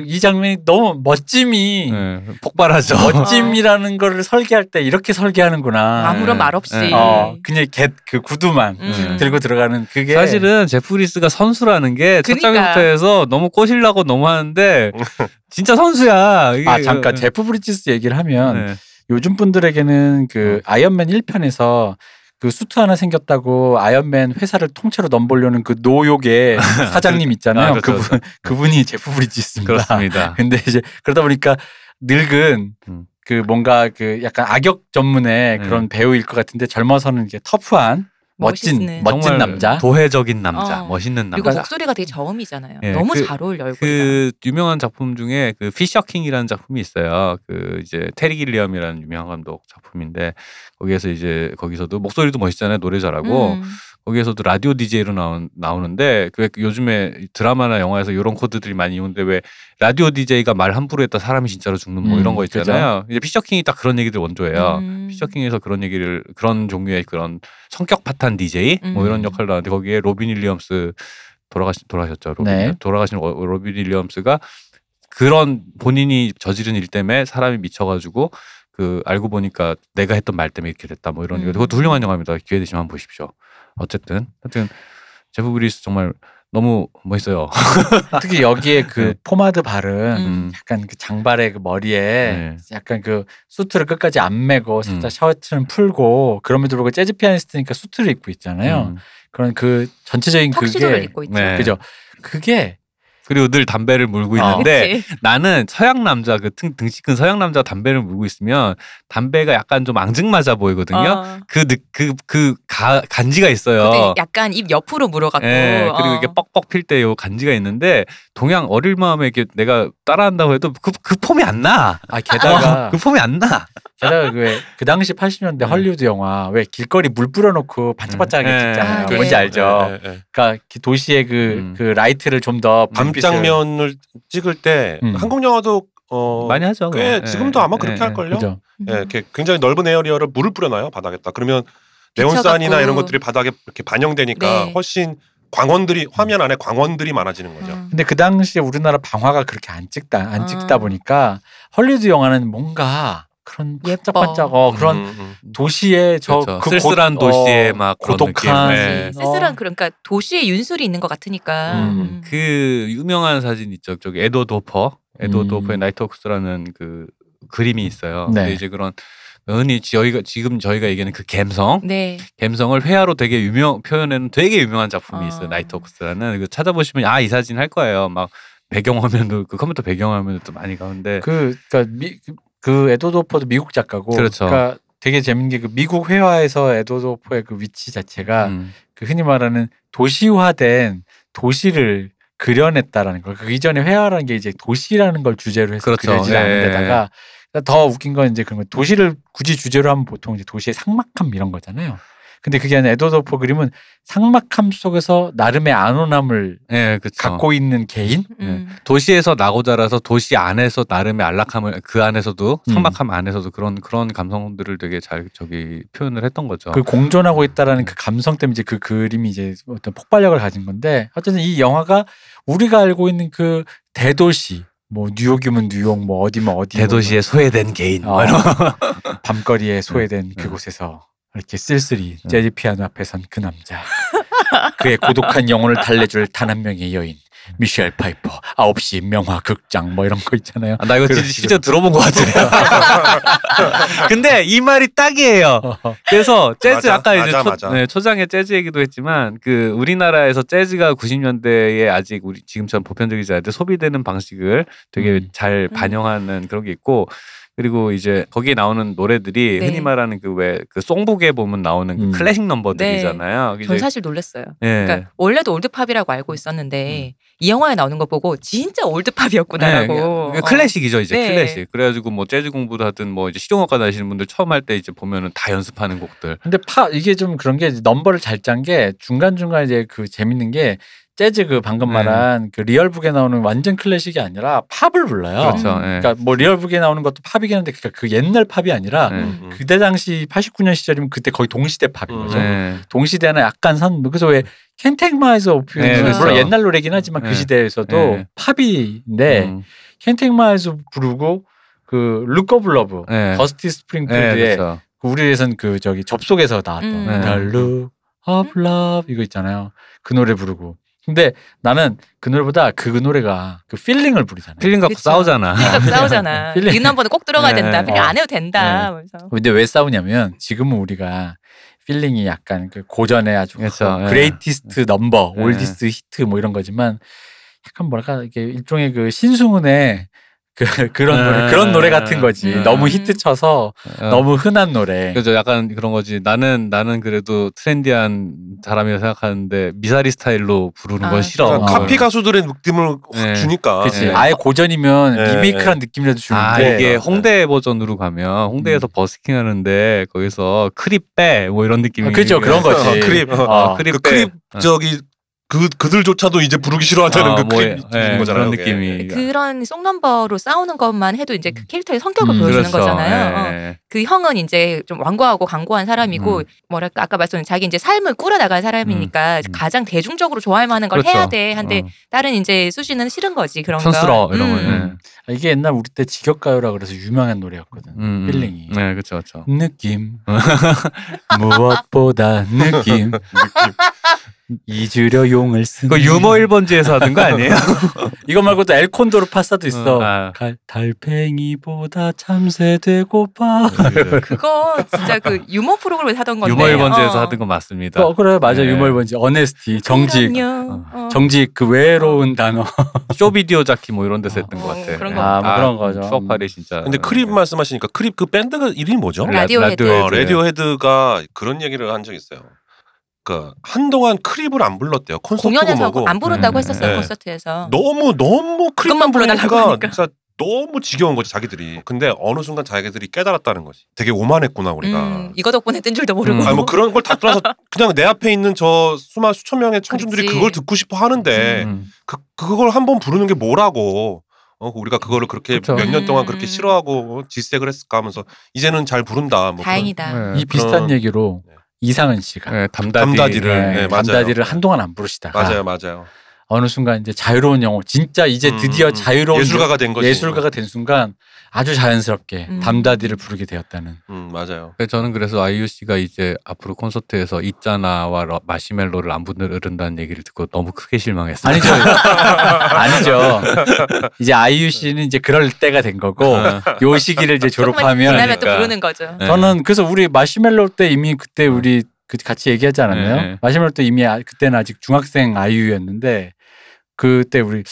C: 이 장면이 너무 멋짐이
D: 예, 폭발하죠.
C: 멋짐이라는 거를 설계할 때 이렇게 설계하는구나.
A: 아무런
D: 네.
A: 말 없이.
D: 네.
C: 어, 그냥 겟그 구두만
A: 음.
C: 들고 들어가는 그게
D: 사실은 제프리스가 선수라는 게 첫
A: 그러니까.
D: 장면부터 해서 너무 꼬시려고 너무 하는데 진짜 선수야. 이게
C: 아 잠깐
D: 그-
C: 제프 브리지스 얘기를 하면
D: 네.
C: 요즘 분들에게는
D: 음.
C: 그 아이언맨 1편에서 그 수트 하나 생겼다고 아이언맨 회사를 통째로 넘보려는 그 노욕의 사장님 있잖아요.
D: 아, 그렇죠,
C: 그분 그분이 제프 브리지스입니다.
D: 네, 그렇습니다.
C: 근데 이제 그러다 보니까 늙은
D: 음.
C: 그 뭔가 그 약간 악역 전문의
D: 음.
C: 그런 배우일 것 같은데 젊어서는 이게 터프한 멋진
A: 멋있는.
C: 멋진
D: 정말
C: 남자.
D: 도회적인 남자,
A: 어.
D: 멋있는
A: 그리고
D: 남자.
A: 목소리가 되게 저음이잖아요.
D: 예,
A: 너무
D: 그-
A: 잘 어울려 얼굴이.
D: 그 유명한 작품 중에 그 피셔킹이라는 작품이 있어요. 그 이제 테리 길리엄이라는 유명한 감독 작품인데 거기에서 이제 거기서도 목소리도 멋있잖아요. 노래 잘하고
A: 음.
D: 거기에서도 라디오 DJ로 나온, 나오는데 그 요즘에 드라마나 영화에서 이런 코드들이 많이 오는데 왜 라디오 DJ가 말 함부로 했다 사람이 진짜로 죽는 뭐
C: 음,
D: 이런 거 있잖아요. 이제 피셔킹이 딱 그런 얘기들
A: 음.
D: 원조예요. 피셔킹에서 그런 얘기를 그런 종류의 그런 성격 파탄 DJ 뭐 이런
A: 음.
D: 역할을 하는데 거기에 로빈 윌리엄스 돌아가시 돌아가셨죠. 로빈,
C: 네.
D: 돌아가신 어- 로빈 윌리엄스가 그런 본인이 저지른 일 때문에 사람이 미쳐가지고 그 알고 보니까 내가 했던 말 때문에 이렇게 됐다 뭐 이런
A: 음.
D: 거 그것도 훌륭한 영화입니다. 기회 되시면 한번 보십시오. 어쨌든 하여튼 제프 브리스 정말 너무 멋있어요.
C: 특히 여기에
D: 네.
C: 그 포마드 발은
A: 음.
C: 약간 그 장발의 그 머리에
D: 네.
C: 약간 그 수트를 끝까지 안 매고 살짝
D: 음.
C: 셔츠는 풀고 그럼에도 불구하고 재즈 피아니스트니까 수트를 입고 있잖아요.
D: 음.
C: 그런 그 전체적인
A: 턱시도를
C: 그게
A: 입고 있죠.
D: 네.
C: 그죠. 그게
D: 그리고 늘 담배를 물고
C: 어.
D: 있는데
A: 그치?
D: 나는 서양 남자 그 등, 등치 큰 서양 남자 담배를 물고 있으면 담배가 약간 좀 앙증맞아 보이거든요.
A: 어.
D: 그그그 그, 가- 간지가
A: 근데
D: 있어요.
A: 약간 입 옆으로 물어갖고.
D: 예, 그리고
A: 어.
D: 이게 뻑뻑 필 때 요 간지가 있는데 동양 어릴 마음에 이렇게 내가 따라한다고 해도 그, 그 폼이 안 나.
C: 아 게다가
D: 그 폼이 안 나.
C: 게다가 그 왜 그 당시 80년대
D: 음.
C: 헐리우드 영화 왜 길거리 물 뿌려놓고 반짝반짝하게
D: 음.
C: 찍잖아요.
A: 아, 네.
C: 뭔지 알죠.
B: 예, 예, 예.
C: 그러니까 그 도시의 그 그
D: 음.
C: 라이트를 좀 더
B: 밤 장면을 찍을 때
C: 음. 네.
B: 한국 영화도 어,
D: 많이 하죠.
B: 꽤
D: 그거.
B: 지금도
D: 예,
B: 아마 그렇게
D: 예, 예.
B: 할걸요.
C: 그죠.
A: 음.
B: 예, 이렇게 굉장히 넓은 에어리어를 물을 뿌려놔요 바닥에다. 그러면 네온산이나
A: 비춰갖고.
B: 이런 것들이 바닥에 이렇게 반영되니까
A: 네.
B: 훨씬 광원들이 화면 안에 광원들이 많아지는 거죠.
A: 음.
C: 근데 그 당시에 우리나라 방화가 그렇게 안 찍다 안 찍다
A: 아.
C: 보니까 헐리우드 영화는 뭔가 그런
A: 예뻐.
C: 반짝반짝 어, 그런
B: 음, 음.
C: 도시의 저
D: 그렇죠.
C: 그
D: 쓸쓸한
C: 고-
D: 도시의 막 그런
C: 고독한
D: 느낌. 네.
A: 쓸쓸한
C: 어.
A: 그러니까 도시에 윤술이 있는 것 같으니까.
C: 음.
A: 음.
D: 그 유명한 사진 있죠. 저기 에도 도퍼, 에도
C: 음.
D: 도퍼의 나이트 호크스라는 그 그림이 있어요.
C: 네.
D: 근데 이제 그런 흔히 저희가 지금 저희가 얘기하는 그 갬성,
A: 네.
D: 갬성을 회화로 되게 유명 표현하는 되게 유명한 작품이 있어요.
A: 아.
D: 나이트 호크스라는 그 찾아보시면 아 이 사진 할 거예요. 막 배경화면도 그 컴퓨터 배경화면도 또 많이 가는데
C: 그 그러니까 미, 그 에도도포도 미국 작가고
D: 그렇죠.
C: 러니까 되게 재밌는 게 그 미국 회화에서 에도도포의 그 위치 자체가
D: 음.
C: 그 흔히 말하는 도시화된 도시를 그려냈다라는 걸. 그 이전에 회화라는 게 이제 도시라는 걸 주제로 해서
D: 그렇죠.
C: 그려지지
D: 예,
C: 않은
D: 예,
C: 데다가 그러니까 더 웃긴 건 이제 그런 거 도시를 굳이 주제로 하면 보통 이제 도시의 삭막함 이런 거잖아요. 근데 그게 아니라 에도도포 그림은 삭막함 속에서 나름의 안온함을
D: 예, 그렇죠.
C: 갖고 있는 개인
D: 예.
A: 음.
D: 도시에서 나고 자라서 도시 안에서 나름의 안락함을 그 안에서도
C: 음.
D: 삭막함 안에서도 그런 그런 감성들을 되게 잘 저기 표현을 했던 거죠.
C: 그 공존하고 있다라는 그 감성 때문에 이제 그 그림이 이제 어떤 폭발력을 가진 건데 어쨌든 이 영화가 우리가 알고 있는 그 대도시 뭐 뉴욕이면 뉴욕 뭐 어디면 어디 뭐
D: 대도시에 소외된 개인.
C: 어,
D: 뭐 이런
C: 밤거리에 소외된
D: 음.
C: 그곳에서 이렇게 쓸쓸히
D: 음.
C: 재즈 피아노 앞에 선 그 남자 그의 고독한 영혼을 달래줄 단 한 명의 여인 미셸 파이퍼 9시 명화 극장 뭐 이런 거 있잖아요
D: 아, 나 이거
C: 그런
D: 진짜
C: 식으로.
D: 실제로 들어본 것 같아요. 근데 이 말이 딱이에요. 그래서 재즈
B: 맞아,
D: 아까 이제
B: 맞아,
D: 초,
B: 맞아.
D: 네, 초장에 재즈 얘기도 했지만 그 우리나라에서 재즈가 90년대에 아직 우리 지금처럼 보편적이지 않은데 소비되는 방식을 되게
C: 음.
D: 잘
A: 음.
D: 반영하는 그런 게 있고 그리고 이제 거기에 나오는 노래들이
A: 네.
D: 흔히 말하는 그 왜 그 송북에 보면 나오는 그
C: 음.
D: 클래식 넘버들이잖아요. 이제-
A: 네. 전 사실 놀랐어요.
D: 예. 음.
A: 그러니까 원래도 올드팝이라고 알고 있었는데 이 영화에 나오는 거 보고 진짜 올드팝이었구나라고. 어.
D: 네, 클래식이죠 이제
A: 네.
D: 클래식. 그래가지고 뭐 재즈 공부를 하든 뭐 이제 실용음악과 다니시는 분들 처음 할 때 이제 보면은 다 연습하는 곡들.
C: 근데 파 이게 좀 그런 게 이제 넘버를 잘 짠 게 중간 중간 이제 그 재밌는 게 재즈 그 방금
D: 네.
C: 말한 그 리얼북에 나오는 완전 클래식이 아니라 팝을 불러요.
D: 그렇죠. 예.
C: 그러니까 뭐 리얼북에 나오는 것도 팝이긴 한데 그러니까 그 옛날 팝이 아니라
D: 네.
B: 음, 음.
C: 그때 당시 89년 시절이면 그때 거의 동시대 팝인
B: 음.
C: 거죠.
D: 네.
C: 동시대는 약간 선뭐 그래서 왜 켄택마에서 오피는
D: 네,
C: 물론
A: 그렇죠.
C: 옛날 노래긴 하지만
D: 네.
C: 그 시대에서도
D: 네.
C: 팝인데
D: 음.
C: 켄택마에서 부르고 그 룩 오브 러브
D: 네.
C: 더스티
D: 네,
C: 스프링필드의
D: 그렇죠.
C: 우리에선 그 저기 접속에서 나왔던
A: 음.
D: 네.
C: The Look of Love 이거 있잖아요. 그 노래 부르고. 근데 나는 그 노래보다 그 노래가 그 필링을 부르잖아요.
D: 필링 갖고
A: 그쵸.
D: 싸우잖아.
A: 그러니까 싸우잖아.
C: 필링.
A: 이 넘버는 꼭 들어가야
D: 네.
A: 된다. 필링
D: 어.
A: 안 해도 된다. 그래서
C: 근데 왜 싸우냐면 지금은 우리가 필링이 약간 그 고전의 아주
D: 그렇죠. 예.
C: 그레이티스트 넘버,
D: 예.
C: 올디스트 히트 뭐 이런 거지만 약간 뭐랄까 이게 일종의 그 신승훈의 그 그런 노래,
D: 예.
C: 그런 노래 같은 거지.
A: 음.
C: 너무 히트 쳐서
D: 어.
C: 너무 흔한 노래.
D: 그죠 약간 그런 거지 나는 나는 그래도 트렌디한 사람이라 생각하는데 미사리 스타일로 부르는
A: 아,
D: 건 싫어
B: 그러니까
C: 어.
B: 카피 가수들의 느낌을 확
D: 네.
B: 주니까.
C: 그치.
D: 예.
C: 아예 고전이면
B: 예,
C: 리메이크란 느낌이라도 주는데.
D: 아
B: 네.
D: 이게 홍대 버전으로 가면 홍대에서 버스킹 하는데 거기서 크립 빼뭐 이런 느낌이
C: 아, 그죠, 그런 거지.
B: 어, 크립. 어.
C: 어.
D: 예. 크립
B: 그
D: 빼.
B: 크립
A: 음.
D: 어.
B: 저기 그 그들조차도 이제 부르기 싫어한다는
D: 아,
B: 그
D: 뭐,
B: 크립인
D: 예,
B: 거잖아요.
D: 그런
B: 그게.
D: 느낌이
A: 그런 송 넘버로 싸우는 것만 해도 이제 그 캐릭터의 성격을
C: 음.
A: 보여주는
D: 그렇죠.
A: 거잖아요. 어.
D: 예.
A: 그 형은 이제 좀 완고하고 강고한 사람이고
D: 음.
A: 뭐랄까 아까 말씀드린 자기 이제 삶을 꾸려나간 사람이니까
C: 음.
A: 가장 대중적으로 좋아할 만한 걸
D: 그렇죠.
A: 해야 돼. 한데
D: 어.
A: 다른 이제 수지는 싫은 거지 그런 거.
D: 촌스러워 이런 거.
A: 음.
D: 예.
C: 아, 이게 옛날 우리 때 직역가요라 그래서 유명한 노래였거든.
D: 음, 음.
C: 필링이.
D: 네, 그렇죠, 그렇죠.
C: 느낌 무엇보다 느낌 잊으려 용을 쓰는
D: 그 유머 1번지에서 하던 거 아니에요?
C: 이거 말고도 엘콘도르 파사도 있어
D: 어, 음. 아.
C: 갈- 달팽이보다 참새되고파
B: 예.
A: 그거 진짜 그 유머 프로그램에서 하던 건데.
D: 유머 1번지에서
A: 어.
D: 하던 거 맞습니다.
C: 어, 그래 맞아
D: 네.
C: 유머 일본지 어네스티 정직
A: 그럼요. 어.
C: 정직 그 외로운 단어
D: 쇼비디오 자키 뭐 이런 데서 했던
A: 어,
D: 것 같아.
A: 그런
C: 거 아, 뭐
D: 다
C: 그런 거죠.
D: 추억팔이 진짜. 네.
B: 근데 크립 말씀하시니까 크립 그 밴드가 이름이 뭐죠?
A: 라- 라디오 헤드.
B: 어, 라디오 헤드가 그런 얘기를 한 적 있어요. 그 한동안 크립을 안 불렀대요. 콘서트
A: 공연에서
B: 보고
A: 안 부른다고
D: 음.
A: 했었어요
B: 네.
A: 콘서트에서.
B: 너무 너무
A: 그것만
B: 크립만
A: 불러달라고
B: 부르니까
A: 하니까.
B: 진짜 너무 지겨운 거지 자기들이. 근데 어느 순간 자기들이 깨달았다는 거지. 되게 오만했구나 우리가.
A: 음, 이거 덕분에 뜬 줄도 모르고.
D: 음.
B: 아니 뭐 그런 걸 다 떠나서 그냥 내 앞에 있는 저 수많은 수천 명의 청중들이
A: 그렇지.
B: 그걸 듣고 싶어 하는데
D: 음.
B: 그 그걸 한번 부르는 게 뭐라고 어 우리가 그거를 그렇게
D: 그쵸.
B: 몇 년 동안
A: 음.
B: 그렇게 싫어하고 질색을 했을까 하면서 이제는 잘 부른다 뭐
A: 다행이다.
D: 네.
C: 이 비슷한 얘기로
B: 네.
C: 이상은 씨가
D: 네, 담다디.
B: 담다디를.
D: 네.
B: 네, 맞아요.
C: 감다디를 한동안 안 부르시다가
B: 그런- 맞아요 맞아요
C: 어느 순간 이제 자유로운 영혼 진짜 이제
B: 음,
C: 드디어
B: 음.
C: 자유로운
B: 예술가가 된 거지
C: 예술가가 된 순간 아주 자연스럽게
A: 음.
C: 담다디를 부르게 되었다는
B: 음 맞아요
D: 그래서 저는 그래서 아이유 씨가 이제 앞으로 콘서트에서 있잖아와 러- 마시멜로를 안 부르는다는 얘기를 듣고 너무 크게 실망했어요.
C: 아니죠 아니죠 이제 아이유 씨는 이제 그럴 때가 된 거고 요 시기를 이제
A: 그다음에
C: 졸업하면
A: 또 부르는 거죠.
D: 네.
C: 저는 그래서 우리 마시멜로 때 이미 그때 우리 그 같이 얘기하지 않았나요
D: 네.
C: 마시멜로 때 이미 아- 그때는 아직 중학생 아이유였는데 그때 우리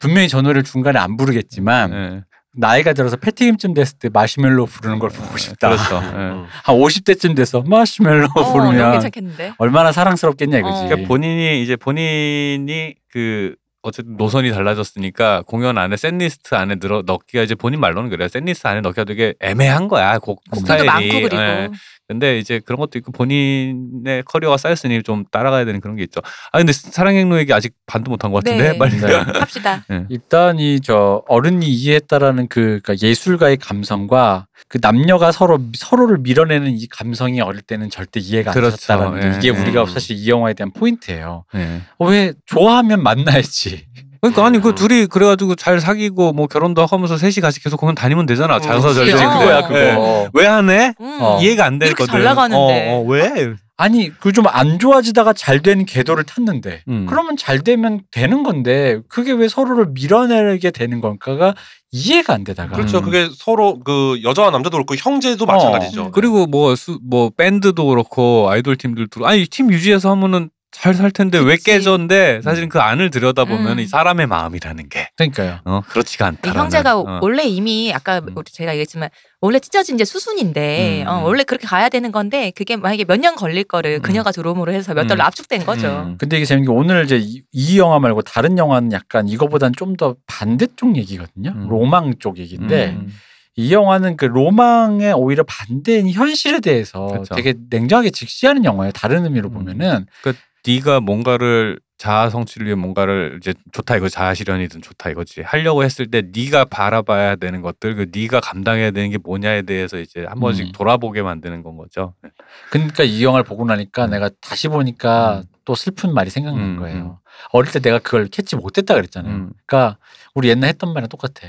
C: 분명히 저 노래를 중간에 안 부르겠지만
D: 네.
C: 나이가 들어서 패티김쯤 됐을 때 마시멜로 부르는 걸 보고 싶다
D: 그렇죠. 네.
B: 음.
C: 한 50대쯤 돼서 마시멜로
A: 어, 이거
C: 부르면
A: 괜찮겠는데.
C: 얼마나 사랑스럽겠냐
A: 어.
C: 이거지.
D: 그러니까 본인이 이제 본인이 그 어쨌든 노선이 달라졌으니까 공연 안에 셋리스트 안에 들어 넣기가 이제 본인 말로는 그래요. 셋리스트 안에 넣기가 되게 애매한 거야. 곡
A: 곡도
D: 스타일이.
A: 어, 많고 그리고
D: 예. 근데 이제 그런 것도 있고 본인의 커리어가 쌓였으니 좀 따라가야 되는 그런 게 있죠. 아 근데 사랑 행로 얘기 아직 반도 못한 것 같은데
A: 네.
D: 빨리.
C: 네.
A: 합시다.
C: 일단 이 저 어른이 이해했다라는 그 그러니까 예술가의 감성과 그 남녀가 서로 서로를 밀어내는 이 감성이 어릴 때는 절대 이해가 안
D: 그렇죠.
C: 됐다라는
D: 예,
C: 게 이게
D: 예.
C: 우리가 사실 이 영화에 대한 포인트예요.
D: 네.
C: 어, 왜 좋아하면 만나야지.
D: 그러니까 아니 그
B: 음.
D: 둘이 그래가지고 잘 사귀고 뭐 결혼도 하면서 셋이 같이 계속 공연 다니면 되잖아.
B: 음,
D: 자연사
A: 그렇지.
D: 절대
A: 그치,
C: 그거야 그거.
A: 네.
D: 왜 안 해?
A: 음.
C: 어.
D: 이해가 안
A: 이렇게
D: 되거든.
A: 잘 나가는데.
D: 어, 어, 왜?
C: 아니 그 좀 안 좋아지다가 잘 된 궤도를 탔는데
D: 음.
C: 그러면 잘 되면 되는 건데 그게 왜 서로를 밀어내게 되는 건가가 이해가 안 되다가
B: 그렇죠
D: 음.
B: 그게 서로 그 여자와 남자도 그렇고
C: 어.
B: 형제도
D: 어,
B: 마찬가지죠
A: 음.
D: 그리고 뭐 수 뭐 밴드도 그렇고 아이돌 팀들도 아니 팀 유지해서 하면은 잘 살 텐데 왜
A: 그치.
D: 깨졌는데 사실은 그 안을 들여다보면
A: 음.
D: 이 사람의 마음이라는 게
C: 그러니까요.
D: 어, 그렇지가
A: 이
D: 않다라는
A: 형제가
D: 어.
A: 원래 이미 아까
D: 음.
A: 우리 제가 얘기했지만 원래 찢어진 이제 수순인데
D: 음,
A: 어,
D: 음.
A: 원래 그렇게 가야 되는 건데 그게 만약에 몇 년 걸릴 거를
D: 음.
A: 그녀가 들어옴으로 해서 몇
D: 음.
A: 달로 압축된 거죠.
D: 음.
C: 근데 이게 재밌는 게 오늘 이제 이, 이 영화 말고 다른 영화는 약간 이거보단 좀 더 반대쪽 얘기거든요.
D: 음.
C: 로망 쪽 얘기인데
A: 음.
C: 이 영화는 그 로망의 오히려 반대인 현실에 대해서
D: 그쵸.
C: 되게 냉정하게 직시하는 영화예요. 다른 의미로
D: 음.
C: 보면은
D: 네가 뭔가를 자아 성취를 위해 뭔가를 이제 좋다 이거 자아 실현이든 좋다 이거지 하려고 했을 때 네가 바라봐야 되는 것들 그 네가 감당해야 되는 게 뭐냐에 대해서 이제 한 번씩
C: 음.
D: 돌아보게 만드는 건 거죠.
C: 그러니까 이 영화를 보고 나니까
D: 음.
C: 내가 다시 보니까
D: 음.
C: 또 슬픈 말이 생각난
D: 음,
C: 거예요. 어릴 때 내가 그걸 캐치 못했다 그랬잖아요.
D: 음.
C: 그러니까 우리 옛날 했던 말이랑 똑같아.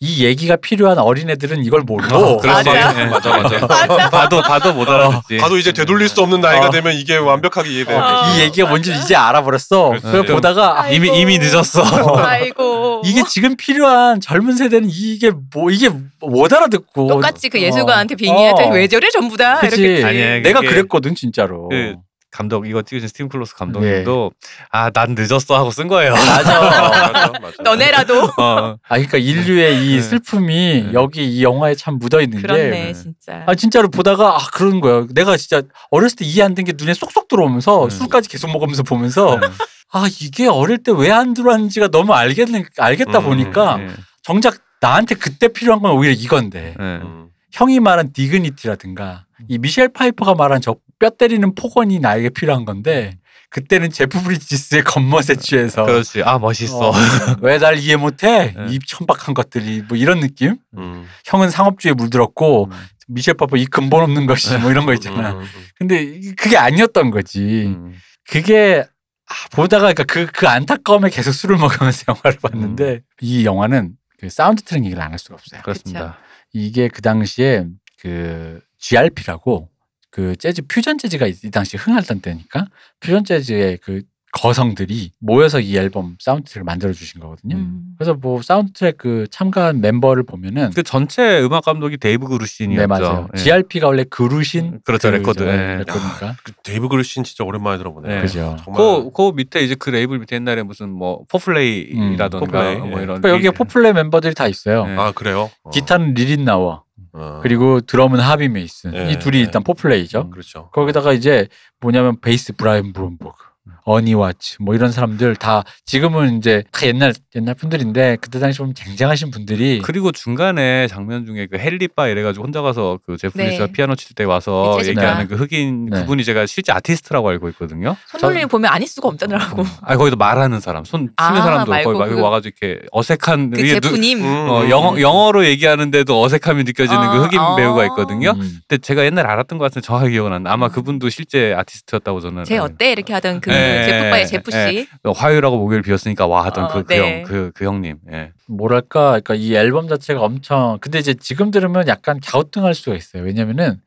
C: 이 얘기가 필요한 어린애들은 이걸 모르고
A: 그래. 맞아.
D: 네, 맞아 맞아. 맞아. 봐도 봐도 못 알아듣지.
B: 봐도 네. 이제 되돌릴 수 없는 나이가
C: 어.
B: 되면 이게 완벽하게 이해돼.
A: 어.
C: 이 얘기가 뭔지 를 이제 알아버렸어.
B: 그렇지.
C: 그걸 보다가 아,
D: 이미
A: 아이고.
D: 이미 늦었어.
A: 아이고
C: 이게 지금 필요한 젊은 세대는 이게 뭐 이게 못 알아듣고
A: 똑같이 그
C: 어.
A: 예술가한테 빙의한테
C: 어.
A: 왜 저래 전부 다
C: 그치.
A: 이렇게
D: 아니야,
C: 내가
D: 그게-
C: 그랬거든 진짜로.
D: 그- 감독 이거 찍으신 스팀 클로스 감독님도
C: 네.
D: 아 난 늦었어 하고 쓴 거예요.
C: 맞아.
B: 맞아, 맞아.
A: 너네라도
D: 어.
C: 아 그러니까 인류의 이
D: 네.
C: 슬픔이
D: 네.
C: 여기 이 영화에 참 묻어 있는 게.
A: 그렇네
D: 음.
A: 진짜.
C: 아 진짜로 보다가 아 그런 거야. 내가 진짜 어렸을 때 이해 안 된 게 눈에 쏙쏙 들어오면서
D: 음.
C: 술까지 계속 먹으면서 보면서
D: 네.
C: 아 이게 어릴 때 왜 안 들어왔는지가 너무 알겠는 알겠다
B: 음,
C: 보니까
D: 예,
C: 정작 나한테 그때 필요한 건 오히려 이건데
D: 예.
B: 음.
C: 형이 말한 디그니티라든가 이 미셸 파이퍼가 말한 저 뼈 때리는 폭언이 나에게 필요한 건데 그때는 제프 브리지스의 겉멋에 취해서
D: 그렇지. 아 멋있어.
C: 그렇죠. 왜 날 이해 못해
D: 네.
C: 이 천박한 것들이 뭐 이런 느낌
B: 음.
C: 형은 상업주의에 물들었고
D: 음.
C: 미셸 파이퍼 이 근본 없는 것이 뭐 이런 거 있잖아
B: 음.
C: 근데 이- 그게 아니었던 거지
D: 음.
C: 그게 아, 보다가 그그 그 안타까움에 계속 술을 먹으면서 영화를 봤는데
D: 음.
C: 이 영화는 그 사운드 트랙 얘기를 안 할 수가 없어요.
D: 그렇습니다.
C: 이게 그 당시에 그 GRP라고 그 재즈 퓨전 재즈가 이 당시 흥하던 때니까 퓨전 재즈의 그 거성들이 모여서 이 앨범 사운드 트랙을 만들어 주신 거거든요.
A: 음.
C: 그래서 뭐 사운드 트랙 그 참가한 멤버를 보면은
D: 그 전체 음악 감독이 데이브 그루신이었죠.
C: 네 맞아요.
D: 예.
C: GRP가 원래 그루신
D: 그렇죠,
C: 그
D: 레코드.
C: 이제
D: 예.
C: 레코드니까
B: 그 데이브 그루신 진짜 오랜만에 들어보네.
D: 네.
C: 그죠.
B: 정말.
D: 그, 그 밑에 이제 그 레이블 밑에 옛날에 무슨 뭐 포플레이라던가
B: 음, 포플레이,
D: 뭐
B: 예.
D: 이런
C: 그러니까 여기에 포플레 멤버들이 다 있어요.
D: 네.
B: 아 그래요? 어.
C: 기타는 리린 나워.
B: 어.
C: 그리고 드럼은 하비 메이슨.
B: 예,
C: 이 둘이
B: 예.
C: 일단 포플레이죠.
B: 그렇죠.
C: 거기다가 이제 뭐냐면 베이스 브라이언 브롬버그, 어니와츠 뭐 이런 사람들 다 지금은 이제 다 옛날 옛날 분들인데 그때 당시 보면 쟁쟁하신 분들이
D: 그리고 중간에 장면 중에 그 헨리바 이래가지고 혼자 가서 그 제프
A: 네.
D: 리스가 피아노 칠 때 와서
A: 그 재즈가.
D: 얘기하는 그 흑인
C: 네.
D: 그분이 제가 실제 아티스트라고 알고 있거든요.
A: 손놀림 보면 아닐 수가 없더라고.
D: 아 거기서 말하는 사람, 손 치는
A: 아,
D: 사람도
A: 말고
D: 거기 막
A: 그-
D: 와가지고 이렇게 어색한
A: 그
D: 이게
A: 제프님
B: 음,
D: 어,
B: 음.
D: 영어, 영어로 얘기하는데도 어색함이 느껴지는
A: 아,
D: 그 흑인
A: 아.
D: 배우가 있거든요.
C: 음.
D: 근데 제가 옛날 알았던 것 같은데 정확하게 기억은 안 나. 아마
A: 음.
D: 그분도 실제 아티스트였다고 저는.
A: 제
D: 알고
A: 어때 이렇게 하던 그
D: 예,
A: 제프바의
D: 예,
A: 제프
D: 예.
A: 씨.
D: 있어요. 화요일하고 목요일 비었으니까 와 하던
A: 어,
D: 그, 그
A: 네.
D: 형, 그, 그 형님. 예.
C: 뭐랄까 그러니까 이 앨범 자체가 엄청 근데 이제 지금 들으면 약간 갸우뚱할 수가 있어요. 왜냐면은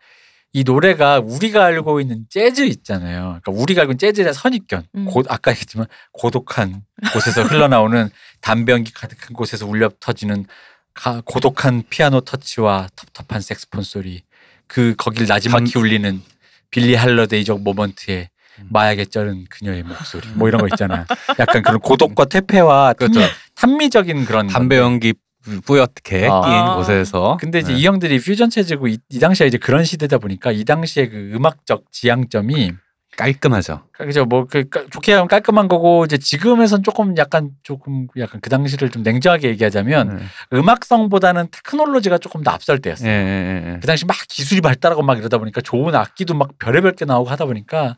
C: 이 노래가 우리가 알고 있는 재즈 있잖아요. 그러니까 우리가 알고 있는 재즈에 대한 선입견.
A: 음.
C: 고- 아까 얘기했지만 고독한 곳에서 흘러나오는 담배연기 가득한 곳에서 울려 터지는 가- 고독한 피아노 터치와 텁텁한 색스폰 소리. 그 거길 나지막히 울리는 빌리 할러데이적 모먼트의
D: 음.
C: 마약에 쩔은 그녀의 목소리 뭐 이런 거 있잖아. 약간 그런 고독과 퇴폐와
D: 그렇죠.
C: 탐미, 적인 그런 건데.
D: 담배 연기 뿌- 뿌옇게
C: 아.
D: 낀 곳에서.
C: 근데 이제
D: 예.
C: 이 형들이 퓨전 재즈고 이, 이 당시에 이제 그런 시대다 보니까 이 당시에 그 음악적 지향점이
D: 깔끔하죠.
C: 그죠 뭐그 좋게 하면 깔끔한 거고 이제 지금에선 조금 약간 조금 약간 그 당시를 좀 냉정하게
D: 음.
C: 얘기하자면
D: 네.
C: 음악성보다는 테크놀로지가 조금 더 앞설
D: 예,
C: 때였어요.
D: 예, 예, 예.
C: 그 당시 막 기술이 발달하고 막 이러다 보니까 좋은 악기도 막 별의별 게 나오고 하다 보니까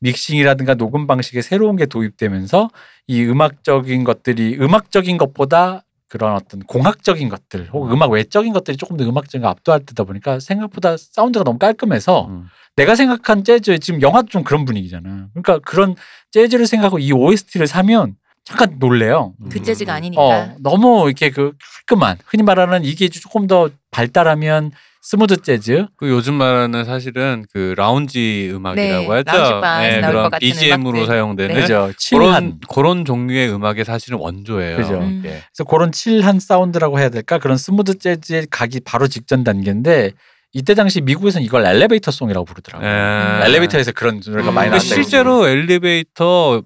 C: 믹싱이라든가 녹음 방식에 새로운 게 도입되면서 이 음악적인 것들이 음악적인 것보다 그런 어떤 공학적인 것들 혹은 음악 외적인 것들이 조금 더 음악적인 걸 압도할 때다 보니까 생각보다 사운드가 너무 깔끔해서
D: 음.
C: 내가 생각한 재즈 지금 영화도 좀 그런 분위기잖아. 그러니까 그런 재즈를 생각하고 이 OST를 사면 잠깐 놀래요.
A: 그
B: 음.
A: 재즈가 아니니까.
C: 어, 너무 이렇게 그 깔끔한 흔히 말하는 이게 조금 더 발달하면 스무드 재즈
D: 그 요즘 말하는 사실은 그 라운지 음악이라고
A: 네,
D: 하죠. 예,
A: 라운지 바에서 나올 것
D: 그런
A: 같은
D: BGM으로
A: 음악들.
D: 사용되는
A: 네.
C: 그죠
D: 그런
C: 칠한
D: 그런 종류의 음악의 사실은 원조예요.
C: 그죠.
A: 음.
D: 예.
C: 그래서 그런 칠한 사운드라고 해야 될까 그런 스무드 재즈의 가기 바로 직전 단계인데 이때 당시 미국에서는 이걸 엘리베이터 송이라고 부르더라고요.
D: 예.
C: 음. 엘리베이터에서 그런 노래가
A: 음, 나왔다,
C: 많이
D: 근데
C: 나왔어요.
D: 실제로 엘리베이터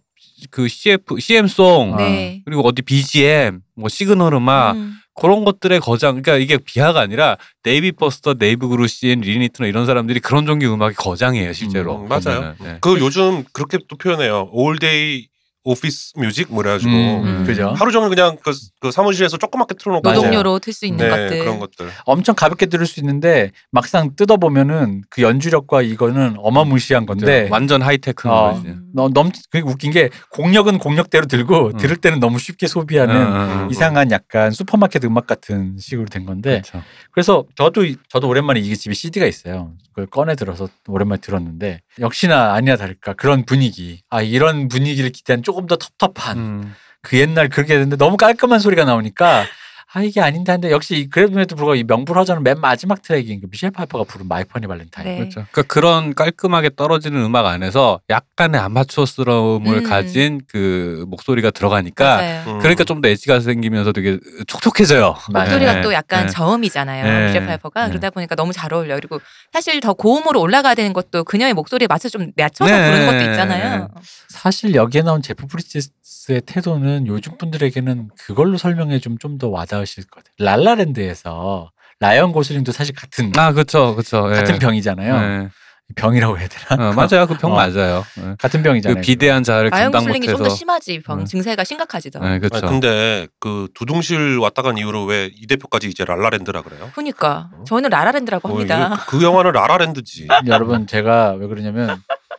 D: 그 CF, CM송
C: 아.
A: 네.
D: 그리고 어디 BGM, 뭐 시그널 음악
A: 음.
D: 그런 것들의 거장. 그러니까 이게 비하가 아니라 데이비 버스터, 데이브 그루시엔, 리니트너 이런 사람들이 그런 종류 음악의 거장이에요 실제로.
B: 음, 맞아요.
D: 보면은. 네.
B: 그 요즘 그렇게 또 표현해요. 올데이 오피스 뮤직 뭐래 가지고
A: 음.
C: 그죠.
B: 하루 종일 그냥 그, 그 사무실에서 조그맣게 틀어놓고
A: 노동요로 틀 수 있는
B: 네,
A: 것들.
B: 그런 것들.
C: 엄청 가볍게 들을 수 있는데 막상 뜯어보면은 그 연주력과 이거는 어마무시한 건데
D: 완전 하이테크인
C: 어.
D: 거지.
C: 너- 넘, 그게 웃긴 게 공력은 공력대로 들고
D: 음.
C: 들을 때는 너무 쉽게 소비하는
D: 음, 음,
C: 이상한 약간 슈퍼마켓 음악 같은 식으로 된 건데
D: 그렇죠.
C: 그래서 저도 이- 저도 오랜만에 이게 집에 CD가 있어요. 그걸 꺼내 들어서 오랜만에 들었는데 역시나 아니나 다를까 그런 분위기 아 이런 분위기를 기대한 조금 더 텁텁한
D: 음.
C: 그 옛날 그렇게 했는데 너무 깔끔한 소리가 나오니까 아 이게 아닌데 한데 역시 그래도 불구하고 이 명불허전은 맨 마지막 트랙인 그 미셸 파이퍼가 부른 마이 퍼니 발렌타인
A: 네.
D: 그렇죠. 그러니까 그런 깔끔하게 떨어지는 음악 안에서 약간의 아마추어스러움을
A: 음.
D: 가진 그 목소리가 들어가니까
A: 맞아요.
B: 음.
D: 그러니까 좀 더 엣지가 생기면서 되게 촉촉해져요.
C: 맞아요.
A: 음. 목소리가
D: 네.
A: 또 약간
D: 네.
A: 저음이잖아요.
D: 네.
A: 미셸 파이퍼가
D: 네.
A: 그러다 보니까 너무 잘 어울려. 요 그리고 사실 더 고음으로 올라가야 되는 것도 그녀의 목소리에 맞춰 좀 낮춰서
D: 네.
A: 부르는 것도 있잖아요.
C: 사실 여기에 나온 제프 브리지스의 태도는 요즘 분들에게는 그걸로 설명해 좀 좀 더 와닿으실 것 같아요. 랄라랜드에서 라이언 고슬링도 사실 같은
D: 아, 그렇죠, 그렇죠.
C: 같은 병이잖아요.
D: 네.
C: 병이라고 해야 되나?
D: 어, 맞아요, 그 병
C: 어.
D: 맞아요. 네.
C: 같은
D: 그
C: 병이잖아요.
D: 비대한 자아를
A: 라이언
D: 감당
A: 고슬링이 좀 더
D: 못해서.
A: 심하지. 병
D: 네.
A: 증세가 심각하지더.
D: 네,
B: 아니,
D: 그렇죠.
B: 근데 그 두둥실 왔다 간 이후로 왜 이 대표까지 이제 랄라랜드라 그래요?
A: 그러니까 저는 라라랜드라고
B: 어,
A: 합니다.
B: 이거 그 영화는 라라랜드지.
C: 여러분 제가 왜 그러냐면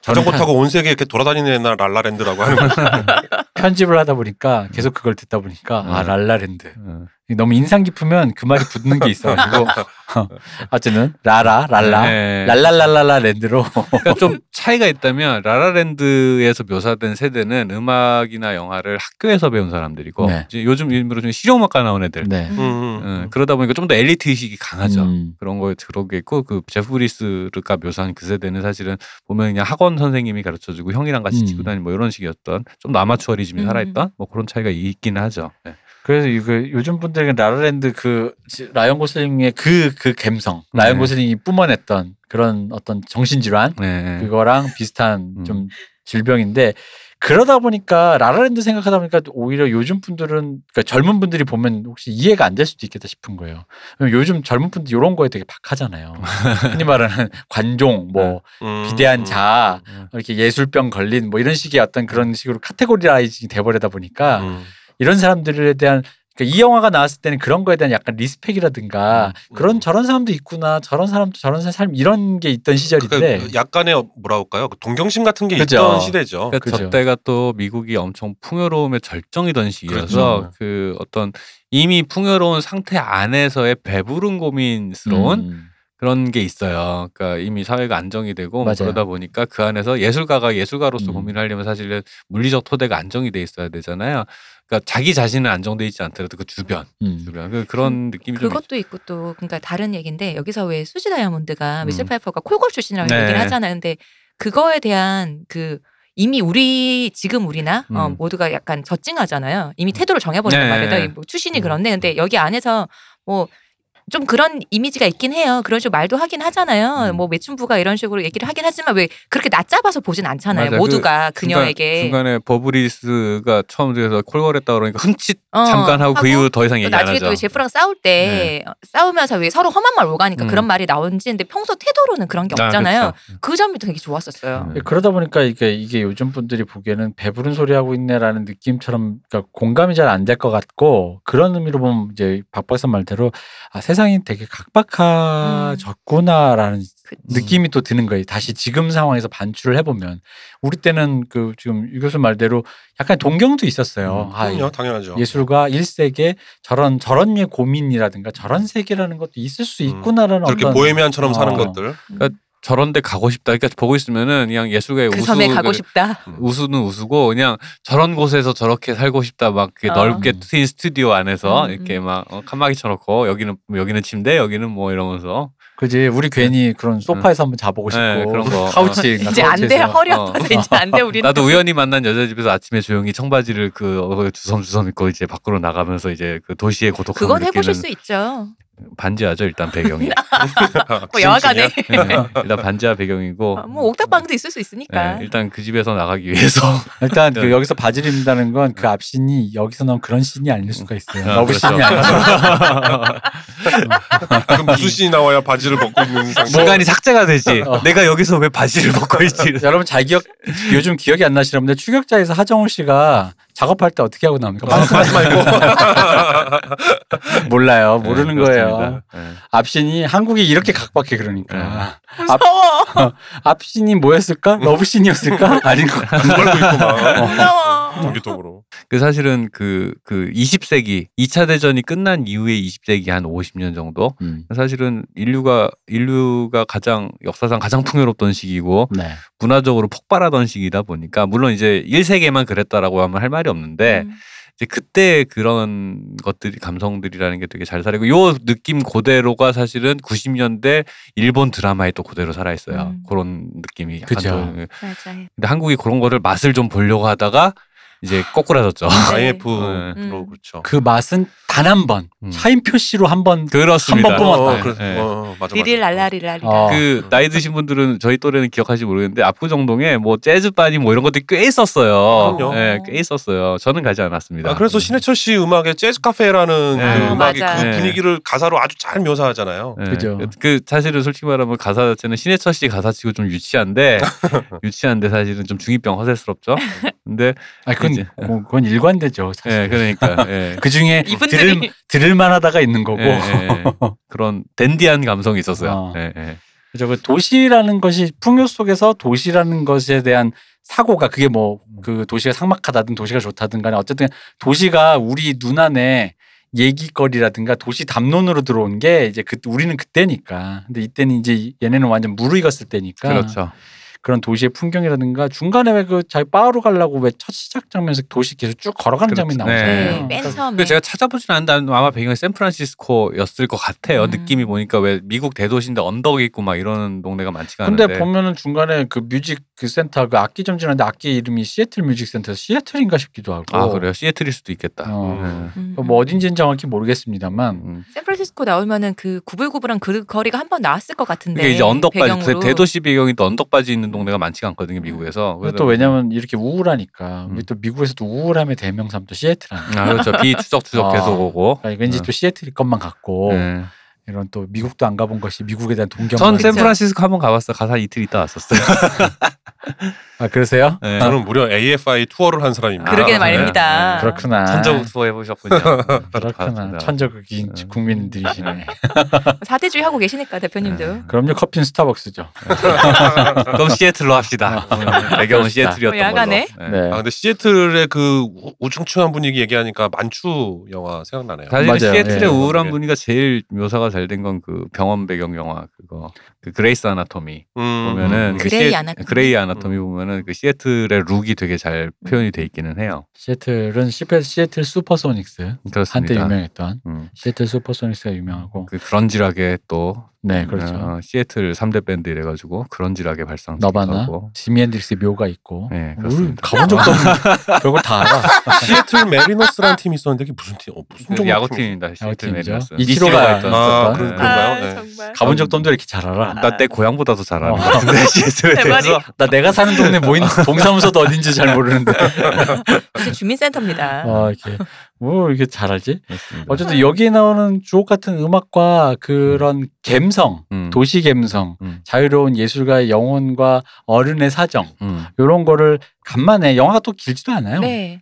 C: 저는
B: 자전거
C: 편-
B: 타고 온 세계 이렇게 돌아다니는 애나 랄라랜드라고 하는 거.
C: 편집을 하다 보니까 계속 그걸 듣다 보니까 아
D: 음.
C: 랄라랜드
D: 음.
C: 너무 인상 깊으면 그 말이 붙는 게 있어가지고 어쨌든 라라 랄라
D: 네.
C: 랄랄랄랄라 랜드로
D: 그러니까 좀 차이가 있다면 라라랜드에서 묘사된 세대는 음악이나 영화를 학교에서 배운 사람들이고
C: 네.
D: 이제 요즘 일부로 좀 실용음악과 나온 애들.
C: 네.
A: 음.
B: 음,
D: 음, 그러다 보니까 좀 더 엘리트 의식이 강하죠.
C: 음.
D: 그런 거에 그런 게 있고 그 제프 브리스가 묘사한 그 세대는 사실은 보면 그냥 학원 선생님이 가르쳐주고 형이랑 같이
C: 음.
D: 치고 다니는 뭐 이런 식이었던 좀 더 아마추어리즘이
A: 음.
D: 살아있던 뭐 그런 차이가 있긴 하죠. 네.
C: 그래서 이거 요즘 분들에게 라라랜드 그 지- 라이언 고슬링의 그 그 감성 라이언
D: 네.
C: 고슬링이 뿜어냈던 그런 어떤 정신질환
D: 네.
C: 그거랑 비슷한
D: 음.
C: 좀 질병인데 그러다 보니까 라라랜드 생각하다 보니까 오히려 요즘 분들은 그러니까 젊은 분들이 보면 혹시 이해가 안 될 수도 있겠다 싶은 거예요. 왜냐면 요즘 젊은 분들 이런 거에 되게 박하잖아요. 흔히 말하는 관종, 뭐
B: 음,
C: 비대한
B: 음.
C: 자아,
D: 네.
C: 뭐
D: 음.
C: 이렇게 예술병 걸린 뭐 이런 식의 어떤 그런 식으로 카테고리라이징이 돼버리다 보니까
B: 음.
C: 이런 사람들에 대한 그러니까 이 영화가 나왔을 때는 그런 거에 대한 약간 리스펙이라든가
B: 음.
C: 그런 저런 사람도 있구나 저런 사람도 저런 사람 이런 게 있던 시절인데
B: 그러니까 약간의 뭐라 할까요? 그 동경심 같은 게
C: 그죠.
B: 있던 시대죠.
D: 그러니까
C: 그죠.
D: 저때가 또 미국이 엄청 풍요로움의 절정이던 시기여서
C: 그렇죠.
D: 그 어떤 이미 풍요로운 상태 안에서의 배부른 고민스러운
C: 음.
D: 그런 게 있어요. 그러니까 이미 사회가 안정이 되고 뭐
C: 맞아요.
D: 그러다 보니까 그 안에서 예술가가 예술가로서
C: 음.
D: 고민을 하려면 사실은 물리적 토대가 안정이 돼 있어야 되잖아요. 그러니까 자기 자신은 안정돼 있지 않더라도 그 주변,
C: 음.
D: 주변 그 그런 느낌이 좀 있죠.
A: 그것도 있고 또 그러니까 다른 얘기인데 여기서 왜 수지 다이아몬드가 미셸
D: 음.
A: 파이퍼가 콜걸 출신이라고
D: 네.
A: 얘기를 하잖아요. 근데 그거에 대한 그 이미 우리 지금 우리나 어,
D: 음.
A: 모두가 약간 저증하잖아요. 이미 태도를 정해버린단
D: 네.
A: 말이에요. 뭐 출신이
D: 음.
A: 그런데 근데 여기 안에서 뭐 좀 그런 이미지가 있긴 해요. 그런 식으로 말도 하긴 하잖아요.
D: 음.
A: 뭐 매춘부가 이런 식으로 얘기를 하긴 하지만 왜 그렇게 낮잡아서 보진 않잖아요.
D: 맞아요.
A: 모두가 그,
D: 중간-
A: 녀에게
D: 중간에 버브리스가 처음 들어서 콜걸했다 그러니까 흠칫
A: 어,
D: 잠깐 하고 그 이후 더 이상
A: 또
D: 얘기 안
A: 나중에
D: 하죠. 네.
A: 또 제프랑 싸울 때 어, 싸우면서 왜 서로 험한 말 오가니까
D: 음.
A: 그런 말이 나온지 근데 평소 태도로는 그런 게 없잖아요.
D: 아, 그렇죠.
A: 그 점이 되게 좋았었어요.
B: 네.
D: 음.
C: 예, 그러다 보니까 이게 이게 요즘 분들이 보기에는 배부른 소리 하고 있네라는 느낌처럼 그러니까 공감이 잘 안 될 것 같고 그런 의미로 보면 이제 박 박사 말대로 아, 세상이 되게 각박해졌구나라는 느낌이 또 드는 거예요. 다시 지금 상황에서 반추를 해보면 우리 때는 그 지금 유 교수 말대로 약간 동경도 있었어요.
D: 음,
C: 아,
B: 그럼요, 당연하죠.
C: 예술가 일세계 저런 저런 류의 고민이라든가 저런 세계라는 것도 있을 수 있구나라는
B: 저렇게
C: 어떤
B: 음. 보헤미안처럼 사는
C: 어.
B: 것들.
D: 저런데 가고 싶다. 그러니까 보고 있으면은 그냥 예술가의
A: 그
D: 우수
A: 섬에 가고 싶다.
D: 우수는 우수고 그냥 저런 곳에서 저렇게 살고 싶다 막 그게
A: 어.
D: 넓게 트인 스튜디오 안에서
A: 음,
D: 이렇게 막 어, 칸막이 쳐놓고 여기는 여기는 침대 여기는 뭐 이러면서
C: 그지 우리 괜히 그런 소파에서 한번 자보고 싶고
D: 음. 네, 그런 거.
C: 카우치
A: 이제 안 돼.
C: 카우치에서.
A: 허리
D: 어.
A: 아파서 이제 안 돼. 우리는
D: 나도 우연히 만난 여자 집에서 아침에 조용히 청바지를 그 어, 주섬주섬 입고 이제 밖으로 나가면서 이제 그 도시의 고독함을
A: 그건
D: 느끼는
A: 해보실 수 있죠. 네.
D: 반지하죠 일단 배경이.
B: 아,
A: 뭐 여하간에
D: 네, 일단 반지하 배경이고.
A: 아, 뭐 옥탑방도 있을 수 있으니까.
D: 네, 일단 그 집에서 나가기 위해서
C: 일단 그
D: 네.
C: 여기서 바지를 입는다는 건 그 앞신이 여기서 나온 그런 신이 아닐 수가 있어요.
D: 아,
C: 러브
D: 그렇죠.
C: 신이 아니죠.
B: 그럼 무슨 신이 나와야 바지를 벗고 있는 상태?
D: 순간이 삭제가 되지.
C: 어.
D: 내가 여기서 왜 바지를 벗고 있지?
C: 여러분 잘 기억 요즘 기억이 안 나시는 분들 추격자에서 하정우 씨가 작업할 때 어떻게 하고 나옵니까?
D: 아,
C: 반스 말고 몰라요 모르는
D: 네,
C: 거예요.
D: 그렇습니다. 네.
C: 앞신이 한국이 이렇게 각박해 그러니까
A: 무서워.
C: 앞신이 뭐였을까? 러브신이었을까? 아닌 거.
B: 그걸 고 있고 막
A: 무서워.
B: 전기톱으로.
D: 그 사실은 그, 그 20세기, 2차 대전이 끝난 이후에 20세기 한 50년 정도?
C: 음.
D: 사실은 인류가, 인류가 가장, 역사상 가장 풍요롭던 시기고,
C: 네.
D: 문화적으로 폭발하던 시기다 보니까, 물론 이제 1세기만 그랬다라고 하면 할 말이 없는데,
A: 음.
D: 이제 그때 그런 것들이, 감성들이라는 게 되게 잘 살아있고, 요 느낌 그대로가 사실은 90년대 일본 드라마에 또 그대로 살아있어요.
A: 음.
D: 그런 느낌이. 약간
C: 그죠.
D: 좀-
A: 맞아요.
D: 근데 한국이 그런 거를 맛을 좀 보려고 하다가, 이제 거꾸라졌죠.
B: IF로
A: 음.
B: 네. 그렇죠.
C: 그 맛은 단 한 번.
D: 음.
C: 차인 표시로 한 번.
D: 그렇습니다.
C: 한번 뽑았다.
B: 그래-
D: 네.
B: 어, 어, 맞아, 맞아.
A: 리릴 랄라리랄리.
C: 어.
D: 그 나이 드신 분들은 저희 또래는 기억하지 모르겠는데 압구정동에 뭐 재즈 바니 뭐 이런 것들이 꽤 있었어요.
B: 그럼요.
D: 예, 꽤 있었어요. 저는 가지 않았습니다.
B: 아, 그래서 신해철 씨 음악의 재즈 카페라는
D: 네.
B: 그
D: 아,
B: 음악이
A: 맞아.
B: 그
D: 네.
B: 분위기를 가사로 아주 잘 묘사하잖아요.
D: 예,
C: 그죠.
D: 그 사실은 솔직히 말하면 가사 자체는 신해철 씨 가사치고 좀 유치한데 유치한데 사실은 좀 중이병 허세스럽죠. 근데
C: 아 그건
D: 이제.
C: 뭐, 그건 일관되죠. 사실.
D: 예, 그러니까 예.
C: 그 중에
A: 이분들이- 네,
C: 들을 들을 만하다가 있는 거고.
D: 예, 예, 예. 그런 댄디한 감성이 있었어요.
C: 아.
D: 예, 예.
C: 그죠. 그 도시라는 것이 풍요 속에서 도시라는 것에 대한 사고가 그게 뭐 그 도시가 삭막하다든 도시가 좋다든 간에 어쨌든 도시가 우리 눈 안에 얘기거리라든가 도시 담론으로 들어온 게 이제 그 우리는 그때니까. 근데 이때는 이제 얘네는 완전 무르익었을 때니까.
D: 그렇죠.
C: 런 도시의 풍경이라든가 중간에 왜 그 자기 바로 가려고 왜 첫 시작 장면에서 도시 계속 쭉 걸어가는 장면이
D: 그렇죠. 네.
A: 네,
C: 나오잖아요.
A: 맨 처음에.
D: 근데 제가 찾아보진 않는데 아마 배경이 샌프란시스코였을 것 같아요.
A: 음.
D: 느낌이 보니까 왜 미국 대도시인데 언덕이 있고 막 이런 동네가 많지가 않은데.
C: 근데 보면은 중간에 그 뮤직 그 센터 그 악기 점진하는데 악기 이름이 시애틀 뮤직 센터 시애틀인가 싶기도 하고.
D: 아 그래요? 시애틀일 수도 있겠다.
C: 어.
D: 음.
A: 음.
C: 뭐 어딘지는 정확히 모르겠습니다만
D: 음.
A: 샌프란시스코 나오면은 그 구불구불한 그 거리가 한 번 나왔을 것 같은데.
D: 그게 이제 언덕바지
A: 배경으로.
D: 대도시 배경이 또 언덕바지 있는 동네가 많지가 않거든요 미국에서.
C: 그리고 또 왜냐면 이렇게 우울하니까
D: 네. 음.
C: 우리 또 미국에서 또 우울함의 대명사면 또 시애틀 아니야.
D: 아 그렇죠 비 추적추적
C: 아.
D: 계속 오고.
C: 그러니까 왠지
D: 네.
C: 또 시애틀일 것만 같고
D: 네.
C: 이런 또 미국도 안 가본 것이 미국에 대한 동경.
D: 전
C: 같은-
D: 샌프란시스코 한번 가봤어. 가사 이틀 있다 왔었어요.
C: 아 그러세요?
D: 네.
B: 저는 무려 AFI 투어를 한 사람입니다.
A: 그러게
D: 아,
A: 말입니다.
D: 네.
C: 그렇구나.
D: 천저국 투어 해보셨군요.
C: 그렇구나.
D: 가봤습니다.
C: 천적인
D: 네.
C: 국민들이시네.
A: 사대주의 하고 계시니까
D: 네.
A: 대표님도.
C: 그럼요 커피는 스타벅스죠.
D: 그럼 시애틀로 합시다. 아, 네. 배경은 시애틀이었던 걸로.
A: 야간에?
D: 네.
C: 네.
B: 아 근데 시애틀의 그 우- 우중충한 분위기 얘기하니까 만추 영화 생각나네요.
D: 사실
C: 맞아요.
D: 시애틀의
C: 예.
D: 우울한 분위기가 제일 묘사가 잘 된 건 그 병원 배경 영화 그거 그 그레이스 아나토미
B: 음,
D: 보면은 그
A: 그레이
D: 시애-
A: 아나토미. 음.
D: 그레이 아나토미 보면은 그 시애틀의 룩이 되게 잘 표현이 돼 있기는 해요.
C: 시애틀은 시애틀, 시애틀 슈퍼소닉스 한때
D: 그렇습니다.
C: 유명했던
D: 음.
C: 시애틀 슈퍼소닉스가 유명하고
D: 그 그런질하게 또
C: 네 그렇죠.
D: 어, 시애틀 3대 밴드 이래 가지고 그런질하게 발상
C: 너바나,
D: 하고.
C: 지미 핸드릭스의 묘가 있고
D: 네,
C: 뭘
D: 그렇습니다.
C: 가본 적도 없는 별걸 다 알아.
B: 그 시애틀 메리너스라는 팀이 있었는데 그게 무슨 팀? 어, 무슨
D: 그
B: 종목 팀이-
D: 야구팀입니다. 시애틀
C: 야구팀이죠.
D: 메리너스.
C: 이치로가
D: 있던
B: 아,
D: 네.
B: 그-
A: 아,
B: 그런가요? 네.
A: 정말.
C: 가본 적도 없는데 왜 이렇게 잘 알아? 나,
D: 나 내 고향보다도 잘하는
C: 어.
D: 것 같은데 시애틀에
A: 대박이.
D: 대해서
C: 나 내가 사는 동네 모인 동사무소도 어딘지 잘 모르는데.
A: 이제 주민센터입니다.
C: 아, 이렇게 뭐 이렇게 잘
D: 네.
C: 알지?
D: 그렇습니다.
C: 어쨌든 여기에 나오는 주옥 같은 음악과 그런 갬성,
D: 음,
C: 도시 갬성,
D: 음,
C: 자유로운 예술가의 영혼과 어른의 사정
D: 음.
C: 이런 거를 간만에 영화가 또 길지도 않아요.
A: 네.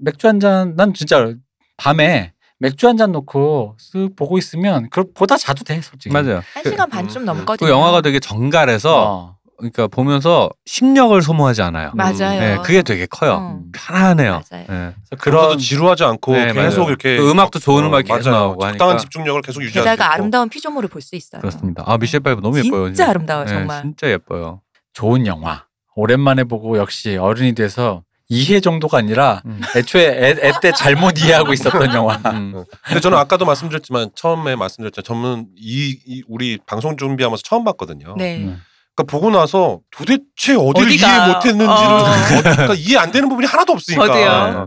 C: 맥주 한 잔 난 진짜 밤에 맥주 한 잔 놓고 쓱 보고 있으면 그걸 보다 자도 돼 솔직히.
D: 맞아요.
A: 한
D: 그-
A: 시간 반쯤
B: 음.
A: 넘거든요.
D: 그 영화가 되게 정갈해서
C: 어.
D: 그러니까 보면서 심력을 소모하지 않아요.
A: 맞아요.
D: 예, 그게 되게 커요. 음,
A: 어.
D: 편안해요.
A: 맞아요.
D: 예.
C: 그래서
B: 그러면서도
C: 그런
B: 지루하지 않고
D: 네,
B: 계속
D: 맞아요.
B: 이렇게
D: 그 음악도 좋은 음악이 계속
B: 맞아요.
D: 나오고
B: 적당한
D: 하니까.
B: 집중력을 계속 유지하고
A: 게다가 아름다운 피조물을 볼 수 있어요.
D: 그렇습니다. 아 미셸 파이브 너무
A: 진짜
D: 예뻐요.
A: 아름다워요,
D: 예,
A: 정말.
D: 진짜 예뻐요.
C: 좋은 영화. 오랜만에 보고 역시 어른이 돼서 이해 정도가 아니라
D: 음.
C: 애초에 애 때 잘못 이해하고 있었던 영화.
D: 음.
B: 근데 저는 아까도 말씀드렸지만 처음에 말씀드렸죠. 저는 이, 이 우리 방송 준비하면서 처음 봤거든요.
A: 네.
B: 그러니까 보고 나서 도대체 어디를
A: 어디가-
B: 이해 못했는지를
A: 어.
B: 그러니까 이해 안 되는 부분이 하나도 없으니까.
A: 저도요.
B: 아,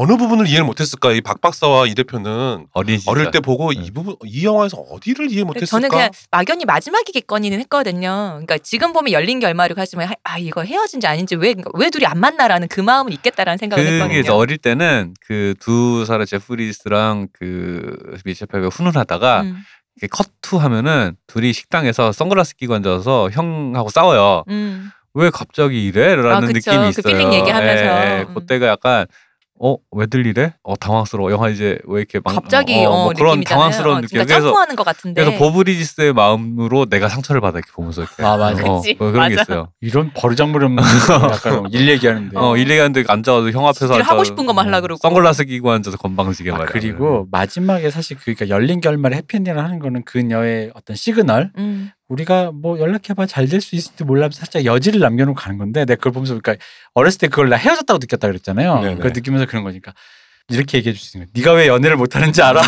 B: 어느 부분을 이해를 못했을까? 이 박 박사와 이 대표는
D: 어린 시절.
B: 어릴 때 보고
D: 네.
B: 이 부분 이 영화에서 어디를 이해
A: 근데
B: 뭐 못했을까?
A: 저는 그냥 막연히 마지막이겠거니는 했거든요. 그러니까 지금 보면 열린 결말이고 하지만 하- 아 이거 헤어진지 아닌지 왜 왜 둘이 안 만나라는 그 마음은 있겠다라는 생각을
D: 그게 이제
A: 했거든요.
D: 어릴 때는 그 두 살의 제프리스랑 그 미셸페가 훈훈하다가
A: 음,
D: 이렇게 컷투 하면은 둘이 식당에서 선글라스 끼고 앉아서 형하고 싸워요.
A: 음.
D: 왜 갑자기 이래라는
A: 아, 그쵸.
D: 느낌이
A: 그
D: 있어요.
A: 필링 얘기하면서.
D: 예, 예.
A: 음.
D: 그때가 약간 어 왜들 이래? 어 당황스러워. 영화 이제 왜 이렇게 막
A: 갑자기 어,
D: 뭐 그런
A: 느낌이잖아요.
D: 당황스러운
A: 어,
D: 느낌.
A: 진짜
D: 그래서
A: 짬뽕하는 것 같은데.
D: 그래서 버브리지스의 마음으로 내가 상처를 받아 이렇게 보면서 이렇게
C: 아, 맞아.
D: 어,
A: 그치.
D: 뭐 그런 게
A: 맞아.
D: 있어요.
C: 이런 버르장물 없는 약간 일 얘기하는데.
D: 어 일리가는데 앉아가지고 형 앞에서
A: 지들 하고
D: 앉아서 음,
A: 싶은 것만 하려고 그러고.
D: 선글라스 끼고 앉아서 건방지게
C: 아,
D: 말이야.
C: 그리고 마지막에 사실 그러니까 열린 결말에 해피엔딩을 하는 거는 그녀의 어떤 시그널
A: 음.
C: 우리가 뭐 연락해봐 잘 될 수 있을지 몰라면서 살짝 여지를 남겨놓고 가는 건데 내가 그걸 보면서 그러니까 어렸을 때 그걸 나 헤어졌다고 느꼈다 그랬잖아요
B: 네네.
C: 그걸 느끼면서 그런 거니까 이렇게 얘기해 줄 수 있는 거야 네가 왜 연애를 못하는지 알아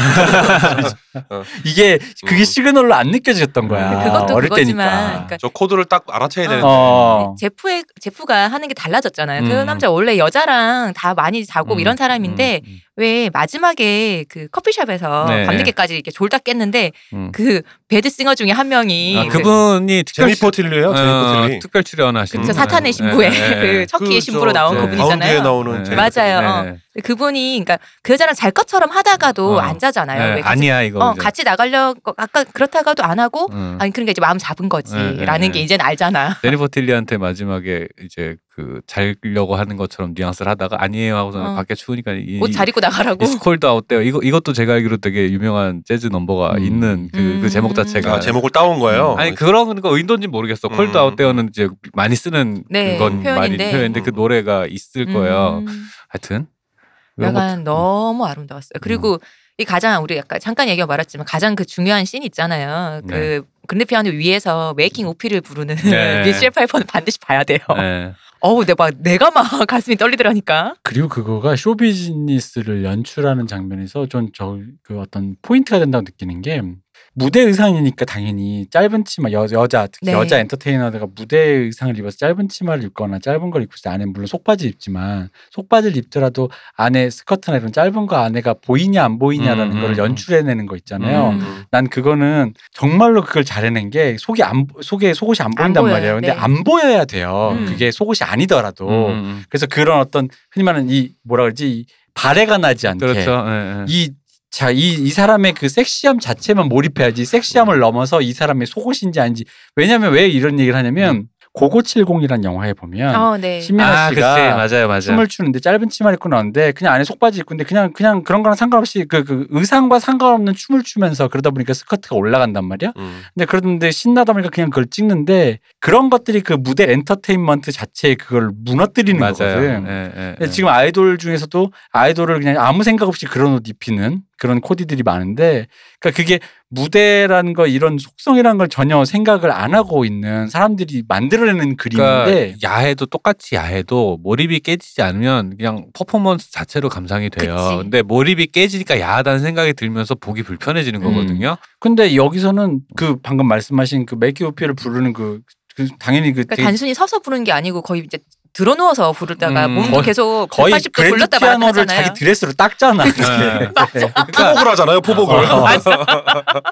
B: 어.
C: 이게 그게
B: 음.
C: 시그널로 안 느껴졌던 거야
D: 아,
A: 근데 그것도
C: 어릴
A: 그거지만
C: 때니까
A: 그러니까
B: 저 코드를 딱 알아채야
A: 아,
B: 되는데 네.
C: 어.
A: 제프의 제프가 하는 게 달라졌잖아요. 그
D: 음.
A: 남자 원래 여자랑 다 많이 자고
D: 음,
A: 이런 사람인데
D: 음, 음,
A: 왜 마지막에 그 커피숍에서
D: 네.
A: 밤늦게까지 이렇게 졸다 깼는데
D: 음.
A: 그 배드싱어 중에 한 명이
D: 아,
A: 그
D: 그분이 특별
B: 제미 포틸리예요. 어, 제미
D: 어,
B: 포틸리.
D: 특별 출연하신 예,
A: 그 사탄의 신부의 그
B: 그
A: 첫끼의 신부로
B: 저-
A: 나온
D: 네.
B: 가운데에
A: 그분이잖아요.
B: 나오는
D: 네.
B: 제니
A: 맞아요.
D: 네.
A: 그분이 그러니까 그 여자랑 잘 것처럼 하다가도
D: 어.
A: 안 자잖아요.
D: 네,
A: 왜 같이,
D: 아니야 이거.
A: 어,
D: 이제.
A: 같이 나가려고 아까 그렇다가도 안 하고
D: 음.
A: 아니 그러니까 이제 마음 잡은
D: 네, 네,
A: 거지라는
D: 네.
A: 게 이제는 알잖아.
D: 제니퍼 틸리한테 마지막에 이제 그 잘려고 하는 것처럼 뉘앙스를 하다가 아니에요 하고서는
A: 어.
D: 밖에 추우니까 이,
A: 옷 잘 입고 나가라고.
D: 스콜드 아웃돼요. 이거 이것도 제가 알기로 되게 유명한 재즈 넘버가
C: 음. 어,
D: 있는 그, 그
A: 음.
D: 제목 자체가 음.
B: 아, 제목을 따온 거예요.
D: 아니 그런 거 의도인지 모르겠어.
B: 음.
D: 콜드 아웃데어는 이제 많이 쓰는
A: 네,
D: 건 말이
A: 표현인데.
D: 표현인데 그
B: 음.
D: 노래가 있을 거예요.
A: 음.
D: 하여튼 이런 음. 것-
A: 약간 너무 아름다웠어요. 그리고 이 가장 우리 아까 잠깐 얘기가 말았지만 가장 그 중요한 씬 있잖아요. 그
D: 네. 음.
A: 그랜드 피아노 위에서 메이킹 오피를 부르는
D: 네.
A: 미셸 파이퍼는 반드시 봐야 돼요.
D: 네.
A: 어우 내가 막- 내가 막 가슴이 떨리더라니까.
C: 그리고 그거가 쇼비즈니스를 연출하는 장면에서 좀저그 어떤 포인트가 된다고 느끼는 게 무대 의상이니까 당연히 짧은 치마 여, 여자 특히
A: 네.
C: 여자 엔터테이너가 무대 의상을 입어서 짧은 치마를 입거나 짧은 걸 입고 있을 때 안에 물론 속바지 입지만 속바지를 입더라도 안에 스커트나 이런 짧은 거 안에가 보이냐 안 보이냐라는
D: 음,
C: 거를
D: 음,
C: 연출해내는 거 있잖아요.
A: 음.
C: 난 그거는 정말로 그걸 잘해낸 게 속이 안 보- 속에 속옷이 안 보인단
A: 보여요.
C: 말이에요. 근데
A: 네.
C: 안 보여야 돼요.
A: 음.
C: 그게 속옷이 아니더라도
D: 음.
C: 그래서 그런 어떤 흔히 말하는 이 뭐라 그러지 이 발해가 나지 않게
D: 그렇죠. 네, 네.
C: 이 자, 이, 이 사람의 그 섹시함 자체만 몰입해야지 섹시함을 넘어서 이 사람의 속옷인지 아닌지 왜냐면 왜 이런 얘기를 하냐면 고고 70이란 영화에 보면
A: 어, 네.
C: 신민아
D: 음. 아, 그치
C: 씨가
D: 맞아요, 맞아요.
C: 춤을 추는데 짧은 치마를 입고 나왔는데 그냥 안에 속바지 입고 근데 그냥 그냥 그런 거랑 상관없이 그, 그 의상과 상관없는 춤을 추면서 그러다 보니까 스커트가 올라간단 말이야.
B: 음.
C: 근데 그런데 신나다 보니까 그냥 그걸 찍는데 그런 것들이 그 무대 엔터테인먼트 자체에 그걸 무너뜨리는
D: 맞아요.
C: 거거든.
D: 예, 예,
C: 근데
D: 예.
C: 지금 아이돌 중에서도 아이돌을 그냥 아무 생각 없이 그런 옷 입히는 그런 코디들이 많은데 그러니까 그게 무대라는 거 이런 속성이라는 걸 전혀 생각을 안 하고 있는 사람들이 만들어내는
D: 그러니까
C: 그림인데
D: 야해도 똑같이 야해도 몰입이 깨지지 않으면 그냥 퍼포먼스 자체로 감상이 돼요.
A: 그치.
D: 근데 몰입이 깨지니까 야하다는 생각이 들면서 보기 불편해지는
A: 음.
D: 거거든요.
C: 근데 여기서는 그 방금 말씀하신 그 맥기오피를 부르는 그, 그 당연히 그
A: 그러니까
C: 되게
A: 단순히 서서 부르는 게 아니고 거의 이제 들어 누워서 부르다가
D: 음,
A: 몸도
C: 거의-
A: 계속
C: 거의
A: 180도
C: 그랜드
A: 돌렸다
C: 피아노를
A: 말았잖아요.
C: 자기 드레스로 닦잖아.
D: 네.
B: 포복을 하잖아요. 포복을.
C: 어.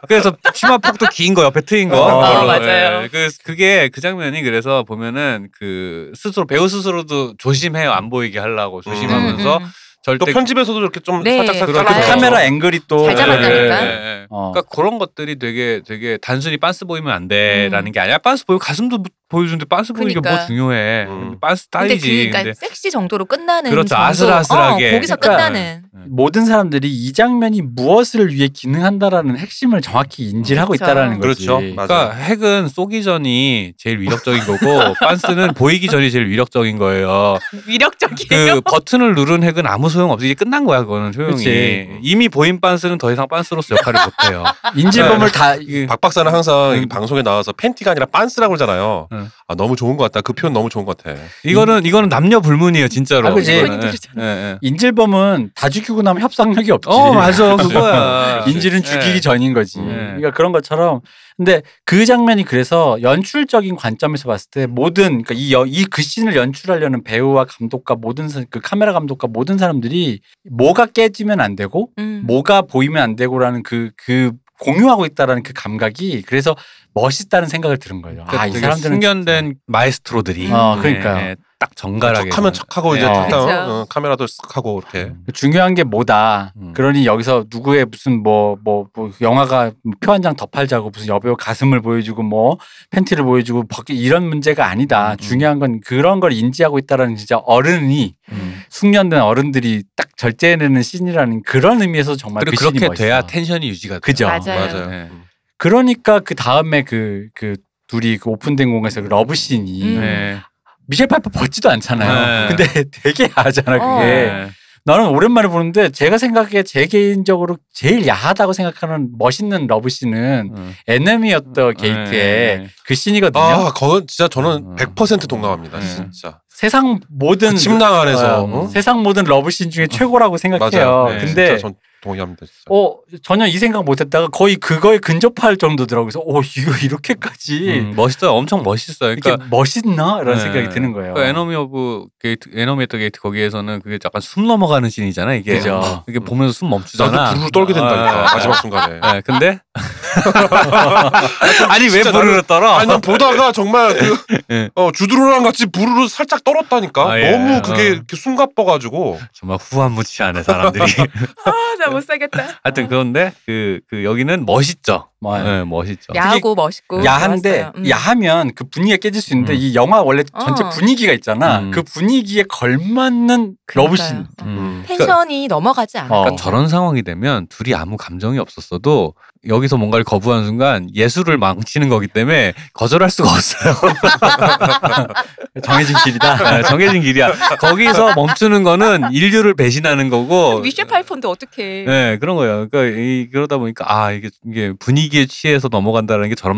D: 그래서 치마 폭도 긴 거 옆에 트인 거.
B: 어,
D: 그걸로,
A: 아. 맞아요.
D: 예. 그 그게 그 장면이 그래서 보면은 그 스스로 배우 스스로도 조심해요. 안 보이게 하려고 조심하면서
A: 음, 음.
B: 또
D: 절대
B: 편집에서도 이렇게 좀
A: 네.
B: 살짝 살짝
D: 그렇게
B: 잘라서.
C: 카메라 앵글이 또
A: 잘 잡았다니까.
D: 예, 예, 예.
C: 어.
D: 그러니까 그런 것들이 되게 되게 단순히 빤스 보이면 안 돼라는
A: 음.
D: 게 아니라 빤스 보이고 가슴도 보여주는데 빤스 보이는
A: 그러니까.
D: 게뭐 중요해.
B: 음.
D: 빤스
A: 근데
D: 따이지.
A: 그 그러니까 섹시 정도로 끝나는
D: 그렇죠.
A: 정도.
D: 아슬아슬하게.
A: 어, 거기서
C: 그러니까.
A: 끝나는.
C: 모든 사람들이 이 장면이 무엇을 위해 기능한다라는 핵심을 정확히 인지를 하고
A: 그렇죠.
C: 있다라는 거지.
B: 그렇죠.
D: 그러니까
B: 맞아요.
D: 핵은 쏘기 전이 제일 위력적인 거고 빤스는 보이기 전이 제일 위력적인 거예요.
A: 위력적이에요.
D: 그 버튼을 누른 핵은 아무 소용 없이 이제 끝난 거야 그거는 소용이.
C: 그치.
D: 이미 보인 빤스는 더 이상 빤스로서 역할을 못 해요.
C: 인지범을 다
D: 이게
B: 박 박사는 항상
D: 음.
B: 이 방송에 나와서 팬티가 아니라 빤스라고 그러잖아요.
D: 네. 네.
B: 아, 너무 좋은 것 같다. 그 표현 너무 좋은 것 같아.
D: 이거는 이거는 남녀 불문이에요 진짜로.
C: 아, 그치.
D: 이거는.
A: 거의 그러잖아.
D: 예, 예.
C: 인질범은 다 죽이고 나면 협상력이 없지.
D: 어 맞아 그거야.
C: 인질은 죽이기
D: 예.
C: 전인 거지.
D: 음.
C: 그러니까 그런 것처럼. 근데 그 장면이 그래서 연출적인 관점에서 봤을 때 모든 그러니까 이이그 씬을 연출하려는 배우와 감독과 모든 사- 그 카메라 감독과 모든 사람들이 뭐가 깨지면 안 되고
A: 음.
C: 뭐가 보이면 안 되고라는 그, 그 공유하고 있다라는 그 감각이 그래서 멋있다는 생각을 들은 거예요. 아, 이
D: 되게
C: 사람들은.
D: 숙련된 그 마이스트로들이.
C: 어,
D: 예,
C: 그러니까요.
D: 예, 딱 정갈하게.
B: 척하면 척하고 이제
D: 예.
B: 탁
A: 그쵸.
B: 다 어, 카메라도 쓱 하고 이렇게.
C: 진짜 그 중요한 게 뭐다.
D: 음.
C: 그러니 여기서 누구의 무슨 뭐, 뭐, 뭐 영화가 표 한 장 더 팔자고 무슨 여배우 가슴을 보여주고 뭐 팬티를 보여주고 벗기 이런 문제가 아니다.
D: 음.
C: 중요한 건 그런 걸 인지하고 있다라는 진짜 어른이
D: 음.
C: 숙련된 어른들이 딱 절제해내는 씬이라는 그런 의미에서 정말 그
D: 그리고
C: 씬이
D: 그렇게
C: 멋있어.
D: 돼야 텐션이 유지가 돼.
C: 그죠.
A: 맞아요.
B: 맞아요.
D: 예.
B: 음.
C: 그러니까 그 다음에 그, 그 둘이 그 오픈된 공간에서 그 러브씬이
B: 네.
A: 음.
D: 예.
C: 미셸 파이퍼 벗지도 않잖아요.
D: 네.
C: 근데 되게 야하잖아,
A: 어.
C: 그게.
B: 네.
D: 예.
C: 나는 오랜만에 보는데 제가 생각해, 제 개인적으로 제일 야하다고 생각하는 멋있는 러브씬은
D: 음.
C: 에네미 어더 게이트의
D: 예.
C: 그 씬이거든요.
B: 네. 아, 그건 진짜 저는
D: 음.
B: 100% 동감합니다.
D: 예.
B: 진짜.
C: 세상 모든.
B: 그 침낭 안에서.
D: 음.
C: 어,
B: 응?
C: 세상 모든 러브씬 중에 최고라고 생각해요.
B: 맞아요.
D: 네,
C: 근데
B: 진짜 전 동의합니다. 진짜.
C: 어, 전혀 이 생각 못 했다가 거의 그거에 근접할 정도더라고요. 그래서 오, 이거 이렇게까지
D: 음, 멋있어요. 엄청 멋있어요.
C: 이렇게
D: 그러니까
C: 멋있나? 이런
D: 네.
C: 생각이 드는 거예요.
D: 그
A: 그러니까
D: 에너미 오브 게이트, 에너미 더 게이트 거기에서는 그게 약간 숨 넘어가는 씬이잖아 이게.
C: 그죠.
D: 이게 보면서 숨 멈추잖아.
B: 나도 부르르 떨게 된다니까.
D: 아,
B: 마지막 순간에.
D: 예. 예, 근데 아니 왜
B: 진짜
D: 부르르 떨어?
B: 아니 난 보다가 정말 그,
D: 예.
B: 어, 주드로랑 같이 부르르 살짝 떨었다니까.
D: 아, 예.
B: 너무 그게
D: 어.
B: 이렇게 숨가뻐가지고
D: 정말 후한무치 안해 사람들이.
A: 아, 나 못 살겠다.
D: 하여튼 그런데 그, 그 여기는 멋있죠.
C: 뭐,
D: 예, 멋있죠.
A: 야하고 멋있고
C: 야한데
A: 좋았어요. 음.
C: 야하면 그 분위기가 깨질 수 있는데
D: 음.
C: 이 영화 원래 전체
A: 어.
C: 분위기가 있잖아.
D: 음.
C: 그 분위기에 걸맞는 러브씬.
A: 그러니까요. 어.
D: 음.
A: 텐션이 넘어가지 않아.
C: 어.
D: 그러니까 저런 상황이 되면 둘이 아무 감정이 없었어도 여기서 뭔가를 거부한 순간 예술을 망치는 거기 때문에 거절할 수가 없어요.
C: 정해진 길이다.
D: 네, 정해진 길이야. 거기서 멈추는 거는 인류를 배신하는 거고.
A: 음. 아, 미셸 파이폰도 어떻게?
D: 네, 그런 거예요. 그러니까 이, 그러다 보니까 아 이게 이게 분위기에 취해서 넘어간다는 게 저런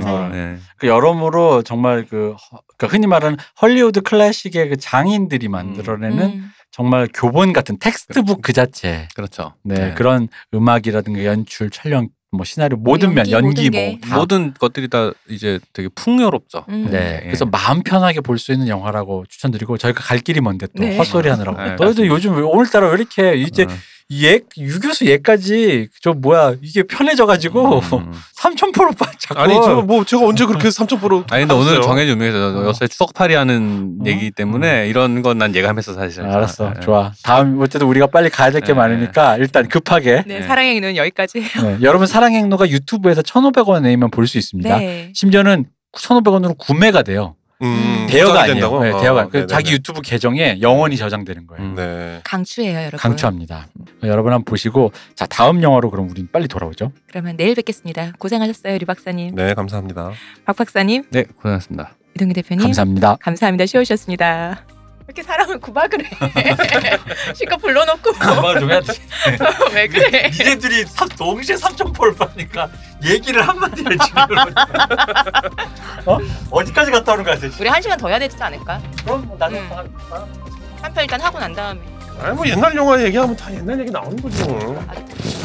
A: 음,
D: 거.
A: 맞아요.
D: 네.
C: 그 여러모로 정말 그, 허- 그 흔히 말하는 헐리우드 클래식의 그 장인들이 만들어내는
A: 음.
C: 정말 교본 같은 텍스트북 그 자체.
D: 그렇죠.
C: 네,
D: 네.
C: 그런 음악이라든가 연출, 촬영, 뭐 시나리오 모든 면
A: 연기,
C: 연기
A: 모든 게.
C: 뭐다
D: 모든 것들이 다 이제 되게 풍요롭죠.
A: 음.
C: 네.
D: 예.
C: 그래서 마음 편하게 볼 수 있는 영화라고 추천드리고 저희가 갈 길이 먼데 또
A: 네.
C: 헛소리 하느라고.
D: 네,
C: 너희들
D: 맞습니다.
C: 요즘 왜- 오늘따라 왜 이렇게 이제
D: 음,
C: 얘 유교수 얘까지 저 뭐야 이게 편해져가지고
D: 음.
C: 삼천 프로 자꾸
B: 아니 저 뭐 제가 언제 그렇게 삼천포로
D: 아니 근데 오늘
B: 하셨어요?
D: 정해준 명에서 요새 추억팔이 하는
C: 어?
D: 얘기 때문에 이런 건 난 예감했어 사실.
C: 아, 알았어
D: 예.
C: 좋아 다음 어쨌든 우리가 빨리 가야 될 게
D: 네.
C: 많으니까 일단 급하게
A: 네,
D: 네.
A: 사랑의 이는 여기까지.
C: 네, 여러분 사랑행로가 유튜브에서 1,500원 내면 볼 수 있습니다
A: 네.
C: 심지어는 1,500원으로 구매가 돼요
B: 음,
C: 대여가
B: 포장이
C: 아니에요
B: 된다고?
C: 네,
B: 어,
C: 대여가
B: 어,
C: 그
B: 네네네.
C: 자기 유튜브 계정에 영원히 저장되는 거예요
D: 음.
B: 네.
A: 강추해요, 여러분.
C: 강추합니다 어, 여러분 한번 보시고 자 다음 영화로 그럼 우린 빨리 돌아오죠
A: 그러면 내일 뵙겠습니다. 고생하셨어요, 류 박사님,
B: 네, 감사합니다.
A: 박 박사님,
D: 네 고생하셨습니다.
A: 이동규 대표님.
C: 감사합니다
A: 감사합니다. 쉬우셨습니다. 이렇게 사람을 구박을 해. 실컷 불러놓고 왜 그래?
C: 니네들이 삼- 동시에 3.8를 빠니까 얘기를 한마디를 지금 어? 어디까지 갔다 오는 거야 대체
A: 우리 한 시간 더 해야 되지 않을까?
C: 그럼 뭐 나중에
A: 음.
C: 다 다-
A: 한 편 일단 하고 난 다음에.
B: 아니 뭐 옛날 영화 얘기하면 다 옛날 얘기 나오는 거죠.
A: 아직-